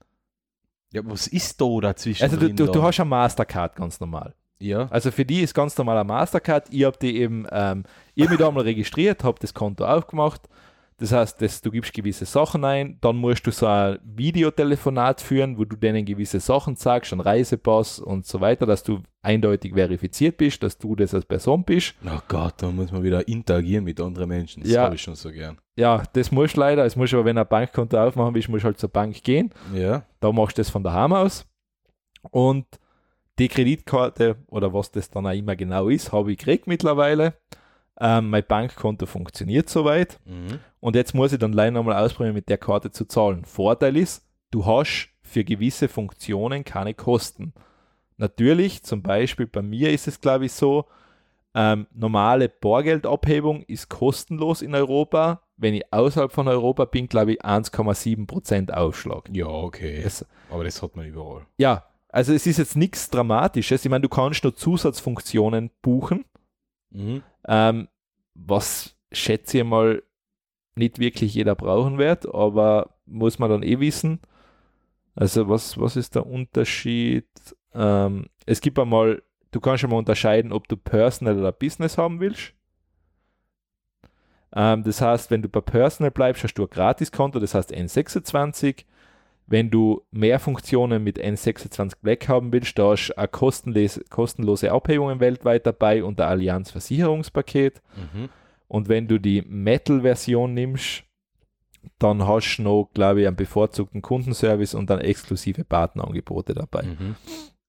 [SPEAKER 2] Ja, was ist da dazwischen?
[SPEAKER 1] Also du,
[SPEAKER 2] drin
[SPEAKER 1] du, du
[SPEAKER 2] da?
[SPEAKER 1] hast eine Mastercard ganz normal.
[SPEAKER 2] ja.
[SPEAKER 1] Also für die ist ganz normal eine Mastercard. Ich habe die eben, ähm, ich hab mich da mal registriert, habe das Konto aufgemacht. Das heißt, das, du gibst gewisse Sachen ein, dann musst du so ein Videotelefonat führen, wo du denen gewisse Sachen sagst, einen Reisepass und so weiter, dass du eindeutig verifiziert bist, dass du das als Person bist.
[SPEAKER 2] Oh Gott, da muss man wieder interagieren mit anderen Menschen. Das
[SPEAKER 1] Ja.
[SPEAKER 2] habe ich schon so gern.
[SPEAKER 1] Ja, das musst du leider. Es musst du aber, wenn du ein Bankkonto aufmachen willst, musst du halt zur Bank gehen.
[SPEAKER 2] Ja.
[SPEAKER 1] da machst du das von daheim aus. Und die Kreditkarte oder was das dann auch immer genau ist, habe ich gekriegt mittlerweile. Ähm, mein Bankkonto funktioniert soweit.
[SPEAKER 2] Mhm.
[SPEAKER 1] Und jetzt muss ich dann leider nochmal ausprobieren, mit der Karte zu zahlen. Vorteil ist, du hast für gewisse Funktionen keine Kosten. Natürlich, zum Beispiel bei mir ist es, glaube ich, so, ähm, normale Bargeldabhebung ist kostenlos in Europa. Wenn ich außerhalb von Europa bin, glaube ich, 1,7% Aufschlag.
[SPEAKER 2] Ja, okay.
[SPEAKER 1] Es,
[SPEAKER 2] Aber das hat man überall.
[SPEAKER 1] ja, also es ist jetzt nichts Dramatisches. Ich meine, du kannst nur Zusatzfunktionen buchen,
[SPEAKER 2] Mhm.
[SPEAKER 1] ähm, was schätze ich mal nicht wirklich jeder brauchen wird, aber muss man dann eh wissen. Also was, was ist der Unterschied? Ähm, es gibt einmal, du kannst schon mal unterscheiden, ob du Personal oder Business haben willst. Ähm, das heißt, wenn du bei Personal bleibst, hast du ein Gratiskonto, das heißt N26. Wenn du mehr Funktionen mit N26 Black haben willst, da ist auch kostenlose, kostenlose Abhebungen weltweit dabei und der Allianz Versicherungspaket.
[SPEAKER 2] Mhm.
[SPEAKER 1] Und wenn du die Metal-Version nimmst, dann hast du noch, glaube ich, einen bevorzugten Kundenservice und dann exklusive Partnerangebote dabei.
[SPEAKER 2] Mhm.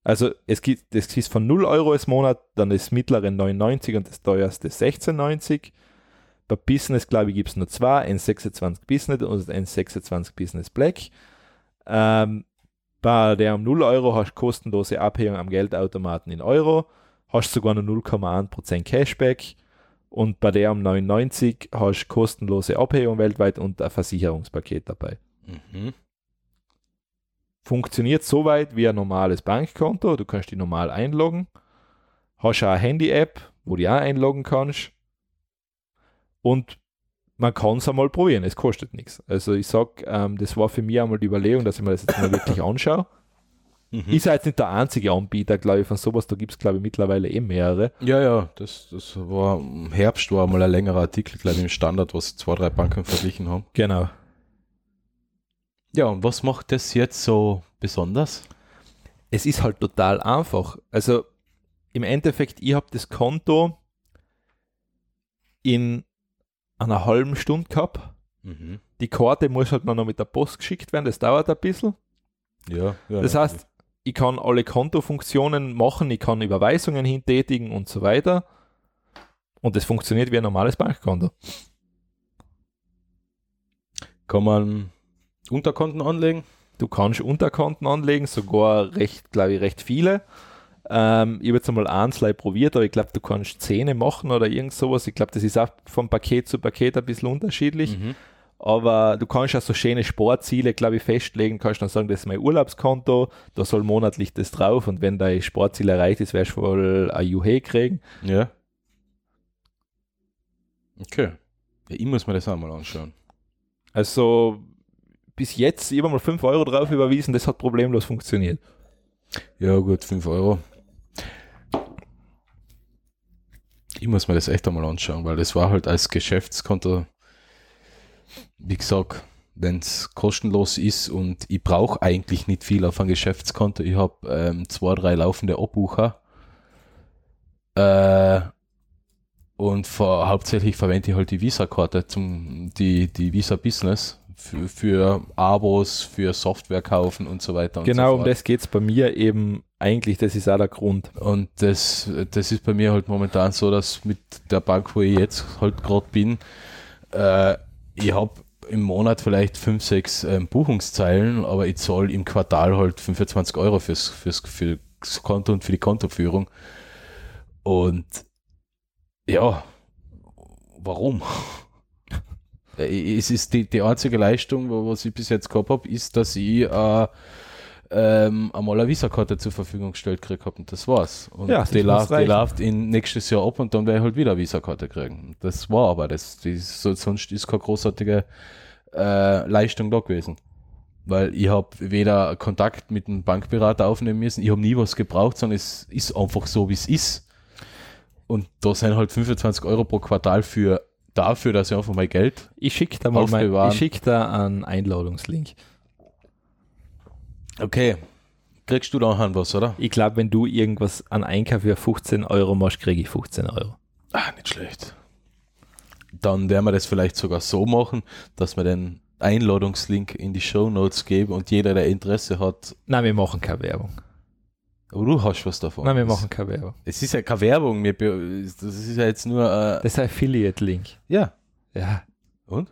[SPEAKER 1] Also es gibt, das ist von 0 Euro im Monat, dann das mittlere 99 und das teuerste 16,90. Bei Business, glaube ich, gibt es nur zwei, N26 Business und N26 Business Black. Ähm, bei der um 0 Euro hast du kostenlose Abhebung am Geldautomaten in Euro, hast sogar nur 0,1% Cashback Und bei der um 99 hast du kostenlose Abhebung weltweit und ein Versicherungspaket dabei.
[SPEAKER 2] Mhm.
[SPEAKER 1] Funktioniert soweit wie ein normales Bankkonto. Du kannst die normal einloggen. Hast auch eine Handy-App, wo du die auch einloggen kannst. Und man kann es einmal probieren. Es kostet nichts. Also ich sag, ähm, das war für mich einmal die Überlegung, dass ich mir das jetzt mal wirklich anschaue.
[SPEAKER 2] Mhm.
[SPEAKER 1] Ist ja jetzt nicht der einzige Anbieter, glaube ich, von sowas. Da gibt es, glaube ich, mittlerweile eh mehrere.
[SPEAKER 2] Ja, ja, das, das war im Herbst war mal ein längerer Artikel, glaube ich, im Standard, was zwei, drei Banken verglichen haben.
[SPEAKER 1] Genau.
[SPEAKER 2] Ja, und was macht das jetzt so besonders?
[SPEAKER 1] es ist halt total einfach. Also im Endeffekt, ich habe das Konto in einer halben Stunde gehabt.
[SPEAKER 2] Mhm.
[SPEAKER 1] Die Karte muss halt noch mit der Post geschickt werden, das dauert ein bisschen.
[SPEAKER 2] Ja, ja.
[SPEAKER 1] Das heißt, ich kann alle Kontofunktionen machen, ich kann Überweisungen hintätigen und so weiter. Und das funktioniert wie ein normales Bankkonto.
[SPEAKER 2] kann man Unterkonten anlegen?
[SPEAKER 1] Du kannst Unterkonten anlegen, sogar recht, glaube ich, recht viele. Ähm, ich habe jetzt einmal eins live probiert, aber ich glaube, du kannst Zähne machen oder irgend sowas. Ich glaube, das ist auch von Paket zu Paket ein bisschen unterschiedlich.
[SPEAKER 2] Mhm.
[SPEAKER 1] Aber du kannst auch so schöne Sportziele, glaube ich, festlegen. Kannst dann sagen, das ist mein Urlaubskonto, da soll monatlich das drauf und wenn dein Sportziel erreicht ist, wirst du wohl ein Juhe kriegen.
[SPEAKER 2] Ja. Okay. Ja, ich muss mir das auch mal anschauen.
[SPEAKER 1] Also bis jetzt, ich habe mal 5 Euro drauf überwiesen, das hat problemlos funktioniert.
[SPEAKER 2] Ja, gut, 5 Euro. Ich muss mir das echt einmal anschauen, weil das war halt als Geschäftskonto, wie gesagt, wenn es kostenlos ist und ich brauche eigentlich nicht viel auf ein Geschäftskonto. Ich habe ähm, zwei, drei laufende Abbucher. Äh, und ver hauptsächlich verwende ich halt die Visa-Karte, zum- die, die Visa Business für, für Abos, für Software kaufen und so weiter. Und so
[SPEAKER 1] genau um
[SPEAKER 2] fort.
[SPEAKER 1] das geht es bei mir eben eigentlich, das ist auch der Grund.
[SPEAKER 2] Und das, das ist bei mir halt momentan so, dass mit der Bank, wo ich jetzt halt gerade bin, äh, ich habe im Monat vielleicht fünf, sechs ähm, Buchungszeilen, aber ich zahle im Quartal halt 25 Euro fürs, fürs, fürs Konto und für die Kontoführung. Und ja,
[SPEAKER 1] *laughs*
[SPEAKER 2] warum? Äh, Es ist die, die einzige Leistung, wo- was ich bis jetzt gehabt habe, ist, dass ich äh, ähm, einmal eine Visa-Karte zur Verfügung gestellt gekriegt habe und das war's. Und
[SPEAKER 1] Ja,
[SPEAKER 2] die
[SPEAKER 1] das muss
[SPEAKER 2] läuft, die
[SPEAKER 1] reichen.
[SPEAKER 2] läuft in nächstes Jahr ab und dann werde ich halt wieder eine Visa-Karte kriegen. Das war aber das. Die, so, sonst ist keine großartige äh, Leistung da gewesen. Weil ich habe weder Kontakt mit einem Bankberater aufnehmen müssen, ich habe nie was gebraucht, sondern es ist einfach so, wie es ist. Und da sind halt 25 Euro pro Quartal für dafür, dass ich einfach mal Geld.
[SPEAKER 1] Ich schicke da mal mein,
[SPEAKER 2] Aufbewahren.
[SPEAKER 1] ich schick da einen Einladungslink.
[SPEAKER 2] Okay. Kriegst du da auch was, oder?
[SPEAKER 1] Ich glaube, wenn du irgendwas an Einkauf für 15 Euro machst, kriege ich 15 Euro.
[SPEAKER 2] Ah, nicht schlecht. Dann werden wir das vielleicht sogar so machen, dass wir den Einladungslink in die Show Notes geben und jeder, der Interesse hat,
[SPEAKER 1] Nein, wir machen keine Werbung.
[SPEAKER 2] aber du hast was davon.
[SPEAKER 1] Nein, wir machen keine Werbung.
[SPEAKER 2] Es ist ja keine Werbung, mir be- das ist ja jetzt nur. Äh,
[SPEAKER 1] Das ist ein Affiliate-Link.
[SPEAKER 2] ja.
[SPEAKER 1] Ja.
[SPEAKER 2] Und?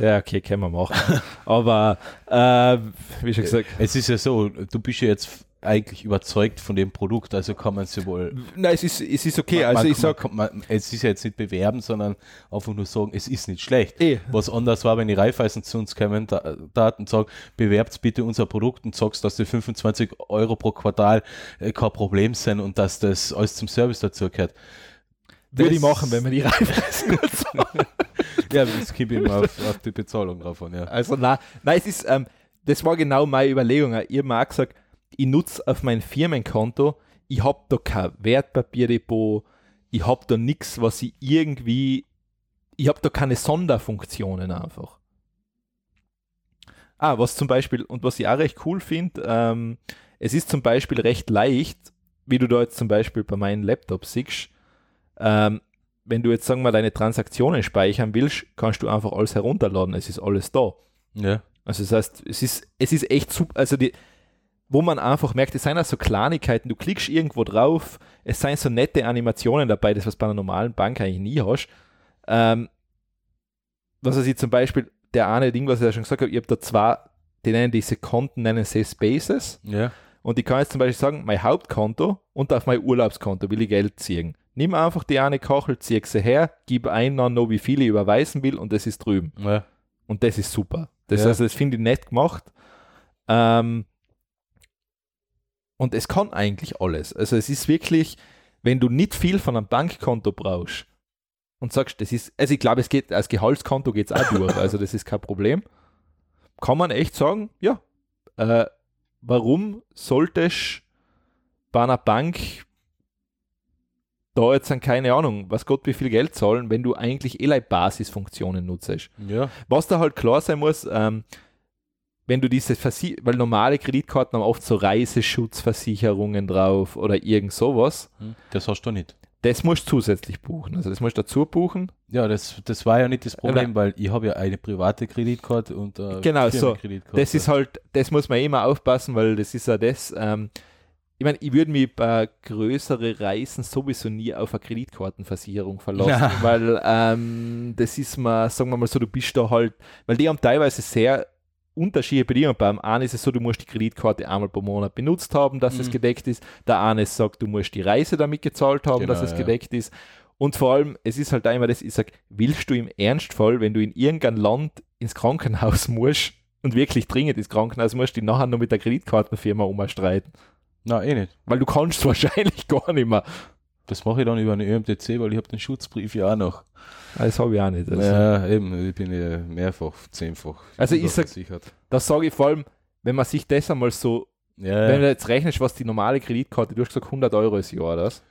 [SPEAKER 1] Ja, okay, können wir machen. Aber äh, wie schon gesagt,
[SPEAKER 2] Es ist ja so, du bist ja jetzt eigentlich überzeugt von dem Produkt, also kann man sie wohl
[SPEAKER 1] nein, es ist, es ist okay.
[SPEAKER 2] Man-
[SPEAKER 1] Also
[SPEAKER 2] man-
[SPEAKER 1] ich sag,
[SPEAKER 2] man, man, es ist ja jetzt nicht bewerben, sondern einfach nur sagen, es ist nicht schlecht.
[SPEAKER 1] eh,
[SPEAKER 2] Was anders war, wenn die Raiffeisen zu uns kämen da, da und sagen, bewerbt bitte unser Produkt und sagst, dass die 25 Euro pro Quartal äh, kein Problem sind und dass das alles zum Service dazu gehört.
[SPEAKER 1] würde
[SPEAKER 2] das-
[SPEAKER 1] ich machen, wenn wir die *laughs* Reifeisen gut sagen.
[SPEAKER 2] Ja, das kommt immer auf, auf die Bezahlung drauf an, ja.
[SPEAKER 1] Also nein, nein, es ist, ähm, das war genau meine Überlegung. Ich habe mir auch gesagt, ich nutze auf mein Firmenkonto, ich habe da kein Wertpapierdepot, ich habe da nichts, was ich irgendwie, ich habe da keine Sonderfunktionen einfach. Ah, was zum Beispiel, und was ich auch recht cool finde, ähm, es ist zum Beispiel recht leicht, wie du da jetzt zum Beispiel bei meinem Laptop siehst, ähm, wenn du jetzt, sagen wir, mal, deine Transaktionen speichern willst, kannst du einfach alles herunterladen, es ist alles da.
[SPEAKER 2] ja.
[SPEAKER 1] Also das heißt, es ist, es ist echt super, also die, wo man einfach merkt, es sind auch so Kleinigkeiten, du klickst irgendwo drauf, es sind so nette Animationen dabei, das was bei einer normalen Bank eigentlich nie hast. Ähm, was weiß ich zum Beispiel, der eine Ding, was ich ja schon gesagt habe, ich habe da zwei, die nennen diese Konten, nennen sie Spaces
[SPEAKER 2] Ja.
[SPEAKER 1] und ich kann jetzt zum Beispiel sagen, mein Hauptkonto und auf mein Urlaubskonto will ich Geld ziehen. Nimm einfach die eine Kachel, zieh sie her, gib ein, dann noch wie viele ich überweisen will und das ist drüben.
[SPEAKER 2] Ja.
[SPEAKER 1] Und das ist super. Das,
[SPEAKER 2] Ja.
[SPEAKER 1] also, das finde ich nett gemacht. Ähm, und es kann eigentlich alles. Also es ist wirklich, wenn du nicht viel von einem Bankkonto brauchst und sagst, das ist, also ich glaube, es geht, als Gehaltskonto geht es auch durch, also das ist kein Problem. Kann man echt sagen, ja, äh, warum solltest bei einer Bank da jetzt dann keine Ahnung, was Gott wie viel Geld zahlen, wenn du eigentlich eh Basisfunktionen nutzt?
[SPEAKER 2] Ja.
[SPEAKER 1] Was da halt klar sein muss, ähm, wenn du diese Versi weil normale Kreditkarten haben oft so Reiseschutzversicherungen drauf oder irgend sowas,
[SPEAKER 2] Hm, Das hast du nicht.
[SPEAKER 1] das musst du zusätzlich buchen. Also das musst du dazu buchen.
[SPEAKER 2] Ja, das, das war ja nicht das Problem, weil ich habe ja eine private Kreditkarte und äh, eine
[SPEAKER 1] Genau, so.
[SPEAKER 2] Firmenkreditkarte.
[SPEAKER 1] Das ist halt, das muss man eh immer aufpassen, weil das ist ja das. Ähm, ich meine, ich würde mich bei größeren Reisen sowieso nie auf eine Kreditkartenversicherung verlassen,
[SPEAKER 2] Na.
[SPEAKER 1] weil ähm, das ist mal, sagen wir mal so, du bist da halt, weil die haben teilweise sehr Unterschiede bei dir. Und beim einen ist es so, du musst die Kreditkarte einmal pro Monat benutzt haben, dass es
[SPEAKER 2] Mhm.
[SPEAKER 1] gedeckt ist. Der eine sagt, du musst die Reise damit gezahlt haben,
[SPEAKER 2] Genau,
[SPEAKER 1] dass es
[SPEAKER 2] ja.
[SPEAKER 1] gedeckt ist. Und vor allem, es ist halt auch immer das, ich sag, willst du im Ernstfall, wenn du in irgendein Land ins Krankenhaus musst und wirklich dringend ins Krankenhaus musst, die nachher nur mit der Kreditkartenfirma umstreiten?
[SPEAKER 2] Nein, eh nicht.
[SPEAKER 1] Weil du kannst *laughs* wahrscheinlich gar nicht mehr.
[SPEAKER 2] Das mache ich dann über eine ÖMTC, weil ich habe den Schutzbrief ja auch noch. Ah,
[SPEAKER 1] Das habe ich auch nicht. Also,
[SPEAKER 2] Ja, eben, ich bin ja mehrfach, zehnfach.
[SPEAKER 1] Also ich sag-
[SPEAKER 2] überversichert.
[SPEAKER 1] Das sage ich vor allem, wenn man sich das einmal so,
[SPEAKER 2] Ja,
[SPEAKER 1] wenn du jetzt rechnest, was die normale Kreditkarte, du hast gesagt 100 Euro ist Jahr, das?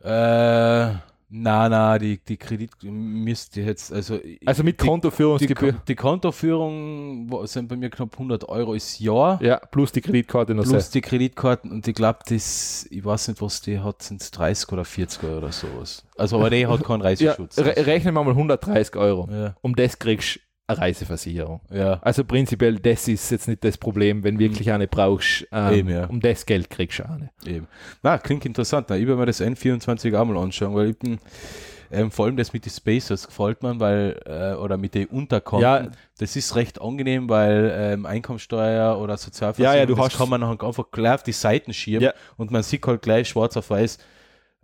[SPEAKER 2] Äh, na, na, die, die Kredit müsste jetzt, also,
[SPEAKER 1] Also mit
[SPEAKER 2] die, die,
[SPEAKER 1] Kontoführungsgebühr.
[SPEAKER 2] die Kontoführung wo- sind bei mir knapp 100 Euro ist Jahr,
[SPEAKER 1] Ja, plus die Kreditkarte noch
[SPEAKER 2] plus
[SPEAKER 1] selbst.
[SPEAKER 2] die Kreditkarten und ich glaube, das, ich weiß nicht, was die hat, sind 30 oder 40 Euro oder sowas. Also, aber die hat keinen
[SPEAKER 1] *laughs* Ja,
[SPEAKER 2] Reiseschutz.
[SPEAKER 1] re rechnen wir mal 130 Euro.
[SPEAKER 2] ja,
[SPEAKER 1] Um das kriegst du eine Reiseversicherung.
[SPEAKER 2] ja,
[SPEAKER 1] Also prinzipiell, das ist jetzt nicht das Problem, wenn wirklich eine brauchst. Ähm,
[SPEAKER 2] Eben, ja.
[SPEAKER 1] Um das Geld kriegst du eine.
[SPEAKER 2] eben. Na, klingt interessant. Na, ich werde mir das N24 auch mal anschauen, weil ich bin, ähm, vor allem das mit den Spacers gefällt mir, weil, äh, oder mit den Unterkonten.
[SPEAKER 1] Ja,
[SPEAKER 2] Das ist recht angenehm, weil ähm, Einkommensteuer oder Sozialversicherung,
[SPEAKER 1] Ja, ja, du
[SPEAKER 2] das
[SPEAKER 1] hast-
[SPEAKER 2] kann man halt einfach klar auf die Seiten schieben
[SPEAKER 1] Ja.
[SPEAKER 2] und man sieht halt gleich schwarz auf weiß,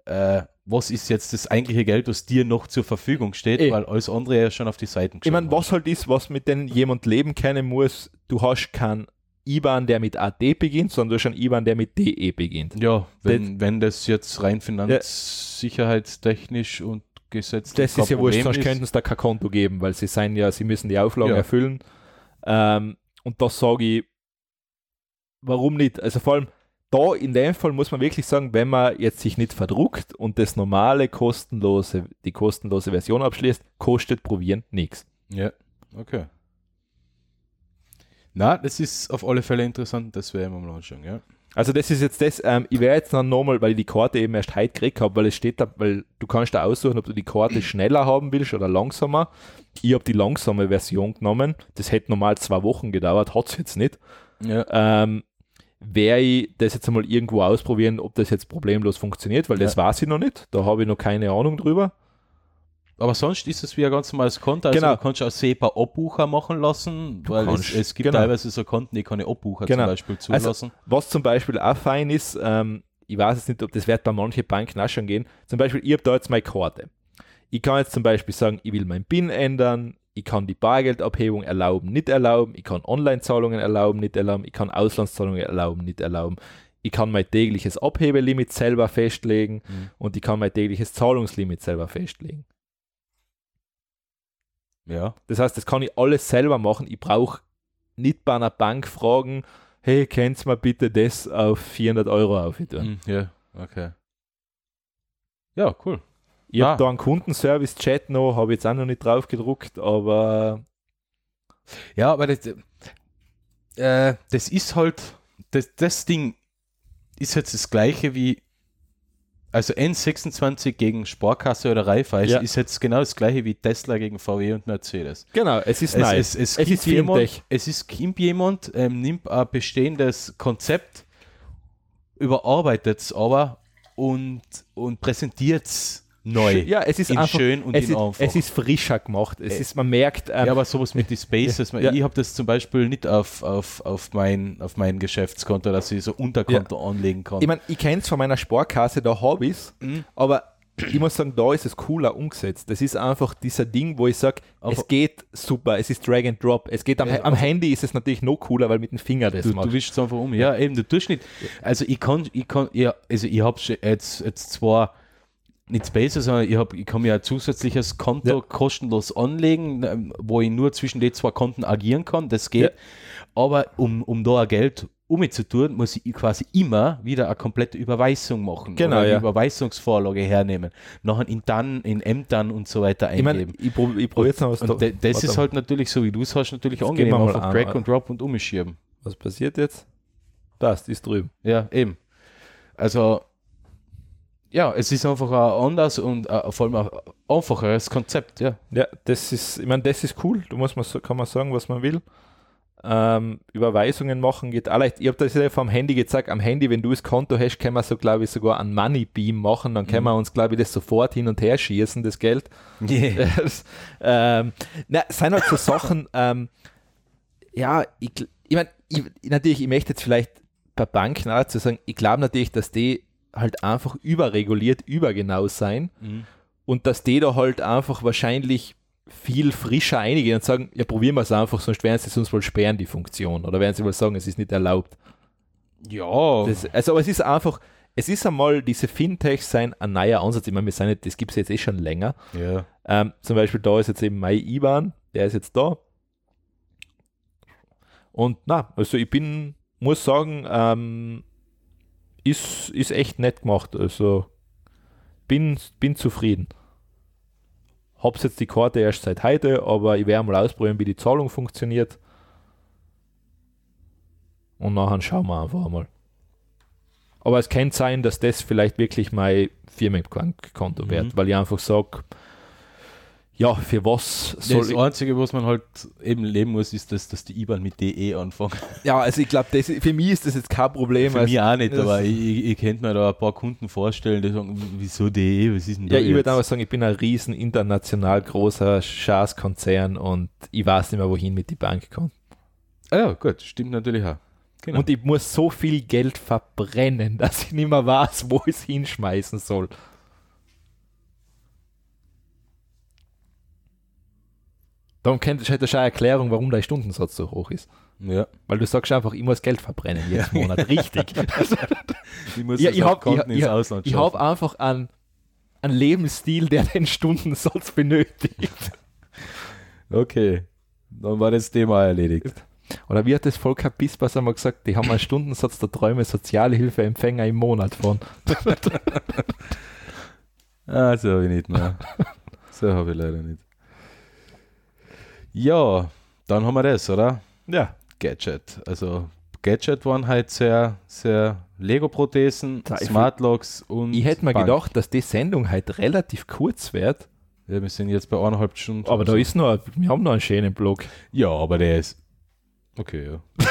[SPEAKER 2] äh, was ist jetzt das eigentliche Geld, was dir noch zur Verfügung steht,
[SPEAKER 1] Eh.
[SPEAKER 2] weil alles andere ja schon auf die Seiten
[SPEAKER 1] ich
[SPEAKER 2] geschoben
[SPEAKER 1] meine, was halt ist, was mit denen jemand leben können muss, du hast keinen IBAN, der mit AD beginnt, sondern du hast einen IBAN, der mit DE beginnt.
[SPEAKER 2] hat. Ja, wenn das, wenn das jetzt rein finanzsicherheitstechnisch und gesetzlich
[SPEAKER 1] Das
[SPEAKER 2] kein
[SPEAKER 1] ist ja wurscht,
[SPEAKER 2] Problem
[SPEAKER 1] sonst
[SPEAKER 2] ist.
[SPEAKER 1] könnten sie da kein Konto geben, weil sie sein ja, sie müssen die Auflagen
[SPEAKER 2] Ja.
[SPEAKER 1] erfüllen. Ähm, und das sage ich, warum nicht? Also vor allem da in dem Fall muss man wirklich sagen, wenn man jetzt sich nicht verdruckt und das normale kostenlose, die kostenlose Version abschließt, kostet probieren nichts.
[SPEAKER 2] Ja, okay. Na, das ist auf alle Fälle interessant, das wäre immer mal anschauen, ja.
[SPEAKER 1] Also das ist jetzt das, ähm, ich werde jetzt dann nochmal, weil ich die Karte eben erst heute gekriegt habe, weil es steht da, weil du kannst da aussuchen, ob du die Karte schneller haben willst oder langsamer. Ich habe die langsame Version genommen. Das hätte normal zwei Wochen gedauert, hat es jetzt nicht.
[SPEAKER 2] Ja,
[SPEAKER 1] ähm, werde ich das jetzt einmal irgendwo ausprobieren, ob das jetzt problemlos funktioniert, weil das weiß ich noch nicht. Da habe ich noch keine Ahnung drüber.
[SPEAKER 2] Aber sonst ist es wie ein ganz normales Konto. Also
[SPEAKER 1] Genau.
[SPEAKER 2] du kannst auch SEPA Obbucher machen lassen, weil es,
[SPEAKER 1] kannst,
[SPEAKER 2] es gibt
[SPEAKER 1] genau.
[SPEAKER 2] teilweise so Konten, die keine Obbucher
[SPEAKER 1] Genau.
[SPEAKER 2] zum Beispiel
[SPEAKER 1] Also-
[SPEAKER 2] zulassen.
[SPEAKER 1] Was zum Beispiel auch fein ist, ähm, ich weiß jetzt nicht, ob das wird bei manchen Banken auch schon gehen. Zum Beispiel, ich habe da jetzt meine Karte. Ich kann jetzt zum Beispiel sagen, ich will mein PIN ändern, ich kann die Bargeldabhebung erlauben, nicht erlauben, ich kann Online-Zahlungen erlauben, nicht erlauben, ich kann Auslandszahlungen erlauben, nicht erlauben. Ich kann mein tägliches Abhebelimit selber festlegen
[SPEAKER 2] Mhm.
[SPEAKER 1] und ich kann mein tägliches Zahlungslimit selber festlegen.
[SPEAKER 2] ja.
[SPEAKER 1] Das heißt, das kann ich alles selber machen. Ich brauche nicht bei einer Bank fragen, hey, könnt ihr mir bitte das auf 400 Euro aufhören?
[SPEAKER 2] Mhm, ja, okay. Ja, cool.
[SPEAKER 1] Ich habe
[SPEAKER 2] Ah.
[SPEAKER 1] da einen Kundenservice-Chat noch, habe jetzt auch noch nicht drauf gedruckt, aber
[SPEAKER 2] Ja, aber das, äh, das ist halt, das, das Ding ist jetzt das gleiche wie, also N26 gegen Sparkasse oder Raiffeisen
[SPEAKER 1] Ja.
[SPEAKER 2] ist jetzt genau das gleiche wie Tesla gegen VW und Mercedes.
[SPEAKER 1] genau, es ist nice.
[SPEAKER 2] Es, es, es,
[SPEAKER 1] Es
[SPEAKER 2] gibt
[SPEAKER 1] ist
[SPEAKER 2] jemand,
[SPEAKER 1] Fintech.
[SPEAKER 2] es ist gibt jemand, ähm, nimmt ein bestehendes Konzept, überarbeitet es aber und, und präsentiert es neu.
[SPEAKER 1] Sch- Ja, es ist
[SPEAKER 2] in
[SPEAKER 1] einfach,
[SPEAKER 2] schön und
[SPEAKER 1] es,
[SPEAKER 2] in
[SPEAKER 1] ist,
[SPEAKER 2] einfach.
[SPEAKER 1] es ist frischer gemacht. Es
[SPEAKER 2] Äh,
[SPEAKER 1] ist, man merkt, ähm,
[SPEAKER 2] ja, aber sowas mit den Spaces,
[SPEAKER 1] Ja.
[SPEAKER 2] ich habe das zum Beispiel nicht auf, auf, auf, mein, auf mein Geschäftskonto, dass ich so Unterkonto anlegen kann.
[SPEAKER 1] ich meine, ich kenne es von meiner Sparkasse, da habe ich es,
[SPEAKER 2] Mhm.
[SPEAKER 1] aber ich muss sagen, da ist es cooler umgesetzt. Das ist einfach dieser Ding, wo ich sage,
[SPEAKER 2] Einfach-
[SPEAKER 1] es geht super, es ist Drag and Drop. Es geht am,
[SPEAKER 2] Ja, also-
[SPEAKER 1] am Handy ist es natürlich noch cooler, weil mit dem Finger das
[SPEAKER 2] Du,
[SPEAKER 1] machst.
[SPEAKER 2] du wischst es einfach um. Ja, eben der Durchschnitt. Also ich kann, ich kann, ja, also ich habe jetzt, jetzt zwar nicht Spaces, sondern ich, hab, ich kann mir ein zusätzliches Konto
[SPEAKER 1] Ja.
[SPEAKER 2] kostenlos anlegen, ähm, wo ich nur zwischen den zwei Konten agieren kann. Das geht. Aber um, um da ein Geld umzutun, muss ich quasi immer wieder eine komplette Überweisung machen.
[SPEAKER 1] Genau,
[SPEAKER 2] oder eine
[SPEAKER 1] ja.
[SPEAKER 2] Überweisungsvorlage hernehmen. Nachher in dann, in Ämtern und so weiter
[SPEAKER 1] ich
[SPEAKER 2] eingeben.
[SPEAKER 1] meine, ich probiere probier jetzt noch was
[SPEAKER 2] und de, das ist
[SPEAKER 1] halt
[SPEAKER 2] halt natürlich so, wie du es hast, natürlich
[SPEAKER 1] Jetzt gehen wir
[SPEAKER 2] angenehm.
[SPEAKER 1] mal
[SPEAKER 2] Einfach
[SPEAKER 1] an-
[SPEAKER 2] Drag and Drop und umschieben.
[SPEAKER 1] Was passiert jetzt? Das ist drüben.
[SPEAKER 2] Ja, eben. Also, ja, es ist einfach ein anders und ein, vor allem ein einfacheres Konzept, ja.
[SPEAKER 1] Ja, das ist, ich meine, das ist cool. Da muss man, so- kann man sagen, was man will. Ähm, Überweisungen machen geht auch leicht. Ich habe das ja vom Handy gezeigt. Am Handy, wenn du das Konto hast, können wir so, glaube ich, sogar einen Money Beam machen. Dann können wir uns, glaube ich, das sofort hin und her schießen, das Geld. *laughs* Das, ähm, na, es sind halt so Sachen, ähm, ja, ich, gl- ich meine, ich, ich- natürlich, ich möchte jetzt vielleicht bei Banken auch zu sagen, ich glaube natürlich, dass die halt einfach überreguliert, übergenau sein
[SPEAKER 2] Mhm.
[SPEAKER 1] und dass die da halt einfach wahrscheinlich viel frischer einigen und sagen, ja, probieren wir es einfach, sonst werden sie es uns wohl sperren, die Funktion. Oder werden sie wohl sagen, es ist nicht erlaubt.
[SPEAKER 2] Ja,
[SPEAKER 1] Das, also, aber es ist einfach, es ist einmal, diese Fintechs sein ein neuer Ansatz. Ich meine, wir sind nicht, das gibt es jetzt eh schon länger.
[SPEAKER 2] ja.
[SPEAKER 1] Ähm, zum Beispiel da ist jetzt eben mein IBAN, der ist jetzt da. Und na, also ich bin, muss sagen, ähm, ist, ist echt nett gemacht. Also bin, bin zufrieden. Hab's jetzt die Karte erst seit heute, aber ich werde mal ausprobieren, wie die Zahlung funktioniert. Und nachher schauen wir einfach mal. Aber es kann sein, dass das vielleicht wirklich mein Firmenkonto
[SPEAKER 2] Mhm.
[SPEAKER 1] wird, weil ich einfach sage, ja, für was soll
[SPEAKER 2] das
[SPEAKER 1] ich.
[SPEAKER 2] Einzige, was man halt eben leben muss, ist, dass, dass die IBAN mit E DE anfangen.
[SPEAKER 1] Ja, also ich glaube, für mich ist das jetzt kein Problem.
[SPEAKER 2] Für
[SPEAKER 1] also-
[SPEAKER 2] mich auch nicht,
[SPEAKER 1] das-
[SPEAKER 2] aber ich, ich, ich könnte mir da ein paar Kunden vorstellen, die sagen, wieso DE, was ist denn da
[SPEAKER 1] Ja, ich würde
[SPEAKER 2] jetzt?
[SPEAKER 1] einfach sagen, ich bin ein riesen international großer Schaas-Konzern und ich weiß nicht mehr, wohin mit die Bank kommt.
[SPEAKER 2] Ah, ja, gut, stimmt natürlich auch. Genau.
[SPEAKER 1] Und ich muss so viel Geld verbrennen, *laughs* dass ich nicht mehr weiß, wo ich es hinschmeißen soll. Darum kennt halt schon eine Erklärung, warum dein Stundensatz so hoch ist.
[SPEAKER 2] Ja,
[SPEAKER 1] Weil du sagst einfach, ich muss Geld verbrennen
[SPEAKER 2] *laughs*
[SPEAKER 1] jeden Monat. Richtig.
[SPEAKER 2] ich muss
[SPEAKER 1] Ja,
[SPEAKER 2] das
[SPEAKER 1] ich
[SPEAKER 2] auf
[SPEAKER 1] hab- ich-
[SPEAKER 2] Konten ins
[SPEAKER 1] ich-
[SPEAKER 2] Ausland
[SPEAKER 1] Ich
[SPEAKER 2] schaffen.
[SPEAKER 1] habe einfach einen, einen Lebensstil, der den Stundensatz benötigt.
[SPEAKER 2] Okay, dann war das Thema erledigt.
[SPEAKER 1] *laughs* Oder wie hat das Volker Pispers einmal gesagt? Die haben einen Stundensatz der Träume Sozialhilfeempfänger im Monat von.
[SPEAKER 2] Ah, so habe ich nicht,
[SPEAKER 1] *laughs*
[SPEAKER 2] nein. so habe ich leider nicht. Ja, dann haben wir das, oder?
[SPEAKER 1] Ja.
[SPEAKER 2] Gadget. Also Gadget waren halt sehr, sehr Lego-Prothesen,
[SPEAKER 1] Zweifel.
[SPEAKER 2] Smartlocks und
[SPEAKER 1] Ich hätte mir
[SPEAKER 2] Bank.
[SPEAKER 1] gedacht, dass die Sendung halt relativ kurz wird.
[SPEAKER 2] Ja, wir sind jetzt bei eineinhalb Stunden.
[SPEAKER 1] Aber da
[SPEAKER 2] Also-
[SPEAKER 1] ist noch, wir haben noch einen schönen Blog.
[SPEAKER 2] Ja, aber der ist... Okay,
[SPEAKER 1] *laughs*
[SPEAKER 2] ja.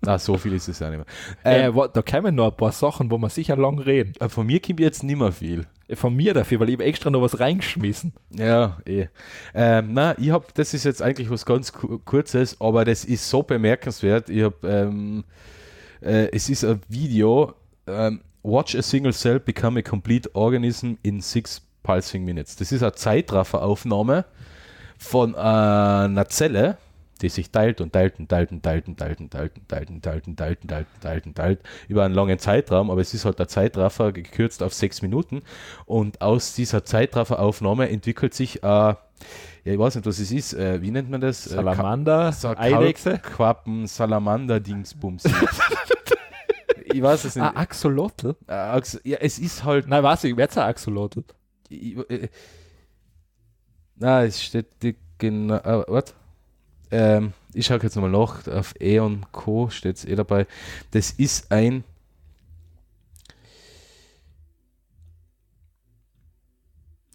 [SPEAKER 2] Na, so viel ist es auch nicht mehr.
[SPEAKER 1] Äh, wa- da kämen noch ein paar Sachen, wo wir sicher lang reden.
[SPEAKER 2] Äh, von mir kommt jetzt nicht mehr viel.
[SPEAKER 1] Von mir dafür, weil ich hab extra noch was reingeschmissen.
[SPEAKER 2] Ja, eh. Ähm, na, ich hab, das ist jetzt eigentlich was ganz Ku- Kurzes, aber das ist so bemerkenswert. Ich hab, ähm, äh, es ist ein Video, ähm, Watch a single cell become a complete organism in six pulsing minutes. Das ist eine Zeitrafferaufnahme von äh, einer Zelle, die sich teilt und teilt und teilt und teilt und teilt und teilt und teilt und teilt und teilt und teilt und teilt und teilt über einen langen Zeitraum, aber es ist halt der Zeitraffer gekürzt auf sechs Minuten und aus dieser Zeitrafferaufnahme entwickelt sich, äh, ja ich weiß nicht, was es ist, äh, wie nennt man das? Äh,
[SPEAKER 1] Salamander,
[SPEAKER 2] Ka- Sa-
[SPEAKER 1] Eidechse.
[SPEAKER 2] Quappen, Salamander, Dingsbums. *laughs* ich weiß es nicht.
[SPEAKER 1] Ah, Axolotl?
[SPEAKER 2] Äh, Ax- ja, es ist halt
[SPEAKER 1] Nein, was? Ich werde ein Axolotl.
[SPEAKER 2] ich, äh, na, es steht die genau. Ah, warte. Ähm, ich schaue jetzt nochmal nach. Auf E Eon Co. steht es eh dabei. Das ist ein.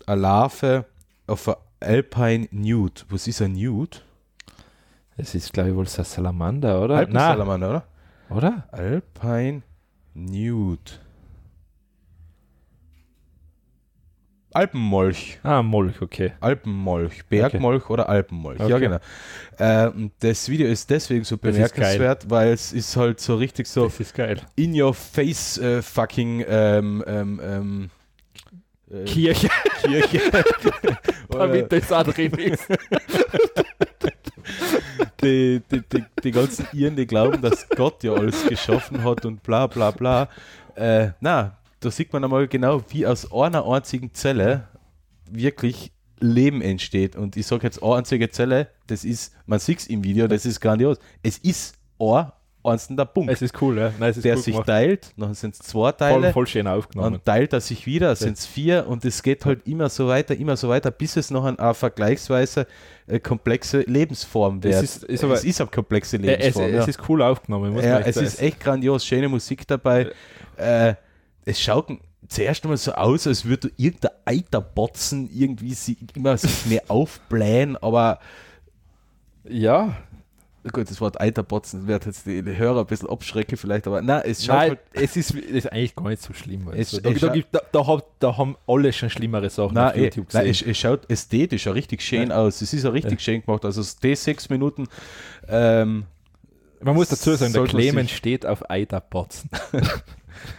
[SPEAKER 2] Eine Larve auf a Alpine Nude. Was ist ein Nude?
[SPEAKER 1] Es ist, glaube ich, wohl so ein Salamander, oder? Nein,
[SPEAKER 2] Alpensalamander, oder?
[SPEAKER 1] oder?
[SPEAKER 2] Alpine Nude. Alpenmolch.
[SPEAKER 1] Ah, Molch, okay.
[SPEAKER 2] Alpenmolch, Bergmolch oder Alpenmolch. Ja,
[SPEAKER 1] Okay.
[SPEAKER 2] genau. Äh, und das Video ist deswegen so
[SPEAKER 1] Das ist geil.
[SPEAKER 2] bemerkenswert, weil es ist halt so richtig so
[SPEAKER 1] ist geil.
[SPEAKER 2] in your face äh, fucking ähm, ähm, ähm, äh,
[SPEAKER 1] Kirche, *laughs*
[SPEAKER 2] Kirche. Oder-
[SPEAKER 1] damit das auch *laughs* drin ist.
[SPEAKER 2] die, die, die, die ganzen Iren, die glauben, dass Gott ja alles geschaffen hat und bla bla bla. Äh, na, da sieht man einmal genau, wie aus einer einzigen Zelle wirklich Leben entsteht. Und ich sage jetzt eine einzige Zelle, das ist, man sieht es im Video, das ist grandios. Es ist ein einzelner Punkt,
[SPEAKER 1] Es ist cool, ja. Nein, es ist
[SPEAKER 2] der
[SPEAKER 1] gut
[SPEAKER 2] sich
[SPEAKER 1] gemacht.
[SPEAKER 2] teilt, dann sind es zwei
[SPEAKER 1] voll,
[SPEAKER 2] Teile,
[SPEAKER 1] voll schön aufgenommen.
[SPEAKER 2] dann teilt er sich wieder, sind es vier und es geht halt immer so weiter, immer so weiter, bis es noch eine vergleichsweise äh, komplexe Lebensform wird.
[SPEAKER 1] Es ist, ist aber,
[SPEAKER 2] es ist eine komplexe
[SPEAKER 1] äh, es,
[SPEAKER 2] Lebensform.
[SPEAKER 1] es ist cool aufgenommen. Muss
[SPEAKER 2] ja. ja,
[SPEAKER 1] man echt
[SPEAKER 2] es
[SPEAKER 1] sagen.
[SPEAKER 2] ist echt grandios, schöne Musik dabei. Äh, es schaut n- zuerst einmal so aus, als würde irgendein Eiterbotzen irgendwie sie immer sich
[SPEAKER 1] *laughs*
[SPEAKER 2] mehr aufblähen, aber
[SPEAKER 1] ja,
[SPEAKER 2] gut, das Wort Eiterbotzen wird jetzt die die Hörer ein bisschen abschrecken vielleicht, aber na, es schaut
[SPEAKER 1] Nein,
[SPEAKER 2] halt,
[SPEAKER 1] es ist, es ist eigentlich gar nicht so schlimm.
[SPEAKER 2] Es-
[SPEAKER 1] Also. Da,
[SPEAKER 2] es
[SPEAKER 1] da,
[SPEAKER 2] scha-
[SPEAKER 1] gibt, da, da, hab, da haben alle schon schlimmere Sachen
[SPEAKER 2] na,
[SPEAKER 1] auf
[SPEAKER 2] eh,
[SPEAKER 1] YouTube
[SPEAKER 2] na,
[SPEAKER 1] gesehen.
[SPEAKER 2] es, es schaut ästhetisch auch richtig schön aus. Es ist auch richtig schön gemacht. Also die sechs Minuten ähm,
[SPEAKER 1] Man muss dazu sagen, der
[SPEAKER 2] sollte man
[SPEAKER 1] Clemens steht auf Eiderbotzen.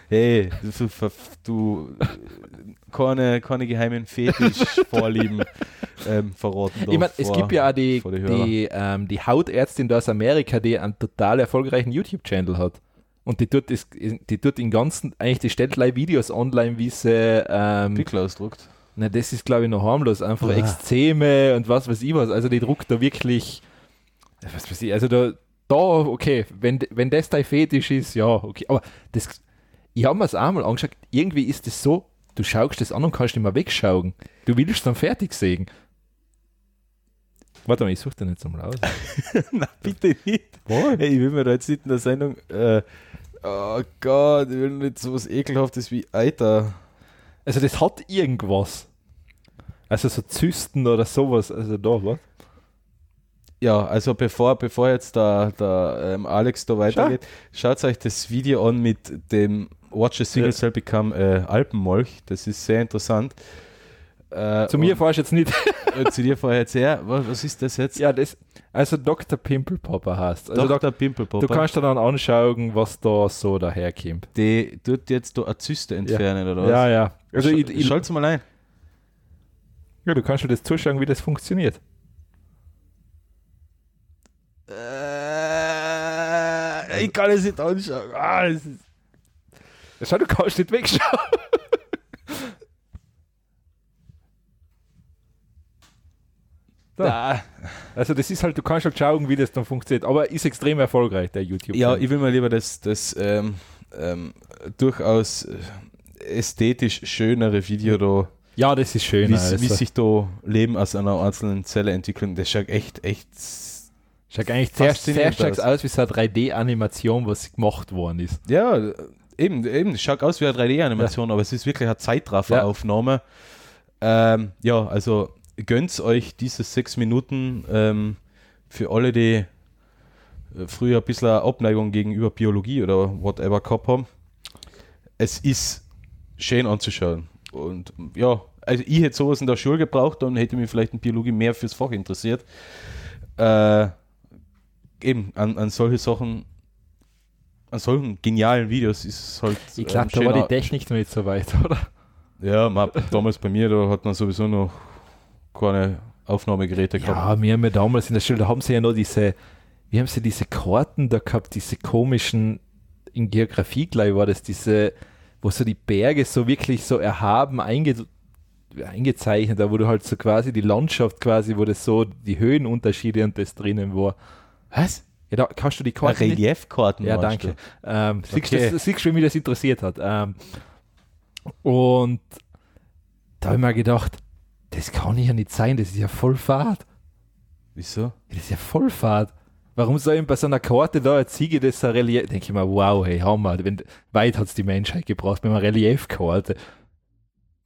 [SPEAKER 2] Hey, du, ver- du keine, keine geheimen *laughs* Fetisch-Vorlieben ähm, verraten.
[SPEAKER 1] Ich meine, es
[SPEAKER 2] vor-
[SPEAKER 1] gibt ja auch die,
[SPEAKER 2] vor die Hörer.
[SPEAKER 1] die, ähm, die Hautärztin da aus Amerika, die einen total erfolgreichen YouTube-Channel hat. Und die tut, das, die tut den ganzen, eigentlich, die stellt gleich Videos online, wie sie, ähm,
[SPEAKER 2] Pickel *laughs* ausdruckt.
[SPEAKER 1] na, das ist glaube ich noch harmlos, einfach
[SPEAKER 2] Ah.
[SPEAKER 1] Extreme und was weiß ich was. Also die druckt da wirklich, was weiß ich, also da, da okay, wenn, wenn das dein Fetisch ist, ja, okay. Aber das, ich habe mir das einmal angeschaut, irgendwie ist das so, du schaust das an und kannst nicht mehr wegschauen. Du willst dann fertig sehen. Warte mal, ich suche den jetzt
[SPEAKER 2] *laughs*
[SPEAKER 1] einmal aus.
[SPEAKER 2] Nein, bitte nicht. Hey, ich will mir da jetzt nicht in der Sendung. Äh, oh Gott, ich will nicht so was Ekelhaftes wie Eiter.
[SPEAKER 1] Also das hat irgendwas. Also so Zysten oder sowas, also da, was?
[SPEAKER 2] Ja, also bevor, bevor jetzt der, der ähm, Alex da weitergeht, schaut euch das Video an mit dem Watch a Single
[SPEAKER 1] Ja.
[SPEAKER 2] Cell Become äh, Alpenmolch. Das ist sehr interessant. Äh,
[SPEAKER 1] Zu mir
[SPEAKER 2] und-
[SPEAKER 1] fahrst du jetzt nicht.
[SPEAKER 2] *laughs* Äh, zu dir vorher jetzt her. Was, was ist das jetzt?
[SPEAKER 1] ja, das, also Dr. Pimple Popper heißt. Also da-
[SPEAKER 2] Pimpelpopper.
[SPEAKER 1] Du kannst dir dann anschauen, was da so daherkommt.
[SPEAKER 2] die tut jetzt da eine Zyste entfernen oder was?
[SPEAKER 1] Ja, ja. Also
[SPEAKER 2] Sch
[SPEAKER 1] ich, ich,
[SPEAKER 2] Schalt's mal ein.
[SPEAKER 1] ja, du kannst dir das zuschauen, wie das funktioniert. Äh,
[SPEAKER 2] ich kann es nicht anschauen. Ah, das ist
[SPEAKER 1] Schau, Also du kannst nicht wegschauen.
[SPEAKER 2] da.
[SPEAKER 1] Also das ist halt, du kannst halt schauen, wie das dann funktioniert. Aber ist extrem erfolgreich, der YouTube.
[SPEAKER 2] Ja, ich will mal lieber das, das ähm, ähm, durchaus äh, ästhetisch schönere Video da,
[SPEAKER 1] ja das ist schön.
[SPEAKER 2] wie,
[SPEAKER 1] also.
[SPEAKER 2] wie sich da Leben aus einer einzelnen Zelle entwickeln. Das schaut echt, echt
[SPEAKER 1] Schaut eigentlich zuerst,
[SPEAKER 2] faszinierend
[SPEAKER 1] zuerst schaut's aus wie so eine 3D-Animation, was gemacht worden ist.
[SPEAKER 2] Ja, eben, eben. Es schaut aus wie eine 3D-Animation, aber es ist wirklich eine Zeitrafferaufnahme. Ähm, ja, also gönnt euch diese sechs Minuten ähm, für alle, die äh, früher ein bisschen eine Abneigung gegenüber Biologie oder whatever gehabt haben. Es ist schön anzuschauen. Und ja, also ich hätte sowas in der Schule gebraucht, dann hätte mich vielleicht in Biologie mehr fürs Fach interessiert. Äh, eben, an, an solche Sachen, an solchen genialen Videos ist es halt.
[SPEAKER 1] Ich glaube,
[SPEAKER 2] ähm,
[SPEAKER 1] da war
[SPEAKER 2] schöner-
[SPEAKER 1] die Technik noch nicht so weit, *laughs* oder?
[SPEAKER 2] ja, man, damals bei mir, da hat man sowieso noch keine Aufnahmegeräte gehabt.
[SPEAKER 1] Ja, wir haben ja damals in der Schule, da haben sie ja noch diese, wie haben sie diese Karten da gehabt, diese komischen, in Geografie, glaube ich, war das diese, wo so die Berge so wirklich so erhaben einge, eingezeichnet, da wo du halt so quasi die Landschaft quasi, wo das so die Höhenunterschiede und das drinnen war.
[SPEAKER 2] Was?
[SPEAKER 1] Ja, da kannst du die Karten. nicht-
[SPEAKER 2] Reliefkarten.
[SPEAKER 1] ja,
[SPEAKER 2] meinst
[SPEAKER 1] danke. Ähm, siehst,
[SPEAKER 2] Okay.
[SPEAKER 1] du, siehst du, wie mich das interessiert hat. Ähm, und da habe ich mir gedacht, das kann ja nicht sein, das ist ja voll Fahrt.
[SPEAKER 2] du. Wieso?
[SPEAKER 1] Ja, Das ist ja Vollfahrt. Warum soll eben bei so einer Karte da ein Ziege das ein Relief? Denke ich mir, wow, hey, Hammer. Wenn, weit hat es die Menschheit gebraucht mit einer Reliefkarte.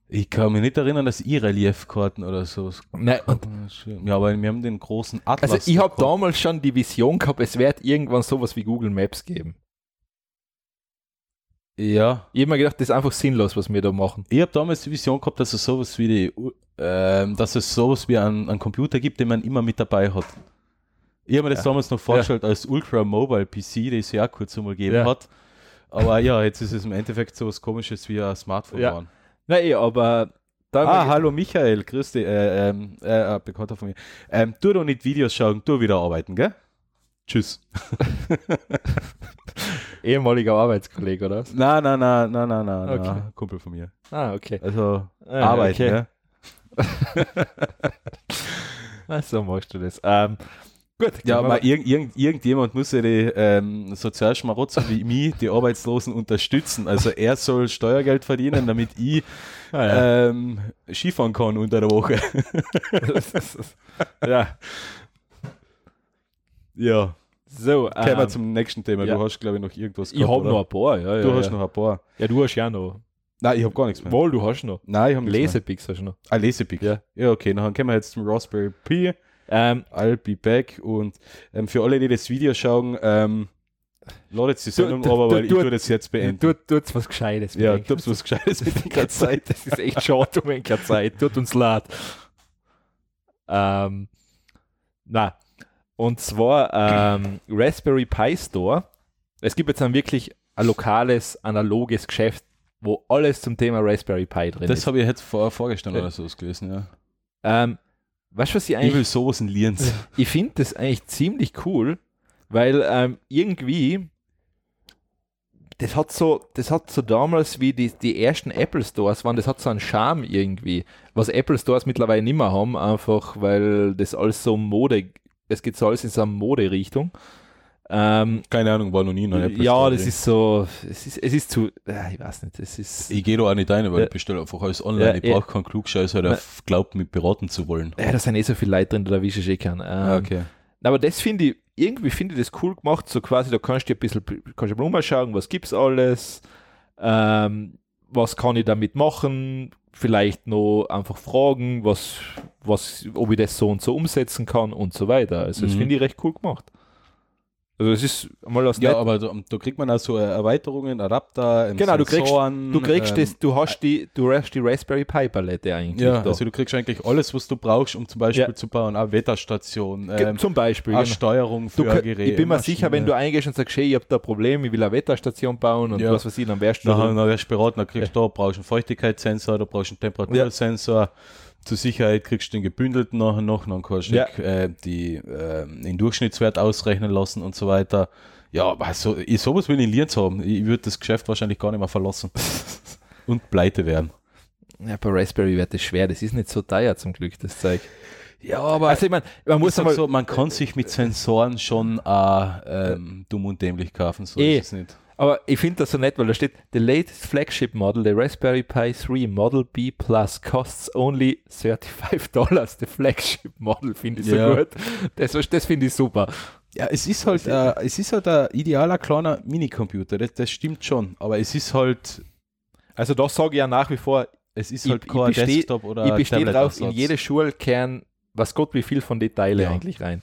[SPEAKER 2] Ich kann mich nicht erinnern, dass ich Reliefkarten oder sowas.
[SPEAKER 1] Nein, und
[SPEAKER 2] Ja, aber wir haben den großen Atlas.
[SPEAKER 1] also ich habe
[SPEAKER 2] gehabt.
[SPEAKER 1] damals schon die Vision gehabt, es wird irgendwann sowas wie Google Maps geben.
[SPEAKER 2] Ja.
[SPEAKER 1] Ich habe mir gedacht, das ist einfach sinnlos, was wir da machen.
[SPEAKER 2] Ich habe damals die Vision gehabt, dass es sowas wie die, U- ähm, dass es sowas wie einen, einen Computer gibt, den man immer mit dabei hat. Ich habe mir das damals noch vorgestellt als Ultra Mobile PC, die es ja auch kurz einmal gegeben
[SPEAKER 1] Ja.
[SPEAKER 2] hat. Aber ja, jetzt ist es im Endeffekt sowas komisches wie ein Smartphone
[SPEAKER 1] Ja.
[SPEAKER 2] geworden.
[SPEAKER 1] Nein, eh, aber Da hab ich
[SPEAKER 2] Ah,
[SPEAKER 1] mir
[SPEAKER 2] hallo Michael, grüß dich. Äh, ähm, äh, ein Bekannter von mir. Ähm, tu doch nicht Videos schauen, tu wieder arbeiten, gell? Tschüss.
[SPEAKER 1] gedacht, ehemaliger Arbeitskollege, oder? was?
[SPEAKER 2] Na, na, na, na, na, na,
[SPEAKER 1] Okay.
[SPEAKER 2] na. Kumpel von mir.
[SPEAKER 1] Ah, okay.
[SPEAKER 2] Also
[SPEAKER 1] Ah,
[SPEAKER 2] arbeiten,
[SPEAKER 1] okay.
[SPEAKER 2] gell?
[SPEAKER 1] Ach, so machst du das. Ähm,
[SPEAKER 2] Ja,
[SPEAKER 1] gut, gehen wir
[SPEAKER 2] aber
[SPEAKER 1] *laughs*
[SPEAKER 2] irgend, irgend, irgendjemand muss ja die ähm, Sozialschmarotzer wie mich, die Arbeitslosen, unterstützen. Also er soll Steuergeld verdienen, damit ich
[SPEAKER 1] Ah, ja.
[SPEAKER 2] ähm, Skifahren kann unter der Woche.
[SPEAKER 1] *laughs* ja.
[SPEAKER 2] Ja,
[SPEAKER 1] So,
[SPEAKER 2] kommen wir
[SPEAKER 1] ähm,
[SPEAKER 2] zum nächsten Thema.
[SPEAKER 1] ja.
[SPEAKER 2] Du hast, glaube ich, noch irgendwas
[SPEAKER 1] ich habe
[SPEAKER 2] oder?
[SPEAKER 1] noch ein paar. Ja,
[SPEAKER 2] Du
[SPEAKER 1] ja,
[SPEAKER 2] hast
[SPEAKER 1] ja.
[SPEAKER 2] noch ein paar.
[SPEAKER 1] Ja, du hast ja noch.
[SPEAKER 2] Nein, ich habe gar nichts mehr.
[SPEAKER 1] Wohl, du hast noch.
[SPEAKER 2] Nein, ich habe nichts mehr.
[SPEAKER 1] Lesepicks hast du noch.
[SPEAKER 2] Ah, Lesepick.
[SPEAKER 1] Ja.
[SPEAKER 2] ja, okay. Dann kommen wir jetzt zum Raspberry Pi.
[SPEAKER 1] Ähm,
[SPEAKER 2] I'll be back. Und ähm, für alle, die das Video schauen, ähm, ladet die
[SPEAKER 1] Du-
[SPEAKER 2] Sendung
[SPEAKER 1] du-
[SPEAKER 2] aber,
[SPEAKER 1] du-
[SPEAKER 2] weil ich
[SPEAKER 1] du-
[SPEAKER 2] tue das jetzt beenden.
[SPEAKER 1] tu, tut's was Gescheites. *laughs*
[SPEAKER 2] ja,
[SPEAKER 1] bitte.
[SPEAKER 2] du hast was Gescheites mit
[SPEAKER 1] *laughs*
[SPEAKER 2] der
[SPEAKER 1] keine
[SPEAKER 2] Zeit.
[SPEAKER 1] Zeit. Das ist echt schade um keine Zeit. Tut uns leid. Ähm, na, und zwar ähm, Raspberry Pi Store. Es gibt jetzt ein wirklich ein lokales, analoges Geschäft, wo alles zum Thema Raspberry Pi drin
[SPEAKER 2] Das
[SPEAKER 1] ist.
[SPEAKER 2] habe ich jetzt vor, vorgestern
[SPEAKER 1] Okay.
[SPEAKER 2] oder so gelesen, ja.
[SPEAKER 1] Ähm, weißt du, was ich
[SPEAKER 2] Ich
[SPEAKER 1] Äh, eigentlich
[SPEAKER 2] will sowas in Lienz.
[SPEAKER 1] ich finde das eigentlich ziemlich cool, weil ähm, irgendwie das hat so, das hat so damals wie die, die ersten Apple Stores waren, das hat so einen Charme irgendwie, was Apple Stores mittlerweile nicht mehr haben, einfach weil das alles so Mode, es geht so alles in so eine Moderichtung. Ähm,
[SPEAKER 2] Keine Ahnung, war noch nie in einer Apple
[SPEAKER 1] ja,
[SPEAKER 2] Store
[SPEAKER 1] das
[SPEAKER 2] drin.
[SPEAKER 1] ist so, es ist, es ist zu, ah, ich weiß nicht, es ist,
[SPEAKER 2] Ich gehe da auch nicht rein, weil
[SPEAKER 1] Ja.
[SPEAKER 2] ich bestelle einfach alles online.
[SPEAKER 1] Ja,
[SPEAKER 2] ich
[SPEAKER 1] ja.
[SPEAKER 2] brauche keinen Klugscheiß, weil der glaubt, mich beraten zu wollen.
[SPEAKER 1] ja, da sind eh so viele Leute drin, die da wische ich eh keinen. Ähm,
[SPEAKER 2] Ah, okay.
[SPEAKER 1] Na, Aber das finde ich, irgendwie finde ich das cool gemacht, so quasi, da kannst du dir ein bisschen, kannst du mal umschauen, was gibt's alles, ähm, was kann ich damit machen, vielleicht noch einfach fragen, was, was, ob ich das so und so umsetzen kann und so weiter. Also das
[SPEAKER 2] Mhm.
[SPEAKER 1] finde ich recht cool gemacht. Also es ist mal aus
[SPEAKER 2] Ja, aber da, da kriegt man auch so äh, Erweiterungen, Adapter, ähm,
[SPEAKER 1] Genau, du kriegst-
[SPEAKER 2] Sensoren,
[SPEAKER 1] Du kriegst
[SPEAKER 2] ähm,
[SPEAKER 1] das, du hast die, du hast die Raspberry Pi Palette eigentlich
[SPEAKER 2] Ja,
[SPEAKER 1] da.
[SPEAKER 2] also du kriegst eigentlich alles, was du brauchst, um zum Beispiel
[SPEAKER 1] Ja.
[SPEAKER 2] zu bauen. Eine Wetterstation,
[SPEAKER 1] Ge-
[SPEAKER 2] ähm,
[SPEAKER 1] Zum Beispiel.
[SPEAKER 2] eine
[SPEAKER 1] genau.
[SPEAKER 2] Steuerung für
[SPEAKER 1] Du,
[SPEAKER 2] ein
[SPEAKER 1] kö-
[SPEAKER 2] Gerät.
[SPEAKER 1] ich bin mir
[SPEAKER 2] eine
[SPEAKER 1] sicher, wenn du
[SPEAKER 2] Schiene.
[SPEAKER 1] eingehst und sagst, hey, ich habe da ein Problem, ich will eine Wetterstation bauen und
[SPEAKER 2] Ja.
[SPEAKER 1] was weiß ich, dann wärst du
[SPEAKER 2] Dann,
[SPEAKER 1] da-
[SPEAKER 2] dann wirst du beraten, dann kriegst du da brauchst du einen Feuchtigkeitssensor, da brauchst du einen Temperatursensor. Zur Sicherheit kriegst du den gebündelten nachher noch, dann kannst du
[SPEAKER 1] Ja.
[SPEAKER 2] äh, die, äh, den Durchschnittswert ausrechnen lassen und so weiter. Ja, aber so, ich, sowas will ich in Lienz haben. Ich würde das Geschäft wahrscheinlich gar nicht mehr *laughs* verlassen. und pleite werden.
[SPEAKER 1] Ja, bei Raspberry wird das schwer. Das ist nicht so teuer zum Glück, das Zeug.
[SPEAKER 2] Ja, aber
[SPEAKER 1] Also ich meine, man
[SPEAKER 2] muss
[SPEAKER 1] muss einmal,
[SPEAKER 2] so, man kann sich mit Sensoren schon auch, ähm, dumm und dämlich kaufen, so
[SPEAKER 1] Eh.
[SPEAKER 2] ist es nicht.
[SPEAKER 1] aber ich finde das so nett, weil da steht, the latest flagship model, the Raspberry Pi 3 Model B Plus costs only 35 *laughs* Dollars. The flagship model finde ich
[SPEAKER 2] Ja.
[SPEAKER 1] so gut. Das, das finde ich super.
[SPEAKER 2] Ja, es ist halt, äh, es ist halt ein idealer kleiner Minicomputer, das, das stimmt schon, aber es ist halt,
[SPEAKER 1] Also da sage ich ja nach wie vor, äh,
[SPEAKER 2] es ist
[SPEAKER 1] Ich-
[SPEAKER 2] halt
[SPEAKER 1] ich
[SPEAKER 2] kein
[SPEAKER 1] besteh-
[SPEAKER 2] Desktop oder
[SPEAKER 1] ich bestehe drauf, in
[SPEAKER 2] Tablet-Ersatz.
[SPEAKER 1] jede Schulkern, was Gott wie viel von Details
[SPEAKER 2] Ja.
[SPEAKER 1] eigentlich rein.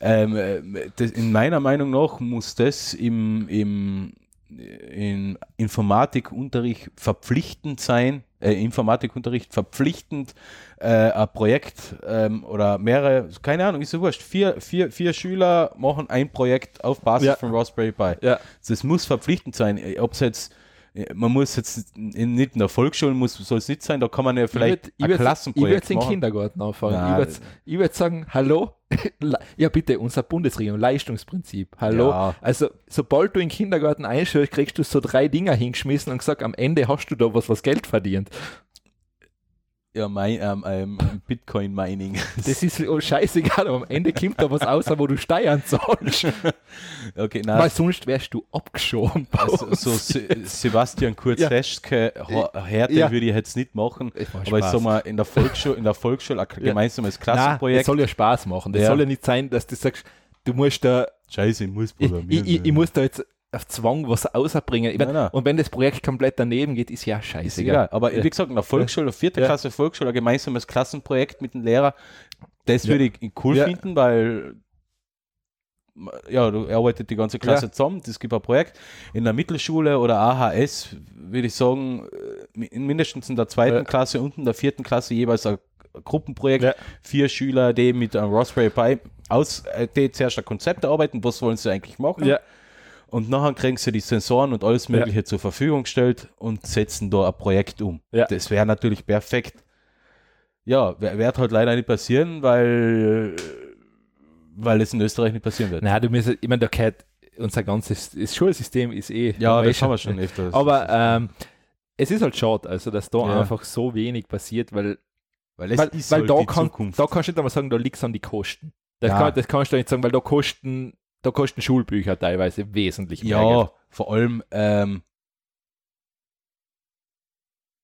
[SPEAKER 2] Ähm, äh, das, in meiner Meinung nach muss das im, im äh, in Informatikunterricht verpflichtend sein, äh, Informatikunterricht verpflichtend äh, ein Projekt ähm, oder mehrere, keine Ahnung, ist so wurscht, vier, vier, vier Schüler machen ein Projekt auf Basis
[SPEAKER 1] Ja.
[SPEAKER 2] von Raspberry Pi.
[SPEAKER 1] Ja.
[SPEAKER 2] Das muss verpflichtend sein, äh, ob es jetzt äh, man muss jetzt in, nicht in der Volksschule, muss soll es nicht sein, da kann man ja vielleicht
[SPEAKER 1] ich
[SPEAKER 2] ein
[SPEAKER 1] würd, ich würd,
[SPEAKER 2] Klassenprojekt
[SPEAKER 1] den
[SPEAKER 2] machen.
[SPEAKER 1] Kindergarten anfangen.
[SPEAKER 2] Nein.
[SPEAKER 1] Ich würde ich würd sagen, hallo, *laughs* Le- ja bitte, unser Bundesregierung, Leistungsprinzip, hallo.
[SPEAKER 2] Ja.
[SPEAKER 1] Also sobald du in den Kindergarten einschlägst, kriegst du so drei Dinger hingeschmissen und gesagt, am Ende hast du da was, was Geld verdient.
[SPEAKER 2] Ja, mein, ähm, ähm, Bitcoin Mining. *laughs*
[SPEAKER 1] Das ist oh, scheißegal, aber am Ende kommt da was raus, wo du Steuern
[SPEAKER 2] *laughs*
[SPEAKER 1] zahlst,
[SPEAKER 2] Okay, nein,
[SPEAKER 1] weil sonst wärst du abgeschoben. bei
[SPEAKER 2] Also,
[SPEAKER 1] uns.
[SPEAKER 2] so Se Sebastian Kurz
[SPEAKER 1] Ja.
[SPEAKER 2] Heschke Ho- Härte
[SPEAKER 1] Ja.
[SPEAKER 2] würde ich jetzt nicht machen,
[SPEAKER 1] Es war
[SPEAKER 2] aber ich
[SPEAKER 1] Spaß.
[SPEAKER 2] sag mal, in der Volksschule, in der Volksschule ein gemeinsames
[SPEAKER 1] Nein, das
[SPEAKER 2] Klassenprojekt.
[SPEAKER 1] soll ja Spaß machen. Das
[SPEAKER 2] Ja.
[SPEAKER 1] soll ja nicht sein, dass du sagst, du musst da
[SPEAKER 2] Scheiße, ich muss
[SPEAKER 1] ich,
[SPEAKER 2] programmieren.
[SPEAKER 1] ich, ich, ich muss da jetzt auf Zwang was ausbringen. Ich mein,
[SPEAKER 2] Nein, nein.
[SPEAKER 1] Und wenn das Projekt komplett daneben geht, ist ja
[SPEAKER 2] ist
[SPEAKER 1] scheißegal.
[SPEAKER 2] egal. Aber wie gesagt, in der Volksschule, vierte
[SPEAKER 1] Ja.
[SPEAKER 2] Klasse Volksschule, ein gemeinsames Klassenprojekt mit dem Lehrer, das
[SPEAKER 1] Ja.
[SPEAKER 2] würde ich cool
[SPEAKER 1] Ja.
[SPEAKER 2] finden, weil ja, du arbeitet die ganze Klasse
[SPEAKER 1] Ja.
[SPEAKER 2] zusammen, es gibt ein Projekt. In der Mittelschule oder AHS würde ich sagen, äh, in- mindestens in der zweiten
[SPEAKER 1] Ja.
[SPEAKER 2] Klasse und in der vierten Klasse jeweils ein Gruppenprojekt,
[SPEAKER 1] Ja.
[SPEAKER 2] vier Schüler, die mit einem Raspberry Pi aus, äh, die zuerst ein Konzept erarbeiten, was wollen sie eigentlich machen,
[SPEAKER 1] Ja.
[SPEAKER 2] und nachher kriegen sie die Sensoren und alles Mögliche zur Verfügung gestellt und setzen da ein Projekt um.
[SPEAKER 1] Ja.
[SPEAKER 2] Das wäre natürlich perfekt. ja, wird halt leider nicht passieren, weil, weil es in Österreich nicht passieren wird.
[SPEAKER 1] Nein, du müsstest, ich meine, da gehört, unser ganzes das Schulsystem ist eh.
[SPEAKER 2] ja,
[SPEAKER 1] haben wir eh
[SPEAKER 2] das haben wir schon öfters.
[SPEAKER 1] Aber ähm, es ist halt schade, also dass da
[SPEAKER 2] Ja.
[SPEAKER 1] einfach so wenig passiert, weil,
[SPEAKER 2] weil es
[SPEAKER 1] weil,
[SPEAKER 2] ist
[SPEAKER 1] weil
[SPEAKER 2] halt
[SPEAKER 1] da,
[SPEAKER 2] die
[SPEAKER 1] kann,
[SPEAKER 2] Zukunft.
[SPEAKER 1] da kannst du nicht einmal sagen, da liegt es an die Kosten. Das,
[SPEAKER 2] Ja.
[SPEAKER 1] kann, das kannst du nicht sagen, weil da kosten, da kosten Schulbücher teilweise wesentlich mehr. Geld.
[SPEAKER 2] ja, vor allem, ähm,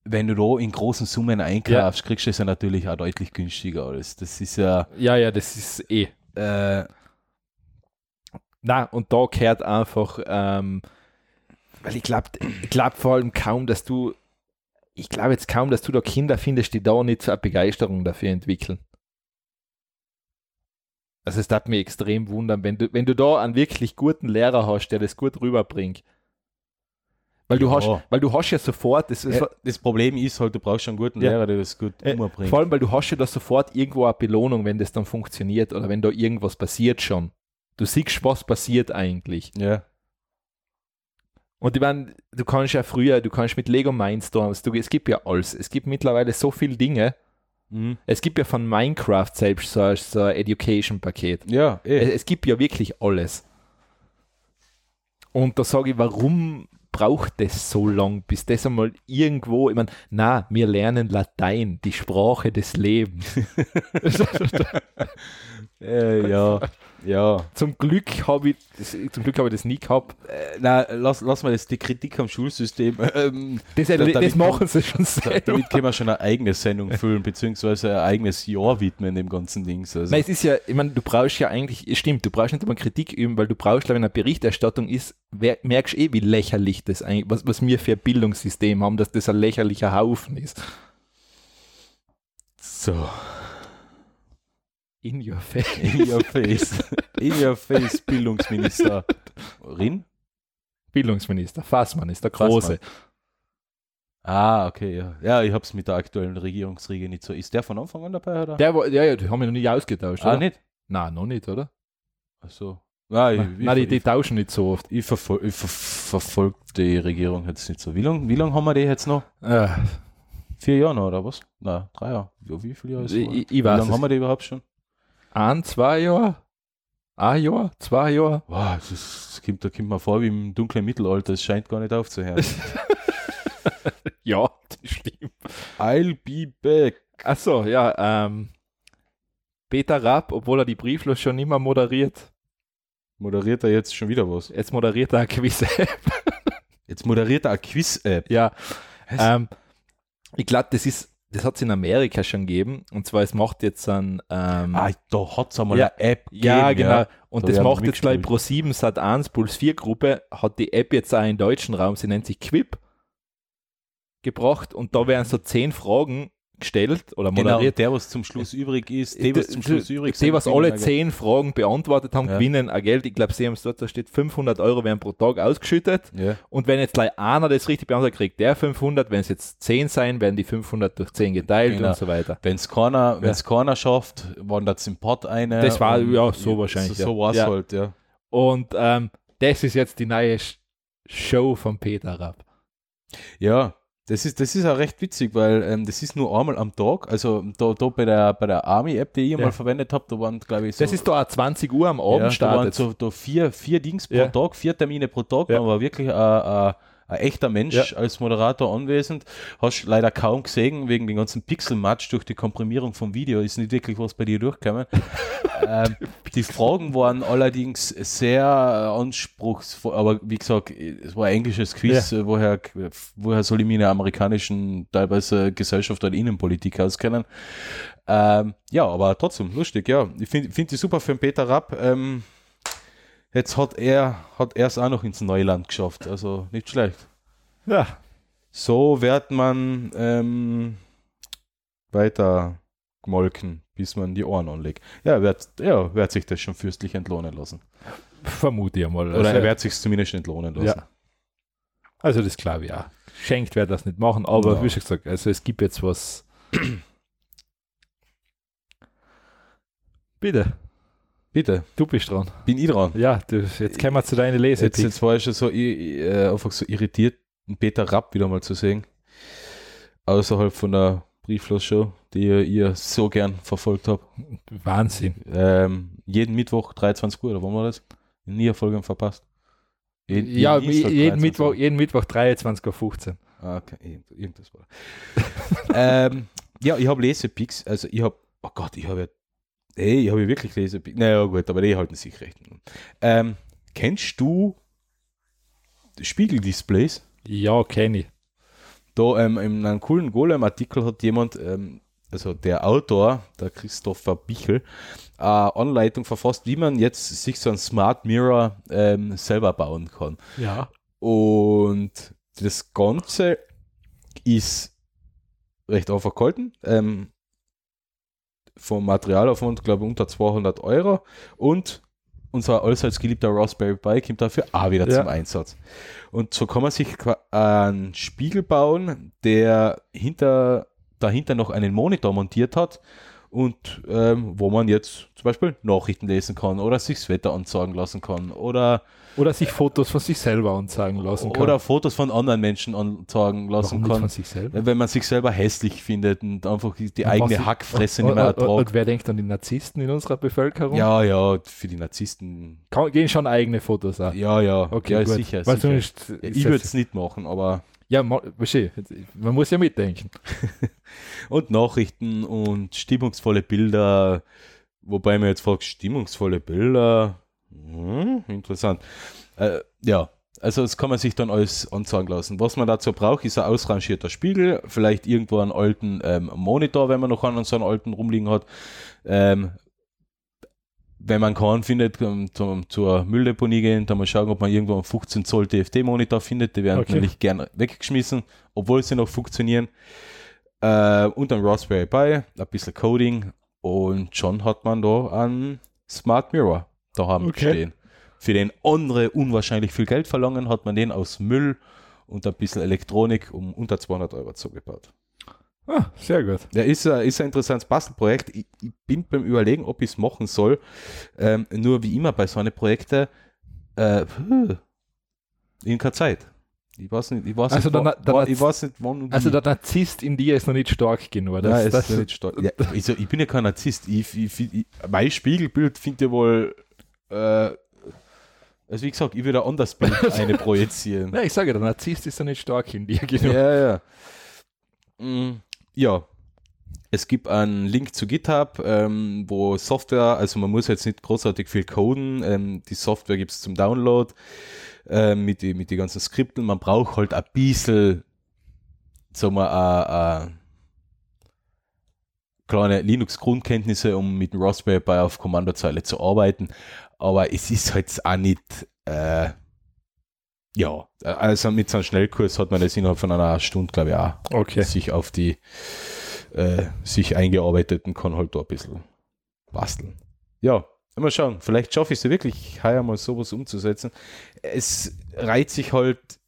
[SPEAKER 2] wenn du da in großen Summen einkaufst, kriegst du es ja natürlich auch deutlich günstiger alles. Das ist ja,
[SPEAKER 1] ja, ja, das ist eh.
[SPEAKER 2] äh,
[SPEAKER 1] Na und da gehört einfach, ähm, weil ich glaube ich glaub vor allem kaum, dass du, ich glaube jetzt kaum, dass du da Kinder findest, die da nicht so eine Begeisterung dafür entwickeln. Also es darf mich extrem wundern, wenn du, wenn du da einen wirklich guten Lehrer hast, der das gut rüberbringt. Weil du,
[SPEAKER 2] Ja.
[SPEAKER 1] hast, weil du hast ja sofort, das, das,
[SPEAKER 2] ja, das Problem ist halt, du brauchst schon einen guten
[SPEAKER 1] Ja.
[SPEAKER 2] Lehrer, der das gut
[SPEAKER 1] äh,
[SPEAKER 2] umbringt.
[SPEAKER 1] vor allem, weil du hast ja da sofort irgendwo eine Belohnung, wenn das dann funktioniert oder wenn da irgendwas passiert schon. Du siehst, was passiert eigentlich.
[SPEAKER 2] Ja.
[SPEAKER 1] Und ich meine, du kannst ja früher, du kannst mit Lego Mindstorms, du, es gibt ja alles. Es gibt mittlerweile so viele Dinge.
[SPEAKER 2] Mhm.
[SPEAKER 1] Es gibt ja von Minecraft selbst so, ein- so ein Education-Paket.
[SPEAKER 2] Ja, eh.
[SPEAKER 1] Es, es gibt ja wirklich alles. Und da sage ich, warum braucht das so lang, bis das einmal irgendwo, ich meine, na, wir lernen Latein, die Sprache des Lebens. *laughs*
[SPEAKER 2] Äh, *laughs* ja, ja.
[SPEAKER 1] zum Glück habe ich, das- zum Glück habe ich das nie gehabt.
[SPEAKER 2] Äh, na, lass, lass mal das, die Kritik am Schulsystem. *laughs* Ähm,
[SPEAKER 1] Das,
[SPEAKER 2] Da-
[SPEAKER 1] erle-
[SPEAKER 2] damit
[SPEAKER 1] das
[SPEAKER 2] kann-
[SPEAKER 1] machen sie
[SPEAKER 2] *laughs*
[SPEAKER 1] schon
[SPEAKER 2] da-
[SPEAKER 1] selber.
[SPEAKER 2] damit können wir schon eine eigene Sendung füllen, beziehungsweise ein eigenes Jahr widmen dem ganzen Dings. Also,
[SPEAKER 1] Nein, es ist ja, ich meine, du brauchst ja eigentlich, es stimmt, du brauchst nicht immer Kritik üben, weil du brauchst, glaub ich, wenn eine Berichterstattung ist, wer- merkst eh, wie lächerlich das eigentlich, was, was wir für ein Bildungssystem haben, dass das ein lächerlicher Haufen ist.
[SPEAKER 2] so.
[SPEAKER 1] In
[SPEAKER 2] *laughs*
[SPEAKER 1] your face.
[SPEAKER 2] In your face. In your face, Bildungsminister. Rin?
[SPEAKER 1] Bildungsminister, Fassmann ist der Große.
[SPEAKER 2] Ah, okay, ja. Ja, ich hab's mit der aktuellen Regierungsriege nicht so. Ist der von Anfang an dabei, oder?
[SPEAKER 1] Der war, ja, ja, die haben wir noch nicht ausgetauscht,
[SPEAKER 2] ah,
[SPEAKER 1] oder?
[SPEAKER 2] nicht?
[SPEAKER 1] Nein, noch nicht, oder?
[SPEAKER 2] Ach so. Ah, ich, ich,
[SPEAKER 1] Nein, die,
[SPEAKER 2] ich,
[SPEAKER 1] die tauschen nicht so oft.
[SPEAKER 2] ich, verfol ich ver verfolge die Regierung jetzt nicht so. Wie lange wie lang haben wir die jetzt noch?
[SPEAKER 1] Äh,
[SPEAKER 2] Vier Jahre noch, oder was? Nein, drei Jahre. Wie, wie viele Jahre ist
[SPEAKER 1] ich,
[SPEAKER 2] es?
[SPEAKER 1] ich- ich
[SPEAKER 2] Wie
[SPEAKER 1] weiß
[SPEAKER 2] lange haben
[SPEAKER 1] es.
[SPEAKER 2] wir die überhaupt schon?
[SPEAKER 1] Ein, zwei Jahre? Ein Jahr? Zwei Jahre?
[SPEAKER 2] Wow, das, ist, das kommt, da kommt mir vor wie im dunklen Mittelalter. Es scheint gar nicht
[SPEAKER 1] *laughs*
[SPEAKER 2] aufzuhören.
[SPEAKER 1] Ja, das stimmt.
[SPEAKER 2] I'll be back.
[SPEAKER 1] Achso, ja, ähm, Peter Rapp, obwohl er die Brieflos schon immer moderiert,
[SPEAKER 2] Moderiert er jetzt schon wieder was?
[SPEAKER 1] Jetzt moderiert er *laughs* eine gewisse.
[SPEAKER 2] Jetzt moderiert er eine Quiz-App.
[SPEAKER 1] ja.
[SPEAKER 2] Was?
[SPEAKER 1] Ähm, ich glaube, das ist, das hat es in Amerika schon gegeben. Und zwar, es macht jetzt ein. Ähm,
[SPEAKER 2] Ah, da hat es einmal
[SPEAKER 1] Ja.
[SPEAKER 2] eine App
[SPEAKER 1] ja,
[SPEAKER 2] gegeben,
[SPEAKER 1] genau. Und
[SPEAKER 2] Da
[SPEAKER 1] das
[SPEAKER 2] werden
[SPEAKER 1] macht jetzt gleich
[SPEAKER 2] mitgespielt.
[SPEAKER 1] Pro7 Sat 1 Puls 4 Gruppe, hat die App jetzt auch im deutschen Raum, sie nennt sich Quip, gebracht. Und da werden so zehn Fragen gestellt oder
[SPEAKER 2] Genau,
[SPEAKER 1] moderiert.
[SPEAKER 2] der, was zum Schluss übrig ist, der, was zum Schluss übrig
[SPEAKER 1] Äh, die,
[SPEAKER 2] sind,
[SPEAKER 1] was
[SPEAKER 2] gewinnen
[SPEAKER 1] alle
[SPEAKER 2] eine-
[SPEAKER 1] zehn Fragen beantwortet haben,
[SPEAKER 2] Ja.
[SPEAKER 1] gewinnen ein Geld. Ich glaube, sie haben es dort, da steht 500 Euro werden pro Tag ausgeschüttet.
[SPEAKER 2] Ja.
[SPEAKER 1] Und wenn jetzt gleich einer das richtig beantwortet, kriegt der 500. Wenn es jetzt 10 sein, werden die 500 durch 10 geteilt
[SPEAKER 2] Genau.
[SPEAKER 1] und so weiter.
[SPEAKER 2] Wenn es keiner, wenn's keiner schafft, wandert es im Pott eine.
[SPEAKER 1] Das war-
[SPEAKER 2] und-
[SPEAKER 1] ja, so wahrscheinlich,
[SPEAKER 2] So, so
[SPEAKER 1] ja.
[SPEAKER 2] war es
[SPEAKER 1] Ja.
[SPEAKER 2] halt, ja.
[SPEAKER 1] Und ähm, das ist jetzt die neue Sch- Show von Peter Rapp.
[SPEAKER 2] Ja, das ist, das ist auch recht witzig, weil ähm, das ist nur einmal am Tag. Also da, da bei der, bei der Army-App, die ich mal verwendet habe, da waren, glaube ich, so,
[SPEAKER 1] Das ist da auch 20 Uhr am Abend
[SPEAKER 2] ja, da waren
[SPEAKER 1] startet.
[SPEAKER 2] so da vier, vier Dings pro
[SPEAKER 1] Ja.
[SPEAKER 2] Tag, vier Termine pro Tag.
[SPEAKER 1] Ja.
[SPEAKER 2] Da war wirklich ein, ein, ein echter Mensch
[SPEAKER 1] Ja.
[SPEAKER 2] als Moderator anwesend. Hast leider kaum gesehen, wegen dem ganzen Pixelmatch durch die Komprimierung vom Video ist nicht wirklich was bei dir durchgekommen. ähm, die Fragen waren allerdings sehr äh, anspruchsvoll, aber wie gesagt, es war ein englisches Quiz, äh, woher, woher soll ich mich in der amerikanischen teilweise Gesellschaft oder Innenpolitik auskennen? Ähm, ja, aber trotzdem, lustig, ja. Ich finde find die super für den Peter Rapp. Ähm, jetzt hat er hat es auch noch ins Neuland geschafft, also nicht schlecht.
[SPEAKER 1] ja.
[SPEAKER 2] So wird man ähm, weiter gemolken, bis man die Ohren anlegt. Ja, wird, ja, wird sich das schon fürstlich entlohnen lassen.
[SPEAKER 1] Vermute ich mal.
[SPEAKER 2] Oder
[SPEAKER 1] also,
[SPEAKER 2] er wird sich zumindest entlohnen lassen.
[SPEAKER 1] Ja. also das glaube ich auch. Schenkt wird das nicht machen, aber
[SPEAKER 2] Ja.
[SPEAKER 1] wie schon gesagt, also es gibt jetzt was. *clears throat* Bitte,
[SPEAKER 2] Bitte,
[SPEAKER 1] du bist dran.
[SPEAKER 2] bin ich dran.
[SPEAKER 1] Ja, du, jetzt kommen wir zu deinen Lese.
[SPEAKER 2] Jetzt, jetzt war ich schon so, i- i- äh, einfach so irritiert, einen Peter Rapp wieder mal zu sehen. Außerhalb von der Brieflos-Show, die ihr, ihr so gern verfolgt habt.
[SPEAKER 1] Wahnsinn.
[SPEAKER 2] Ähm, jeden Mittwoch 23 Uhr, oder wann war das? Nie eine Folge verpasst. Jeden-
[SPEAKER 1] Ja,
[SPEAKER 2] Dienstag
[SPEAKER 1] jeden
[SPEAKER 2] 23 Uhr.
[SPEAKER 1] Mittwoch, jeden Mittwoch 23.15 Uhr.
[SPEAKER 2] Ah, okay. Irgend- Irgendwas war. *laughs* da. ähm, ja, ich habe Lesepicks. Also ich habe, oh Gott, ich habe ja, ey, ich habe ja wirklich Lesepicks. Naja, gut, aber die halten sich recht. Ähm, kennst du Spiegeldisplays?
[SPEAKER 1] Ja, kenne ich.
[SPEAKER 2] Da ähm, in einem coolen Golem-Artikel hat jemand, ähm, also der Autor, der Christopher Bichel, eine Anleitung verfasst, wie man jetzt sich so ein Smart Mirror ähm, selber bauen kann.
[SPEAKER 1] Ja.
[SPEAKER 2] Und das Ganze ist recht einfach gehalten. Ähm, vom Materialaufwand, glaube ich, unter 200 Euro. Und unser allseits geliebter Raspberry Pi kommt dafür auch wieder
[SPEAKER 1] Ja.
[SPEAKER 2] zum Einsatz. Und so kann man sich qua- einen Spiegel bauen, der hinter, dahinter noch einen Monitor montiert hat und ähm, wo man jetzt zum Beispiel Nachrichten lesen kann oder sich das Wetter anzeigen lassen kann oder
[SPEAKER 1] Oder sich Fotos von sich selber anzeigen lassen kann.
[SPEAKER 2] oder Fotos von anderen Menschen anzeigen
[SPEAKER 1] Warum
[SPEAKER 2] lassen
[SPEAKER 1] nicht von
[SPEAKER 2] kann,
[SPEAKER 1] sich selber?
[SPEAKER 2] wenn man sich selber hässlich findet und einfach die
[SPEAKER 1] Und was
[SPEAKER 2] eigene
[SPEAKER 1] ich-
[SPEAKER 2] Hackfresse nicht
[SPEAKER 1] und,
[SPEAKER 2] mehr
[SPEAKER 1] und,
[SPEAKER 2] ertragt.
[SPEAKER 1] und wer denkt an die Narzissten in unserer Bevölkerung?
[SPEAKER 2] Ja, ja, für die Narzissten.
[SPEAKER 1] Kann, gehen schon eigene Fotos an.
[SPEAKER 2] Ja, ja,
[SPEAKER 1] Okay,
[SPEAKER 2] ja,
[SPEAKER 1] gut.
[SPEAKER 2] sicher.
[SPEAKER 1] Weil
[SPEAKER 2] sicher.
[SPEAKER 1] sonst
[SPEAKER 2] Ja,
[SPEAKER 1] ist
[SPEAKER 2] ich
[SPEAKER 1] ja-
[SPEAKER 2] würde es nicht machen, aber.
[SPEAKER 1] ja, ma- verstehe. man muss ja mitdenken.
[SPEAKER 2] Und Nachrichten und stimmungsvolle Bilder. Wobei man jetzt fragt, stimmungsvolle Bilder. Hm, interessant. Äh, ja, also das kann man sich dann alles anzeigen lassen. Was man dazu braucht, ist ein ausrangierter Spiegel, vielleicht irgendwo einen alten ähm, Monitor, wenn man noch einen so einen alten rumliegen hat. Ähm, wenn man keinen findet, ähm, zum, zur Mülldeponie gehen, dann mal schauen, ob man irgendwo einen 15 Zoll TFT-Monitor findet. Die werden
[SPEAKER 1] Okay.
[SPEAKER 2] nämlich gern weggeschmissen, obwohl sie noch funktionieren. Äh, und ein Raspberry Pi, ein bisschen Coding und schon hat man da einen Smart Mirror da haben
[SPEAKER 1] Okay.
[SPEAKER 2] stehen. Für den andere unwahrscheinlich viel Geld verlangen, hat man den aus Müll und ein bisschen Elektronik um unter 200 Euro zugebaut.
[SPEAKER 1] Ah, sehr gut.
[SPEAKER 2] Ja, ist, ein- ist ein interessantes Bastelprojekt. Ich, ich bin beim Überlegen, ob ich es machen soll. Ähm, nur wie immer bei so einem Projekte, äh, puh, in keine Zeit. Ich weiß nicht, ich weiß
[SPEAKER 1] Also
[SPEAKER 2] nicht,
[SPEAKER 1] der Na- der
[SPEAKER 2] wa-
[SPEAKER 1] Na-
[SPEAKER 2] ich weiß nicht wann und
[SPEAKER 1] Also
[SPEAKER 2] wie.
[SPEAKER 1] der Narzisst in dir ist noch nicht stark genug.
[SPEAKER 2] Mhm. Nein,
[SPEAKER 1] Das,
[SPEAKER 2] es
[SPEAKER 1] das,
[SPEAKER 2] ist nicht stark. Ja, also ich bin ja kein Narzisst. Ich, ich, ich, mein Spiegelbild finde ich wohl. Äh, also, wie gesagt, ich würde ein anderes
[SPEAKER 1] *laughs*
[SPEAKER 2] Bild eine projizieren.
[SPEAKER 1] Nein, ich sage, der Narzisst ist noch nicht stark in dir genug.
[SPEAKER 2] ja, ja. Mm, Ja. Es gibt einen Link zu GitHub, ähm, wo Software, also man muss jetzt nicht großartig viel coden, ähm, die Software gibt es zum Download ähm, mit den mit die ganzen Skripten. Man braucht halt ein bisschen, sagen wir, äh, äh, kleine Linux-Grundkenntnisse, um mit dem Raspberry Pi auf Kommandozeile zu arbeiten. Aber es ist halt auch nicht, äh, ja, also mit so einem Schnellkurs hat man das innerhalb von einer Stunde, glaube ich, auch
[SPEAKER 1] Okay.
[SPEAKER 2] sich auf die äh, sich eingearbeiteten kann halt da ein bisschen basteln. Ja, mal schauen. Vielleicht schaffe ich es ja wirklich, heuer mal sowas umzusetzen. Es reiht sich halt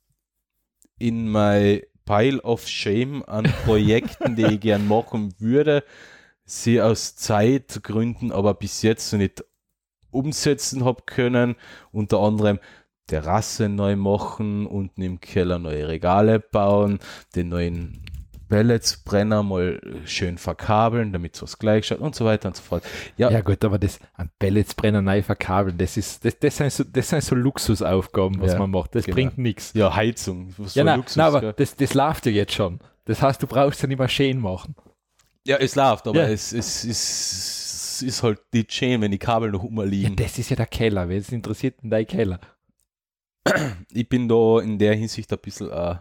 [SPEAKER 2] in mein Pile of Shame an Projekten, die ich gern machen würde, sie aus Zeitgründen aber bis jetzt noch nicht umsetzen habe können. Unter anderem Terrasse neu machen, unten im Keller neue Regale bauen, den neuen Pelletsbrenner mal schön verkabeln, damit es was gleich schaut und so weiter und so fort. Ja,
[SPEAKER 1] Ja gut, aber das an Pelletsbrenner neu verkabeln, das ist das, das sind so das sind so Luxusaufgaben, was
[SPEAKER 2] Ja,
[SPEAKER 1] man macht. Das
[SPEAKER 2] genau.
[SPEAKER 1] bringt nichts.
[SPEAKER 2] ja Heizung. Was
[SPEAKER 1] Ja,
[SPEAKER 2] für
[SPEAKER 1] nein,
[SPEAKER 2] Luxus,
[SPEAKER 1] nein, aber
[SPEAKER 2] gell?
[SPEAKER 1] das, das läuft ja jetzt schon. Das heißt, du brauchst ja nicht mehr schön machen.
[SPEAKER 2] ja es läuft, aber
[SPEAKER 1] Ja.
[SPEAKER 2] es, es, es, es ist halt nicht schön, wenn die Kabel noch
[SPEAKER 1] Ja,
[SPEAKER 2] umliegen.
[SPEAKER 1] das ist ja der Keller. Wer ist interessiert in dein Keller?
[SPEAKER 2] ich bin da in der Hinsicht ein bisschen. Äh,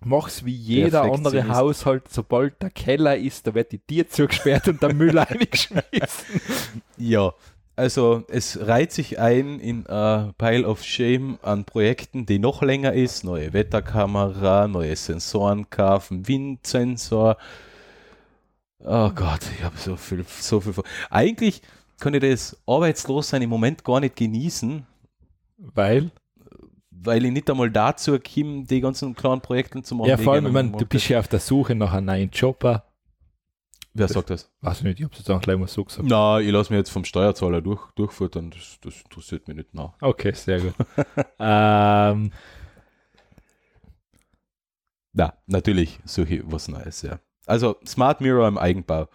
[SPEAKER 1] Mach's wie jeder andere
[SPEAKER 2] Perfektionist.
[SPEAKER 1] Haushalt, sobald der Keller ist, da wird die Tür *laughs* zugesperrt und der Müll *laughs* eingeschmissen.
[SPEAKER 2] Ja, also es reiht sich ein in a Pile of Shame an Projekten, die noch länger ist. Neue Wetterkamera, neue Sensoren kaufen, Windsensor. Oh Gott, ich habe so viel, so viel vor. Eigentlich könnte das Arbeitslossein im Moment gar nicht genießen,
[SPEAKER 1] Weil?
[SPEAKER 2] weil ich nicht einmal dazu komme, die ganzen kleinen Projekte zu machen.
[SPEAKER 1] ja,
[SPEAKER 2] die
[SPEAKER 1] vor
[SPEAKER 2] ich
[SPEAKER 1] allem, ich
[SPEAKER 2] gerne
[SPEAKER 1] meine, du
[SPEAKER 2] machen
[SPEAKER 1] bist ja auf der Suche nach einem neuen Jobber.
[SPEAKER 2] möchte. Wer sagt das?
[SPEAKER 1] Weiß ich nicht, ich hab's jetzt auch gleich mal so gesagt.
[SPEAKER 2] Na, ich lasse mir jetzt vom Steuerzahler durch, durchfüttern, das, das interessiert mich nicht. Na.
[SPEAKER 1] Okay, sehr *laughs* gut. ähm,
[SPEAKER 2] Na, natürlich suche ich was Neues, ja. Also Smart Mirror im Eigenbau.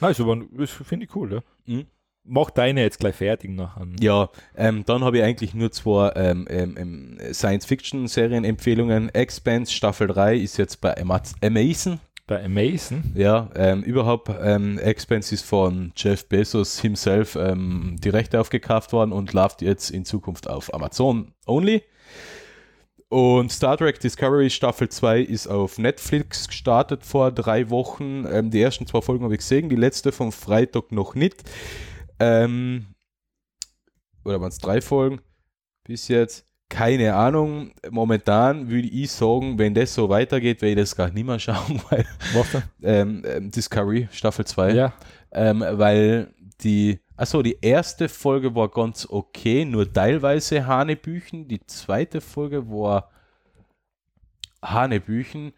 [SPEAKER 1] Nein, ist aber, das finde ich cool, ja.
[SPEAKER 2] Mhm.
[SPEAKER 1] Mach deine jetzt gleich fertig nachher.
[SPEAKER 2] Ja, ähm, dann habe ich eigentlich nur zwei ähm, ähm, ähm, Science-Fiction-Serien-Empfehlungen. Expanse Staffel 3 ist jetzt bei Amaz- Amazon.
[SPEAKER 1] Bei Amazon.
[SPEAKER 2] Ja, ähm, überhaupt, ähm, Expanse ist von Jeff Bezos himself ähm, die Rechte aufgekauft worden und läuft jetzt in Zukunft auf Amazon only. Und Star Trek Discovery Staffel 2 ist auf Netflix gestartet vor drei Wochen. Ähm, die ersten zwei Folgen habe ich gesehen, die letzte vom Freitag noch nicht. Ähm, oder waren es drei Folgen bis jetzt? Keine Ahnung. Momentan würde ich sagen, wenn das so weitergeht, werde ich das gar nicht mehr *laughs* schauen, weil
[SPEAKER 1] Was denn?
[SPEAKER 2] ähm, ähm, Discovery Staffel 2,
[SPEAKER 1] Ja.
[SPEAKER 2] ähm, weil die, achso, die erste Folge war ganz okay, nur teilweise Hanebüchen, die zweite Folge war Hanebüchen,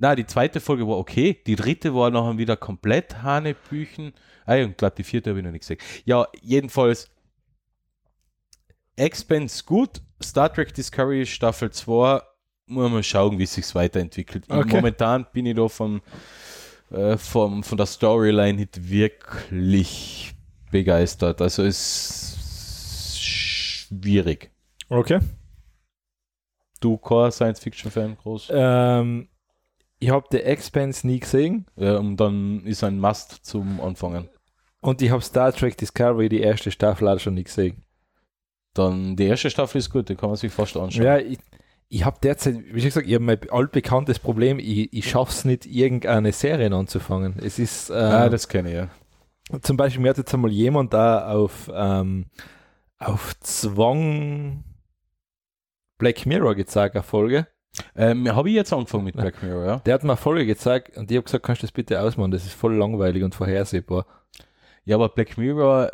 [SPEAKER 2] na, die zweite Folge war okay, die dritte war nachher wieder komplett Hanebüchen, ah, ich glaube, die vierte habe ich noch nicht gesehen. Ja, jedenfalls, Expense gut, Star Trek Discovery Staffel 2, muss man schauen, wie es sich weiterentwickelt. Ich-
[SPEAKER 1] Okay.
[SPEAKER 2] Momentan bin ich da vom äh, vom, von der Storyline nicht wirklich begeistert. Also es ist schwierig.
[SPEAKER 1] Okay.
[SPEAKER 2] Du, kein Science-Fiction-Fan, groß.
[SPEAKER 1] Ähm, ich habe The Expanse nie gesehen
[SPEAKER 2] Ja, und dann ist ein Must zum Anfangen.
[SPEAKER 1] und ich habe Star Trek Discovery, die erste Staffel, leider schon nie gesehen.
[SPEAKER 2] Dann die erste Staffel ist gut, die kann man sich fast anschauen.
[SPEAKER 1] Ja, ich, ich habe derzeit, wie schon gesagt, ich habe mein altbekanntes Problem, ich, ich schaffe es nicht, irgendeine Serie anzufangen. Es ist. ähm,
[SPEAKER 2] ah, das kenne ich ja.
[SPEAKER 1] zum Beispiel, mir hat jetzt einmal jemand da auf, ähm, auf Zwang Black Mirror gezeigt, eine Folge.
[SPEAKER 2] Ähm, Habe ich jetzt angefangen mit Black Mirror, ja?
[SPEAKER 1] Der hat mir eine Folge gezeigt und ich habe gesagt, kannst du das bitte ausmachen? Das ist voll langweilig und vorhersehbar.
[SPEAKER 2] Ja, aber Black Mirror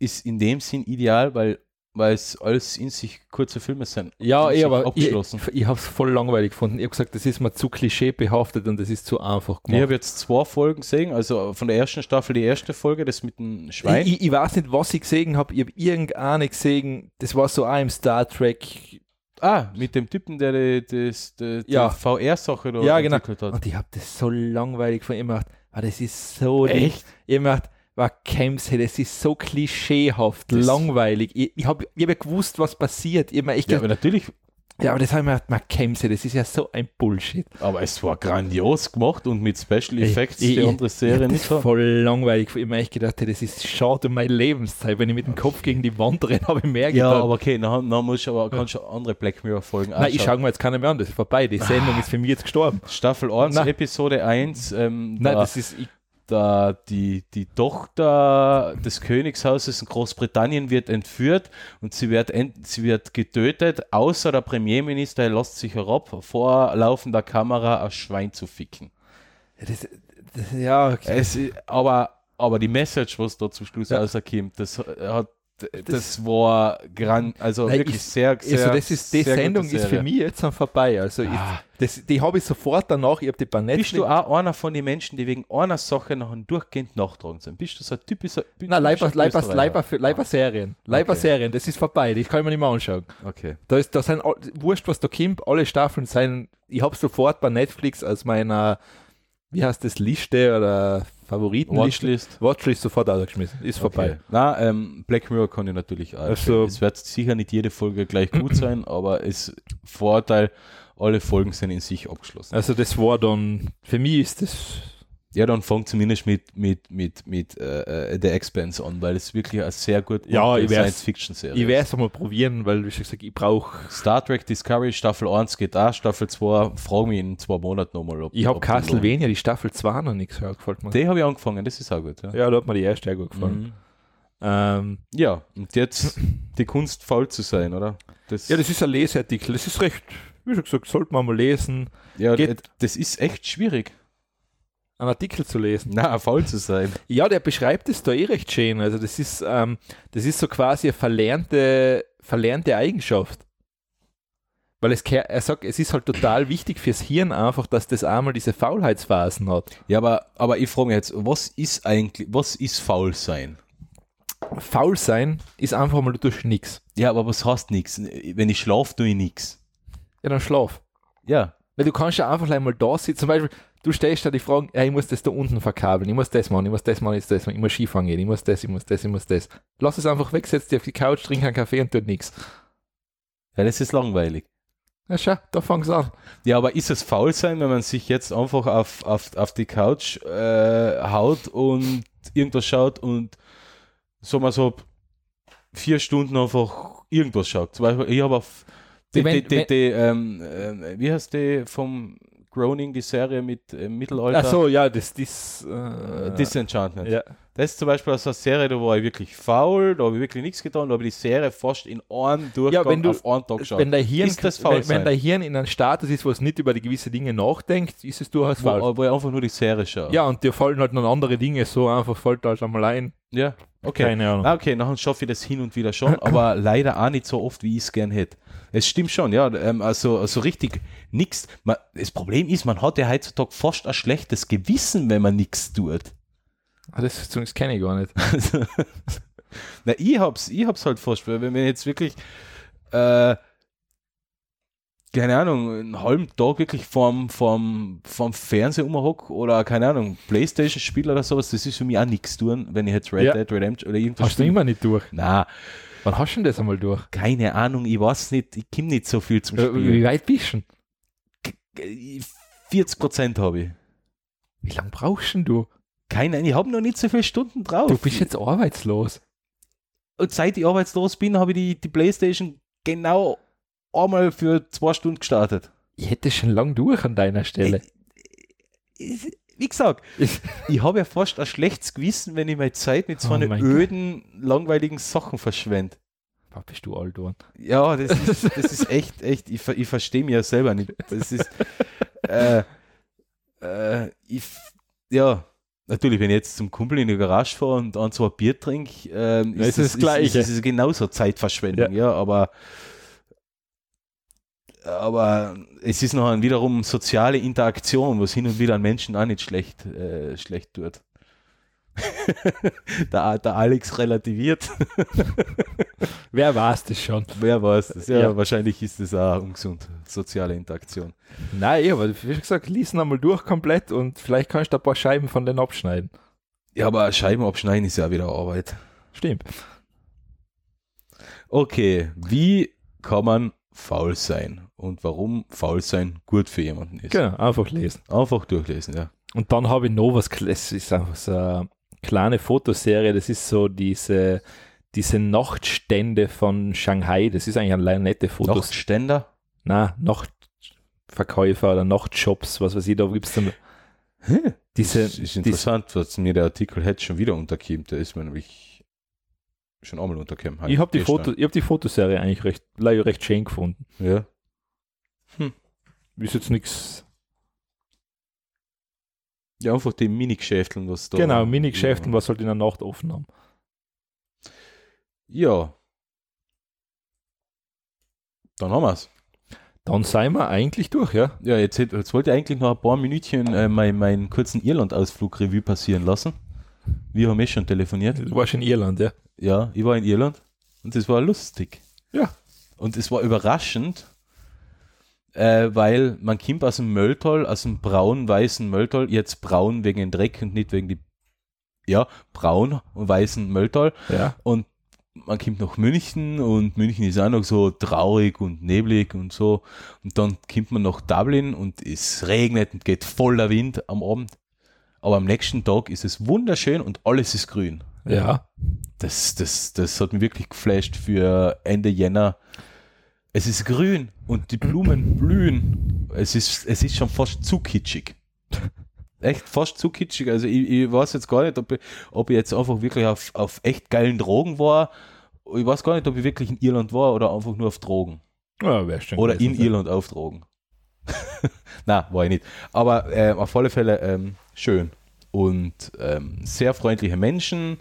[SPEAKER 2] ist in dem Sinn ideal, weil weil es alles in sich kurze Filme sind.
[SPEAKER 1] Ja,
[SPEAKER 2] Die
[SPEAKER 1] ich,
[SPEAKER 2] sind
[SPEAKER 1] aber ich,
[SPEAKER 2] abgeschlossen.
[SPEAKER 1] ich habe es voll langweilig gefunden. Ich habe gesagt, das ist mir zu klischeebehaftet und das ist zu einfach
[SPEAKER 2] Ich
[SPEAKER 1] gemacht.
[SPEAKER 2] habe jetzt zwei Folgen gesehen, also von der ersten Staffel die erste Folge, das mit dem Schwein.
[SPEAKER 1] Ich, ich, ich weiß nicht, was ich gesehen habe. Ich habe irgendeine gesehen. Das war so auch im Star Trek.
[SPEAKER 2] Ah, mit dem Typen, der die, das, die, die
[SPEAKER 1] Ja.
[SPEAKER 2] VR-Sache da
[SPEAKER 1] Ja, genau.
[SPEAKER 2] entwickelt hat.
[SPEAKER 1] Und ich habe das so langweilig von ihm gemacht. Ah, das ist so
[SPEAKER 2] Echt?
[SPEAKER 1] Ich hab mir gedacht, war Camps, hey, das ist so klischeehaft,
[SPEAKER 2] Das-
[SPEAKER 1] langweilig. Ich, ich habe ich hab ja gewusst, was passiert. Ich hab mir echt
[SPEAKER 2] Ja,
[SPEAKER 1] gedacht,
[SPEAKER 2] aber natürlich,
[SPEAKER 1] ja, aber das habe ich mir gedacht, man, Camps, hey, das ist ja so ein Bullshit.
[SPEAKER 2] aber es war grandios gemacht und mit Special
[SPEAKER 1] Ey,
[SPEAKER 2] Effects,
[SPEAKER 1] ich-
[SPEAKER 2] die
[SPEAKER 1] ich-
[SPEAKER 2] andere Serie
[SPEAKER 1] das
[SPEAKER 2] nicht
[SPEAKER 1] ist
[SPEAKER 2] haben.
[SPEAKER 1] voll langweilig. Ich hab mir echt gedacht, hey, das ist schade um meine Lebenszeit. Wenn ich mit dem Kopf gegen die Wand renne, habe ich mehr
[SPEAKER 2] Ja,
[SPEAKER 1] gedacht.
[SPEAKER 2] aber Ah, okay, dann, dann musst du aber kannst du andere Black Mirror-Folgen
[SPEAKER 1] Nein, ich
[SPEAKER 2] anschauen.
[SPEAKER 1] schaue mir jetzt keine mehr an, das ist vorbei. Die Sendung ist für mich jetzt gestorben.
[SPEAKER 2] Staffel 1,
[SPEAKER 1] Nein.
[SPEAKER 2] Episode 1, ähm,
[SPEAKER 1] Nein,
[SPEAKER 2] da,
[SPEAKER 1] das ist. Ich,
[SPEAKER 2] da die, die Tochter des Königshauses in Großbritannien wird entführt und sie wird, ent, sie wird getötet, außer der Premierminister er lässt sich herab, vor laufender Kamera ein Schwein zu ficken.
[SPEAKER 1] das, das, ja, okay.
[SPEAKER 2] Es, i- aber, aber die Message, was da zum Schluss
[SPEAKER 1] Ja.
[SPEAKER 2] rauskommt, das hat das, war grand, also
[SPEAKER 1] Nein,
[SPEAKER 2] wirklich
[SPEAKER 1] ich-
[SPEAKER 2] sehr, sehr
[SPEAKER 1] also das ist, die
[SPEAKER 2] sehr gute
[SPEAKER 1] Sendung ist für
[SPEAKER 2] Serie.
[SPEAKER 1] mich jetzt am vorbei. Also ich,
[SPEAKER 2] Ah.
[SPEAKER 1] das, die habe ich sofort danach, ich habe die bei Netflix.
[SPEAKER 2] Bist du auch einer von den Menschen, die wegen einer Sache nachher durchgehend nachtragen sind? Bist du so ein typischer
[SPEAKER 1] Nein, Leiber,
[SPEAKER 2] typischer
[SPEAKER 1] Leiber,
[SPEAKER 2] Österreicher?
[SPEAKER 1] Leiber, Leiber Serien. Leiber Serien, das ist vorbei, die kann ich mir nicht mehr anschauen.
[SPEAKER 2] Okay.
[SPEAKER 1] Da, ist, da sind, all- wurscht, was da kommt, alle Staffeln sind, ich habe sofort bei Netflix aus meiner, wie heißt das, Liste oder Favoritenliste,
[SPEAKER 2] Watchlist.
[SPEAKER 1] Watchlist sofort ausgeschmissen, ist vorbei.
[SPEAKER 2] Okay. Na, ähm, Black Mirror kann ich natürlich auch.
[SPEAKER 1] Also-
[SPEAKER 2] empfehlen. es wird sicher nicht jede Folge gleich *clears throat* gut sein, aber es Vorteil, alle Folgen sind in sich abgeschlossen.
[SPEAKER 1] Also das war dann, für mich ist das,
[SPEAKER 2] Ja, dann fang zumindest mit, mit, mit, mit äh, äh, The Expanse an, weil es wirklich eine sehr gute
[SPEAKER 1] Ja, ich werd's- ich
[SPEAKER 2] Science-Fiction-Serie
[SPEAKER 1] werde
[SPEAKER 2] ist.
[SPEAKER 1] es einmal probieren, weil, wie schon gesagt, ich brauche,
[SPEAKER 2] Star Trek Discovery Staffel 1 geht auch, Staffel 2, frag mich in zwei Monaten nochmal. ob-
[SPEAKER 1] ich habe
[SPEAKER 2] ob die noch-
[SPEAKER 1] Castlevania, die Staffel 2 noch nicht gehört, gefällt mir.
[SPEAKER 2] Die habe ich angefangen, das ist auch gut. Ja,
[SPEAKER 1] Ja, da hat mir die erste auch gut gefallen.
[SPEAKER 2] mhm.
[SPEAKER 1] Ähm,
[SPEAKER 2] ja und jetzt die Kunst, faul zu sein, oder? Das,
[SPEAKER 1] ja, das ist ein Leseartikel, das ist recht, wie schon gesagt, sollte man mal lesen.
[SPEAKER 2] ja, äh,
[SPEAKER 1] geht-
[SPEAKER 2] das ist echt schwierig.
[SPEAKER 1] einen Artikel zu lesen.
[SPEAKER 2] Na, faul zu sein.
[SPEAKER 1] Ja, der beschreibt es da eh recht schön. Also das ist, ähm, das ist so quasi eine verlernte, verlernte Eigenschaft. Weil es, kehr- er sagt, es ist halt total wichtig fürs Hirn einfach, dass das einmal diese Faulheitsphasen hat.
[SPEAKER 2] Ja, aber, aber ich frage mich jetzt, was ist eigentlich, was ist faul sein?
[SPEAKER 1] Faul sein ist einfach mal durch nichts.
[SPEAKER 2] Ja, aber was heißt nichts? Wenn ich schlafe, tue ich nichts.
[SPEAKER 1] Ja, dann schlaf.
[SPEAKER 2] Ja,
[SPEAKER 1] Weil du kannst ja einfach gleich mal da sitzen. Zum Beispiel, du stellst da die Fragen, ja, ich muss das da unten verkabeln, ich muss das machen, ich muss das machen, ich muss das machen, ich muss Skifahren gehen, ich muss das, ich muss das, ich muss das. Lass es einfach weg, setz dich auf die Couch, trink einen Kaffee und tut nichts.
[SPEAKER 2] Ja, das ist langweilig.
[SPEAKER 1] Ja, schau, da fang's an.
[SPEAKER 2] Ja, aber ist es faul sein, wenn man sich jetzt einfach auf, auf, auf die Couch äh, haut und irgendwas schaut und so mal so vier Stunden einfach irgendwas schaut? Zum Beispiel, ich habe auf die,
[SPEAKER 1] Wenn-
[SPEAKER 2] die, die, die, ähm, äh, wie heißt die vom Groaning, die Serie mit äh, Mittelalter?
[SPEAKER 1] Ach so, ja, das, das, äh,
[SPEAKER 2] Äh, Disenchantment.
[SPEAKER 1] ja.
[SPEAKER 2] Das ist zum Beispiel aus einer Serie, da war ich wirklich faul, da habe ich wirklich nichts getan, da habe ich die Serie fast in einem Durchgang
[SPEAKER 1] wenn du-
[SPEAKER 2] auf einen Tag geschaut.
[SPEAKER 1] Wenn dein Hirn,
[SPEAKER 2] Ist das faul
[SPEAKER 1] wenn, wenn
[SPEAKER 2] sein?
[SPEAKER 1] dein Hirn in einem Status ist, wo es nicht über die gewisse Dinge nachdenkt, ist es durchaus faul.
[SPEAKER 2] wo, wo ich einfach nur die Serie schaue.
[SPEAKER 1] Ja, und dir fallen halt noch andere Dinge so einfach, fällt halt einmal ein.
[SPEAKER 2] Ja, okay.
[SPEAKER 1] Keine Ahnung.
[SPEAKER 2] Ah, okay, nachher schaffe ich das hin und wieder schon,
[SPEAKER 1] *clears throat*
[SPEAKER 2] aber leider auch nicht so oft, wie ich es gern hätte. Es stimmt schon, ja. Ähm, also, also richtig nichts. Das Problem ist, man hat ja heutzutage fast ein schlechtes Gewissen, wenn man nichts tut. Also,
[SPEAKER 1] Ah, das, das kenne ich gar nicht.
[SPEAKER 2] *laughs* Na, ich hab's, ich hab's halt fast, weil wenn wir jetzt wirklich, äh, keine Ahnung, einen halben Tag wirklich vorm, vorm, vorm Fernseher umhock oder keine Ahnung, Playstation-Spiel oder sowas, das ist für mich auch nichts tun, wenn ich jetzt Red
[SPEAKER 1] Ja.
[SPEAKER 2] Dead Redemption oder irgendwas
[SPEAKER 1] Hast du
[SPEAKER 2] spiele.
[SPEAKER 1] immer nicht durch.
[SPEAKER 2] Na,
[SPEAKER 1] Wann hast du denn das einmal durch?
[SPEAKER 2] keine Ahnung, ich weiß nicht, ich komme nicht so viel zum
[SPEAKER 1] Äh, Wie
[SPEAKER 2] Spiel.
[SPEAKER 1] weit bist du denn?
[SPEAKER 2] Äh, 40% habe ich.
[SPEAKER 1] Wie lange brauchst denn du?
[SPEAKER 2] Keine Ahnung, ich habe noch nicht so viele Stunden drauf.
[SPEAKER 1] Du bist jetzt arbeitslos.
[SPEAKER 2] und seit ich arbeitslos bin, habe ich die, die Playstation genau einmal für zwei Stunden gestartet.
[SPEAKER 1] Ich hätte schon lang durch an deiner Stelle.
[SPEAKER 2] Ich- Äh, Wie
[SPEAKER 1] *laughs*
[SPEAKER 2] gesagt, ich habe ja fast ein schlechtes Gewissen, wenn ich meine Zeit mit so
[SPEAKER 1] Oh
[SPEAKER 2] einer
[SPEAKER 1] mein
[SPEAKER 2] öden, langweiligen Sachen verschwende.
[SPEAKER 1] Boah, bist du alt geworden.
[SPEAKER 2] Ja, das ist, das ist echt, echt, ich, ver- ich verstehe mich ja selber nicht. Das ist, äh, äh, ich, f- ja, natürlich, wenn ich jetzt zum Kumpel in die Garage fahre und dann so ein Bier trinke, ähm,
[SPEAKER 1] Ja, es ist das Gleiche.
[SPEAKER 2] Ist, ist, es genauso Zeitverschwendung, ja, aber aber es ist noch ein, wiederum soziale Interaktion, was hin und wieder an Menschen auch nicht schlecht, äh, schlecht tut. *laughs* der, der Alex relativiert.
[SPEAKER 1] Wer weiß das schon?
[SPEAKER 2] Wer weiß das? Ja,
[SPEAKER 1] Ja.
[SPEAKER 2] wahrscheinlich ist das auch ungesund. Soziale Interaktion.
[SPEAKER 1] Nein, aber wie schon gesagt, lies ihn einmal durch komplett und vielleicht kannst du ein paar Scheiben von denen abschneiden.
[SPEAKER 2] Ja, aber Scheiben abschneiden ist ja wieder Arbeit.
[SPEAKER 1] Stimmt.
[SPEAKER 2] Okay, wie kann man faul sein und warum faul sein gut für jemanden ist?
[SPEAKER 1] Genau, einfach lesen.
[SPEAKER 2] Einfach durchlesen, ja.
[SPEAKER 1] Und dann habe ich noch was, das ist einfach so eine kleine Fotoserie, das ist so diese, diese Nachtstände von Shanghai, das ist eigentlich eine nette Fotos.
[SPEAKER 2] Nachtständer?
[SPEAKER 1] Na, Nachtverkäufer oder Nachtshops, was weiß ich, da gibt es dann
[SPEAKER 2] Hm,
[SPEAKER 1] diese,
[SPEAKER 2] das ist
[SPEAKER 1] diese
[SPEAKER 2] interessant, was mir der Artikel hätte schon wieder unterkiemt. Der ist mir nämlich schon einmal unterkämmt.
[SPEAKER 1] ich habe die,
[SPEAKER 2] Gestern.
[SPEAKER 1] Foto- ich hab die Fotoserie eigentlich recht, leider recht schön gefunden.
[SPEAKER 2] Ja.
[SPEAKER 1] Ist jetzt nichts.
[SPEAKER 2] ja, einfach die Minigeschäfteln, was da.
[SPEAKER 1] Genau, Minigeschäften, was halt in der Nacht offen haben.
[SPEAKER 2] Ja. Dann haben wir es.
[SPEAKER 1] Dann seien wir eigentlich durch, ja?
[SPEAKER 2] Ja, jetzt, hätt- jetzt wollte ich eigentlich noch ein paar Minütchen äh, mein, meinen kurzen Irland-Ausflug-Revue passieren lassen. Wir haben eh schon telefoniert.
[SPEAKER 1] Du warst in Irland, ja?
[SPEAKER 2] Ja, ich war in Irland und es war lustig.
[SPEAKER 1] Ja.
[SPEAKER 2] Und es war überraschend, äh, weil man kommt aus dem Mölltal, aus dem braun-weißen Mölltal, jetzt braun wegen dem Dreck und nicht wegen die, ja, braun und weißen Mölltal
[SPEAKER 1] Ja.
[SPEAKER 2] und man kommt nach München und München ist auch noch so traurig und neblig und so. Und dann kommt man nach Dublin und es regnet und geht voller Wind am Abend. Aber am nächsten Tag ist es wunderschön und alles ist grün.
[SPEAKER 1] Ja.
[SPEAKER 2] Das, das, das hat mich wirklich geflasht für Ende Jänner. Es ist grün und die Blumen blühen. Es ist, es ist schon fast zu kitschig. Echt fast zu kitschig. Also ich, ich weiß jetzt gar nicht, ob ich, ob ich jetzt einfach wirklich auf, auf echt geilen Drogen war. Ich weiß gar nicht, ob ich wirklich in Irland war oder einfach nur auf Drogen.
[SPEAKER 1] Ja, wär schön
[SPEAKER 2] Oder in
[SPEAKER 1] gewesen,
[SPEAKER 2] Irland auf Drogen. *laughs* Na, war ich nicht. Aber ähm, auf alle Fälle ähm, schön und ähm, sehr freundliche Menschen.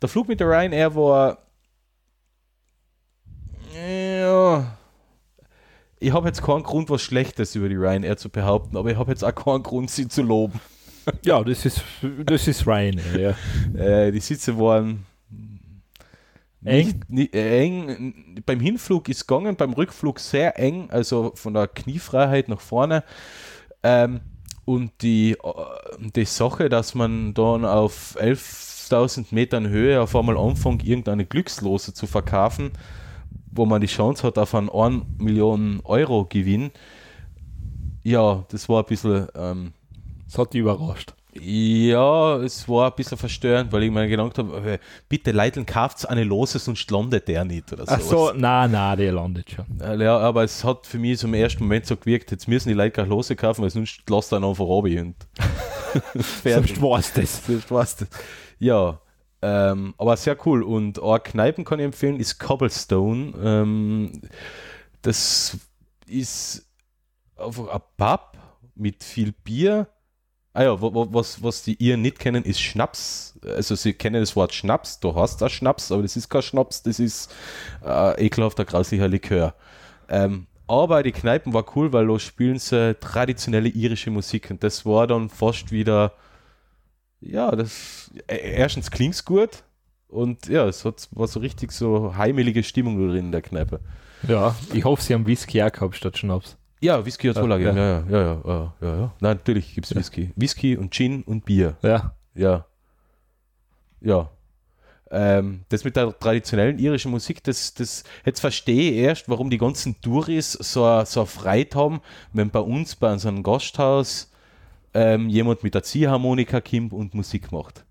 [SPEAKER 2] Der Flug mit der Ryanair war. Ja. Ich habe jetzt keinen Grund, was Schlechtes über die Ryanair zu behaupten, aber ich habe jetzt auch keinen Grund, sie zu loben.
[SPEAKER 1] Ja, das ist, das ist Ryan, ja.
[SPEAKER 2] Äh, die Sitze waren
[SPEAKER 1] Eng?
[SPEAKER 2] Nicht, nicht, äh, eng. n- Beim Hinflug ist gegangen, beim Rückflug sehr eng, also von der Kniefreiheit nach vorne. Ähm, und die, äh, die Sache, dass man dann auf 11.000 Metern Höhe auf einmal anfängt, irgendeine Glückslose zu verkaufen, wo man die Chance hat auf einen 1 Million Euro Gewinn. Ja, das war ein bisschen. Ähm,
[SPEAKER 1] Das hat die überrascht.
[SPEAKER 2] ja, es war ein bisschen verstörend, weil ich mir gedacht habe, äh, bitte Leiteln kauft eine Lose, sonst landet der nicht oder
[SPEAKER 1] Ach
[SPEAKER 2] sowas.
[SPEAKER 1] so, na, na, der landet schon.
[SPEAKER 2] Äh, Ja, aber es hat für mich so im ersten Moment so gewirkt, jetzt müssen die Leute gleich Lose kaufen, weil sonst lasst dann einfach runter
[SPEAKER 1] *laughs*
[SPEAKER 2] und *laughs* fertig. *laughs*
[SPEAKER 1] Sonst war's das.
[SPEAKER 2] Das war's das. Ja, ähm, aber sehr cool. Und eine Kneipen kann ich empfehlen, ist Cobblestone. Ähm, das ist einfach ein Pub mit viel Bier. Ah ja, wa- wa- was, was die ihr nicht kennen, ist Schnaps. Also sie kennen das Wort Schnaps, du hast da Schnaps, aber das ist kein Schnaps, das ist äh, ekelhafter, grauslicher Likör. Ähm, aber die Kneipen war cool, weil da spielen sie traditionelle irische Musik und das war dann fast wieder ja, das e- erstens klingt's gut und ja, es hat, war so richtig so heimelige Stimmung da drin in der Kneipe.
[SPEAKER 1] Ja, ich hoffe, sie haben Whisky auch gehabt statt Schnaps.
[SPEAKER 2] Ja, Whisky hat
[SPEAKER 1] Ja,
[SPEAKER 2] Vorlage.
[SPEAKER 1] ja.
[SPEAKER 2] Ja, ja, ja, ja, ja, ja, ja. Nein, natürlich gibt's Whisky. Whisky und Gin und Bier.
[SPEAKER 1] Ja,
[SPEAKER 2] Ja. Ja. Ähm, das mit der traditionellen irischen Musik, das, das jetzt verstehe ich erst, warum die ganzen Touris so, a- so a Freit haben, wenn bei uns bei so einem Gasthaus ähm, jemand mit der Ziehharmonika kommt und Musik macht.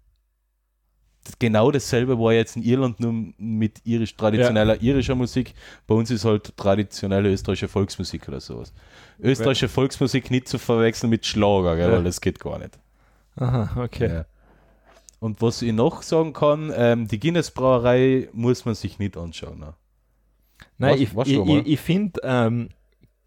[SPEAKER 2] Das, genau dasselbe war jetzt in Irland nur mit irisch, traditioneller irischer Musik. Bei uns ist halt traditionelle österreichische Volksmusik oder sowas. Österreichische Volksmusik nicht zu verwechseln mit Schlager, gell,
[SPEAKER 1] Ja.
[SPEAKER 2] weil das geht gar nicht.
[SPEAKER 1] aha, okay.
[SPEAKER 2] Ja. Und was ich noch sagen kann, ähm, die Guinness-Brauerei muss man sich nicht anschauen. Ne?
[SPEAKER 1] Nein,
[SPEAKER 2] Was-
[SPEAKER 1] ich,
[SPEAKER 2] was
[SPEAKER 1] ich,
[SPEAKER 2] schon mal?
[SPEAKER 1] ich, ich finde, ähm,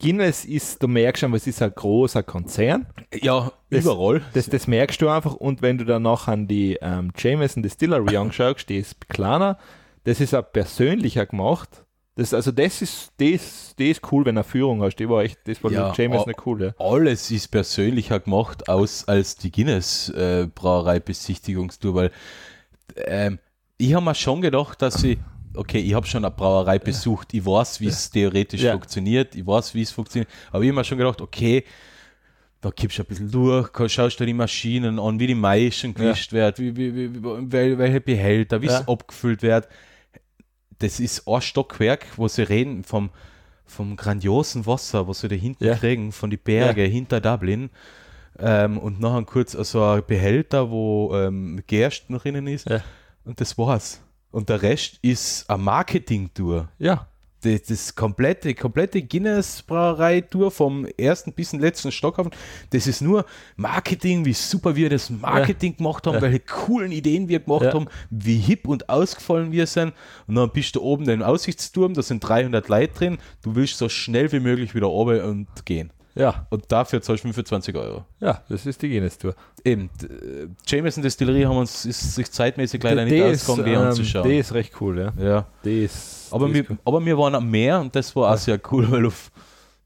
[SPEAKER 1] Guinness ist, du merkst schon, es ist ein großer Konzern.
[SPEAKER 2] Ja,
[SPEAKER 1] Das-
[SPEAKER 2] überall.
[SPEAKER 1] Das, das merkst du einfach. Und wenn du dann noch an die ähm, Jameson Distillery anschaust, die ist kleiner. Das ist auch persönlicher gemacht. Das, also das ist, das, das ist cool, wenn er Führung hast. Die war echt, das war
[SPEAKER 2] Ja,
[SPEAKER 1] mit Jameson
[SPEAKER 2] oh.
[SPEAKER 1] eine coole.
[SPEAKER 2] Alles ist persönlicher gemacht aus, als die Guinness-Brauerei-Besichtigungstour, weil ähm, ich habe mir schon gedacht, dass ich, okay, ich habe schon eine Brauerei besucht, ich weiß, wie es theoretisch
[SPEAKER 1] Ja.
[SPEAKER 2] funktioniert, ich weiß, wie es funktioniert, aber ich habe mir schon gedacht, okay, da kippst du ein bisschen durch, ka- schaust du die Maschinen an, wie die Maischen gewischt wird, wie, wie, wie, wie, wel- welche Behälter, wie es
[SPEAKER 1] Ja.
[SPEAKER 2] abgefüllt wird. Das ist ein Stockwerk, wo sie reden vom, vom grandiosen Wasser, was sie da hinten
[SPEAKER 1] Ja.
[SPEAKER 2] kriegen, von den Bergen hinter Dublin. Ähm, und nachher kurz also ein Behälter, wo ähm, Gersten drinnen ist.
[SPEAKER 1] Ja.
[SPEAKER 2] Und das war's. Und der Rest ist eine Marketing-Tour.
[SPEAKER 1] Ja,
[SPEAKER 2] Das, das komplette, komplette Guinness-Brauerei-Tour vom ersten bis zum letzten Stockhafen, das ist nur Marketing, wie super wir das Marketing gemacht haben, welche coolen Ideen wir gemacht
[SPEAKER 1] Ja.
[SPEAKER 2] haben, wie hip und ausgefallen wir sind. Und dann bist du oben im Aussichtsturm, da sind 300 Leute drin, du willst so schnell wie möglich wieder runter und gehen.
[SPEAKER 1] ja,
[SPEAKER 2] Und dafür zahlst du 25 Euro.
[SPEAKER 1] ja, das ist die Guinness-Tour.
[SPEAKER 2] Eben, d- äh, Jameson Distillerie haben uns, ist sich zeitmäßig leider
[SPEAKER 1] Die
[SPEAKER 2] nicht
[SPEAKER 1] ist,
[SPEAKER 2] ausgegangen, die
[SPEAKER 1] ähm,
[SPEAKER 2] anzuschauen.
[SPEAKER 1] Die ist recht cool, ja.
[SPEAKER 2] ja.
[SPEAKER 1] Die ist,
[SPEAKER 2] Aber
[SPEAKER 1] die
[SPEAKER 2] wir,
[SPEAKER 1] ist cool.
[SPEAKER 2] aber wir waren am Meer und das war auch sehr cool, weil auf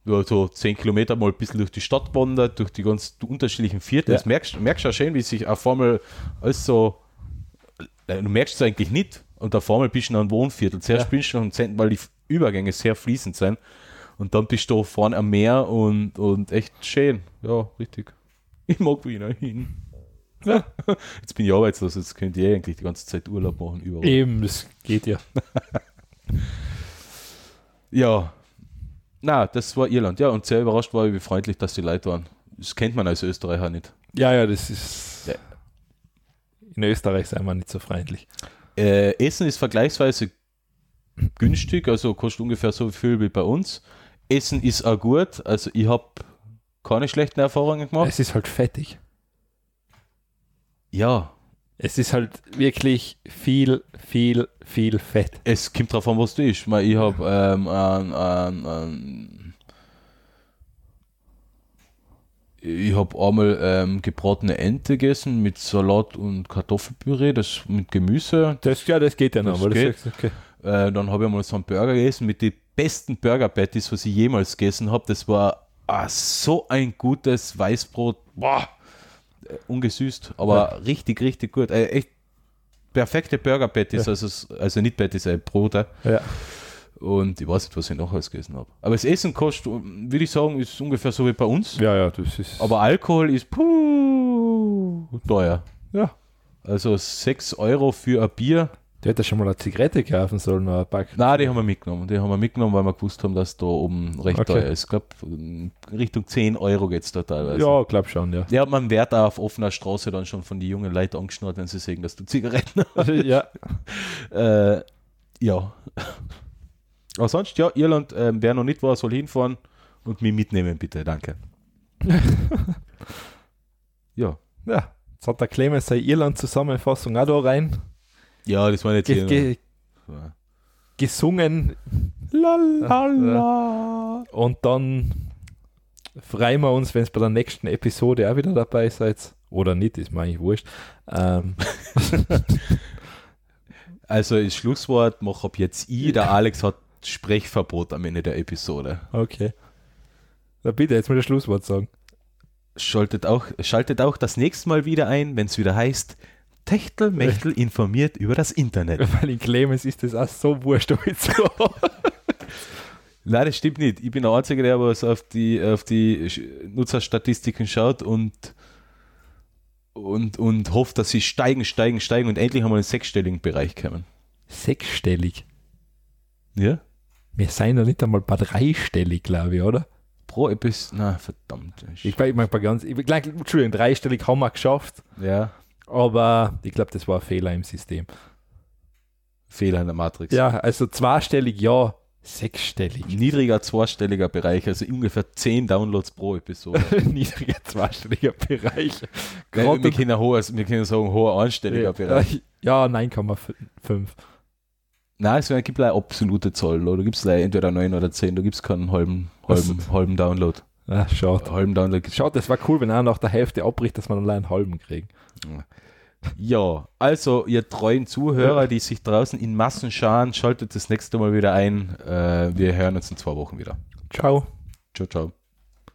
[SPEAKER 2] ja, so 10 Kilometer mal ein bisschen durch die Stadt wandert, durch die ganz unterschiedlichen Viertel.
[SPEAKER 1] Ja.
[SPEAKER 2] Das merkst, merkst du auch schön, wie sich auf einmal alles so. Nein, Du merkst es eigentlich nicht und auf einmal bist du in einem Wohnviertel. Zuerst
[SPEAKER 1] Ja.
[SPEAKER 2] bist du noch im Zentrum, weil die Übergänge sehr fließend sind. Und dann bist du vorne am Meer und, und echt schön. Ja, richtig. Ich mag Wiener hin. *laughs* Jetzt bin ich arbeitslos, jetzt könnt ihr eigentlich die ganze Zeit Urlaub machen überall.
[SPEAKER 1] Eben, das geht ja.
[SPEAKER 2] Ja. Na, das war Irland. Ja, und sehr überrascht war ich, wie freundlich das die Leute waren. Das kennt man als Österreicher nicht.
[SPEAKER 1] Ja, ja, das ist.
[SPEAKER 2] Ja.
[SPEAKER 1] In Österreich sei man nicht so freundlich.
[SPEAKER 2] Äh, Essen ist vergleichsweise günstig, also kostet ungefähr so viel wie bei uns. Essen ist auch gut, also ich habe keine schlechten Erfahrungen gemacht.
[SPEAKER 1] Es ist halt fettig.
[SPEAKER 2] Ja,
[SPEAKER 1] Es ist halt wirklich viel, viel, viel Fett.
[SPEAKER 2] es kommt drauf an, was du isst. Ich, mein, ich habe ähm, ein, ein, ein, ich habe einmal ähm, gebratene Ente gegessen mit Salat und Kartoffelpüree, das mit Gemüse.
[SPEAKER 1] Das, ja, das geht ja noch.
[SPEAKER 2] Das
[SPEAKER 1] aber
[SPEAKER 2] geht.
[SPEAKER 1] Das ist okay.
[SPEAKER 2] Äh, dann habe ich mal so einen Burger gegessen mit den besten Burger Patties, was ich jemals gegessen habe. Das war ah, so ein gutes Weißbrot. Boah, äh, ungesüßt, aber richtig, richtig gut. Äh, echt perfekte Burger-Patties,
[SPEAKER 1] Ja.
[SPEAKER 2] also, also nicht Patties, äh, Brote.
[SPEAKER 1] Ja.
[SPEAKER 2] Und ich weiß nicht, was ich noch alles gegessen habe. Aber das Essen kostet, um, würde ich sagen, ist ungefähr so wie bei uns.
[SPEAKER 1] ja, ja, das ist.
[SPEAKER 2] Aber Alkohol ist puh, teuer.
[SPEAKER 1] ja.
[SPEAKER 2] Also 6 Euro für ein Bier.
[SPEAKER 1] Der hätte schon mal eine Zigarette kaufen sollen, oder ein Pack.
[SPEAKER 2] Na, die haben wir mitgenommen. Die haben wir mitgenommen, weil wir gewusst haben, dass da oben recht
[SPEAKER 1] Okay.
[SPEAKER 2] teuer ist. Ich glaube, Richtung 10 Euro geht es da teilweise.
[SPEAKER 1] ja, glaub schon, ja.
[SPEAKER 2] Die hat man Wert auch auf offener Straße dann schon von den jungen Leuten angeschnurrt, wenn sie sehen, dass du Zigaretten
[SPEAKER 1] Also, ja.
[SPEAKER 2] *laughs* Äh, ja. Aber sonst, ja, Irland, ähm, wer noch nicht war, soll hinfahren und mich mitnehmen, bitte. Danke. ja.
[SPEAKER 1] Ja. Jetzt hat der Clemens seine Irland-Zusammenfassung auch da rein.
[SPEAKER 2] Ja, das war jetzt
[SPEAKER 1] Ge
[SPEAKER 2] hier.
[SPEAKER 1] ge gesungen. Und dann freuen wir uns, wenn es bei der nächsten Episode auch wieder dabei seid. Oder nicht, ist mir eigentlich wurscht. Ähm,
[SPEAKER 2] Also, das Schlusswort mach ab jetzt ich. *laughs* Der Alex hat Sprechverbot am Ende der Episode.
[SPEAKER 1] *laughs* okay. Na bitte, jetzt mal das Schlusswort sagen.
[SPEAKER 2] Schaltet auch, schaltet auch das nächste Mal wieder ein, wenn es wieder heißt, Techtel *laughs* Mechtel informiert über das Internet.
[SPEAKER 1] Weil in Clemens ist das auch so wurscht, ob ich so.
[SPEAKER 2] *laughs* Nein, das stimmt nicht. Ich bin der Einzige, der was auf die, auf die Sch- Nutzerstatistiken schaut und, und, und hofft, dass sie steigen, steigen, steigen und endlich einmal in den sechsstelligen Bereich kommen.
[SPEAKER 1] Sechsstellig.
[SPEAKER 2] Ja?
[SPEAKER 1] Wir seien ja nicht einmal bei dreistellig, glaube ich, oder?
[SPEAKER 2] Pro Episode. Na, verdammt.
[SPEAKER 1] Ich weiß, ich mein, bei ganz. Ich, gleich- Entschuldigung, dreistellig haben wir geschafft,
[SPEAKER 2] ja.
[SPEAKER 1] aber ich glaube, das war ein Fehler im System.
[SPEAKER 2] Fehler in der Matrix.
[SPEAKER 1] Ja, also zweistellig ja,
[SPEAKER 2] *laughs*
[SPEAKER 1] sechsstellig.
[SPEAKER 2] Niedriger zweistelliger Bereich, also ungefähr 10 Downloads pro Episode. *laughs*
[SPEAKER 1] Niedriger zweistelliger Bereich.
[SPEAKER 2] Nein, wir,
[SPEAKER 1] Gerade-
[SPEAKER 2] können ein hohes, wir können sagen, hoher einstelliger Bereich.
[SPEAKER 1] Ja, 9,5.
[SPEAKER 2] Nein, es gibt leider absolute Zoll. oder? Du gibst leider entweder 9 oder 10, du gibst keinen halben, halben, halben Download.
[SPEAKER 1] Ah, schaut.
[SPEAKER 2] Halben Download gibt's
[SPEAKER 1] Schaut, das war cool, wenn einer nach der Hälfte abbricht, dass man allein einen halben kriegen.
[SPEAKER 2] Ja, also ihr treuen Zuhörer, die sich draußen in Massen scharen, schaltet das nächste Mal wieder ein. Äh, wir hören uns in zwei Wochen wieder.
[SPEAKER 1] Ciao.
[SPEAKER 2] Ciao, ciao.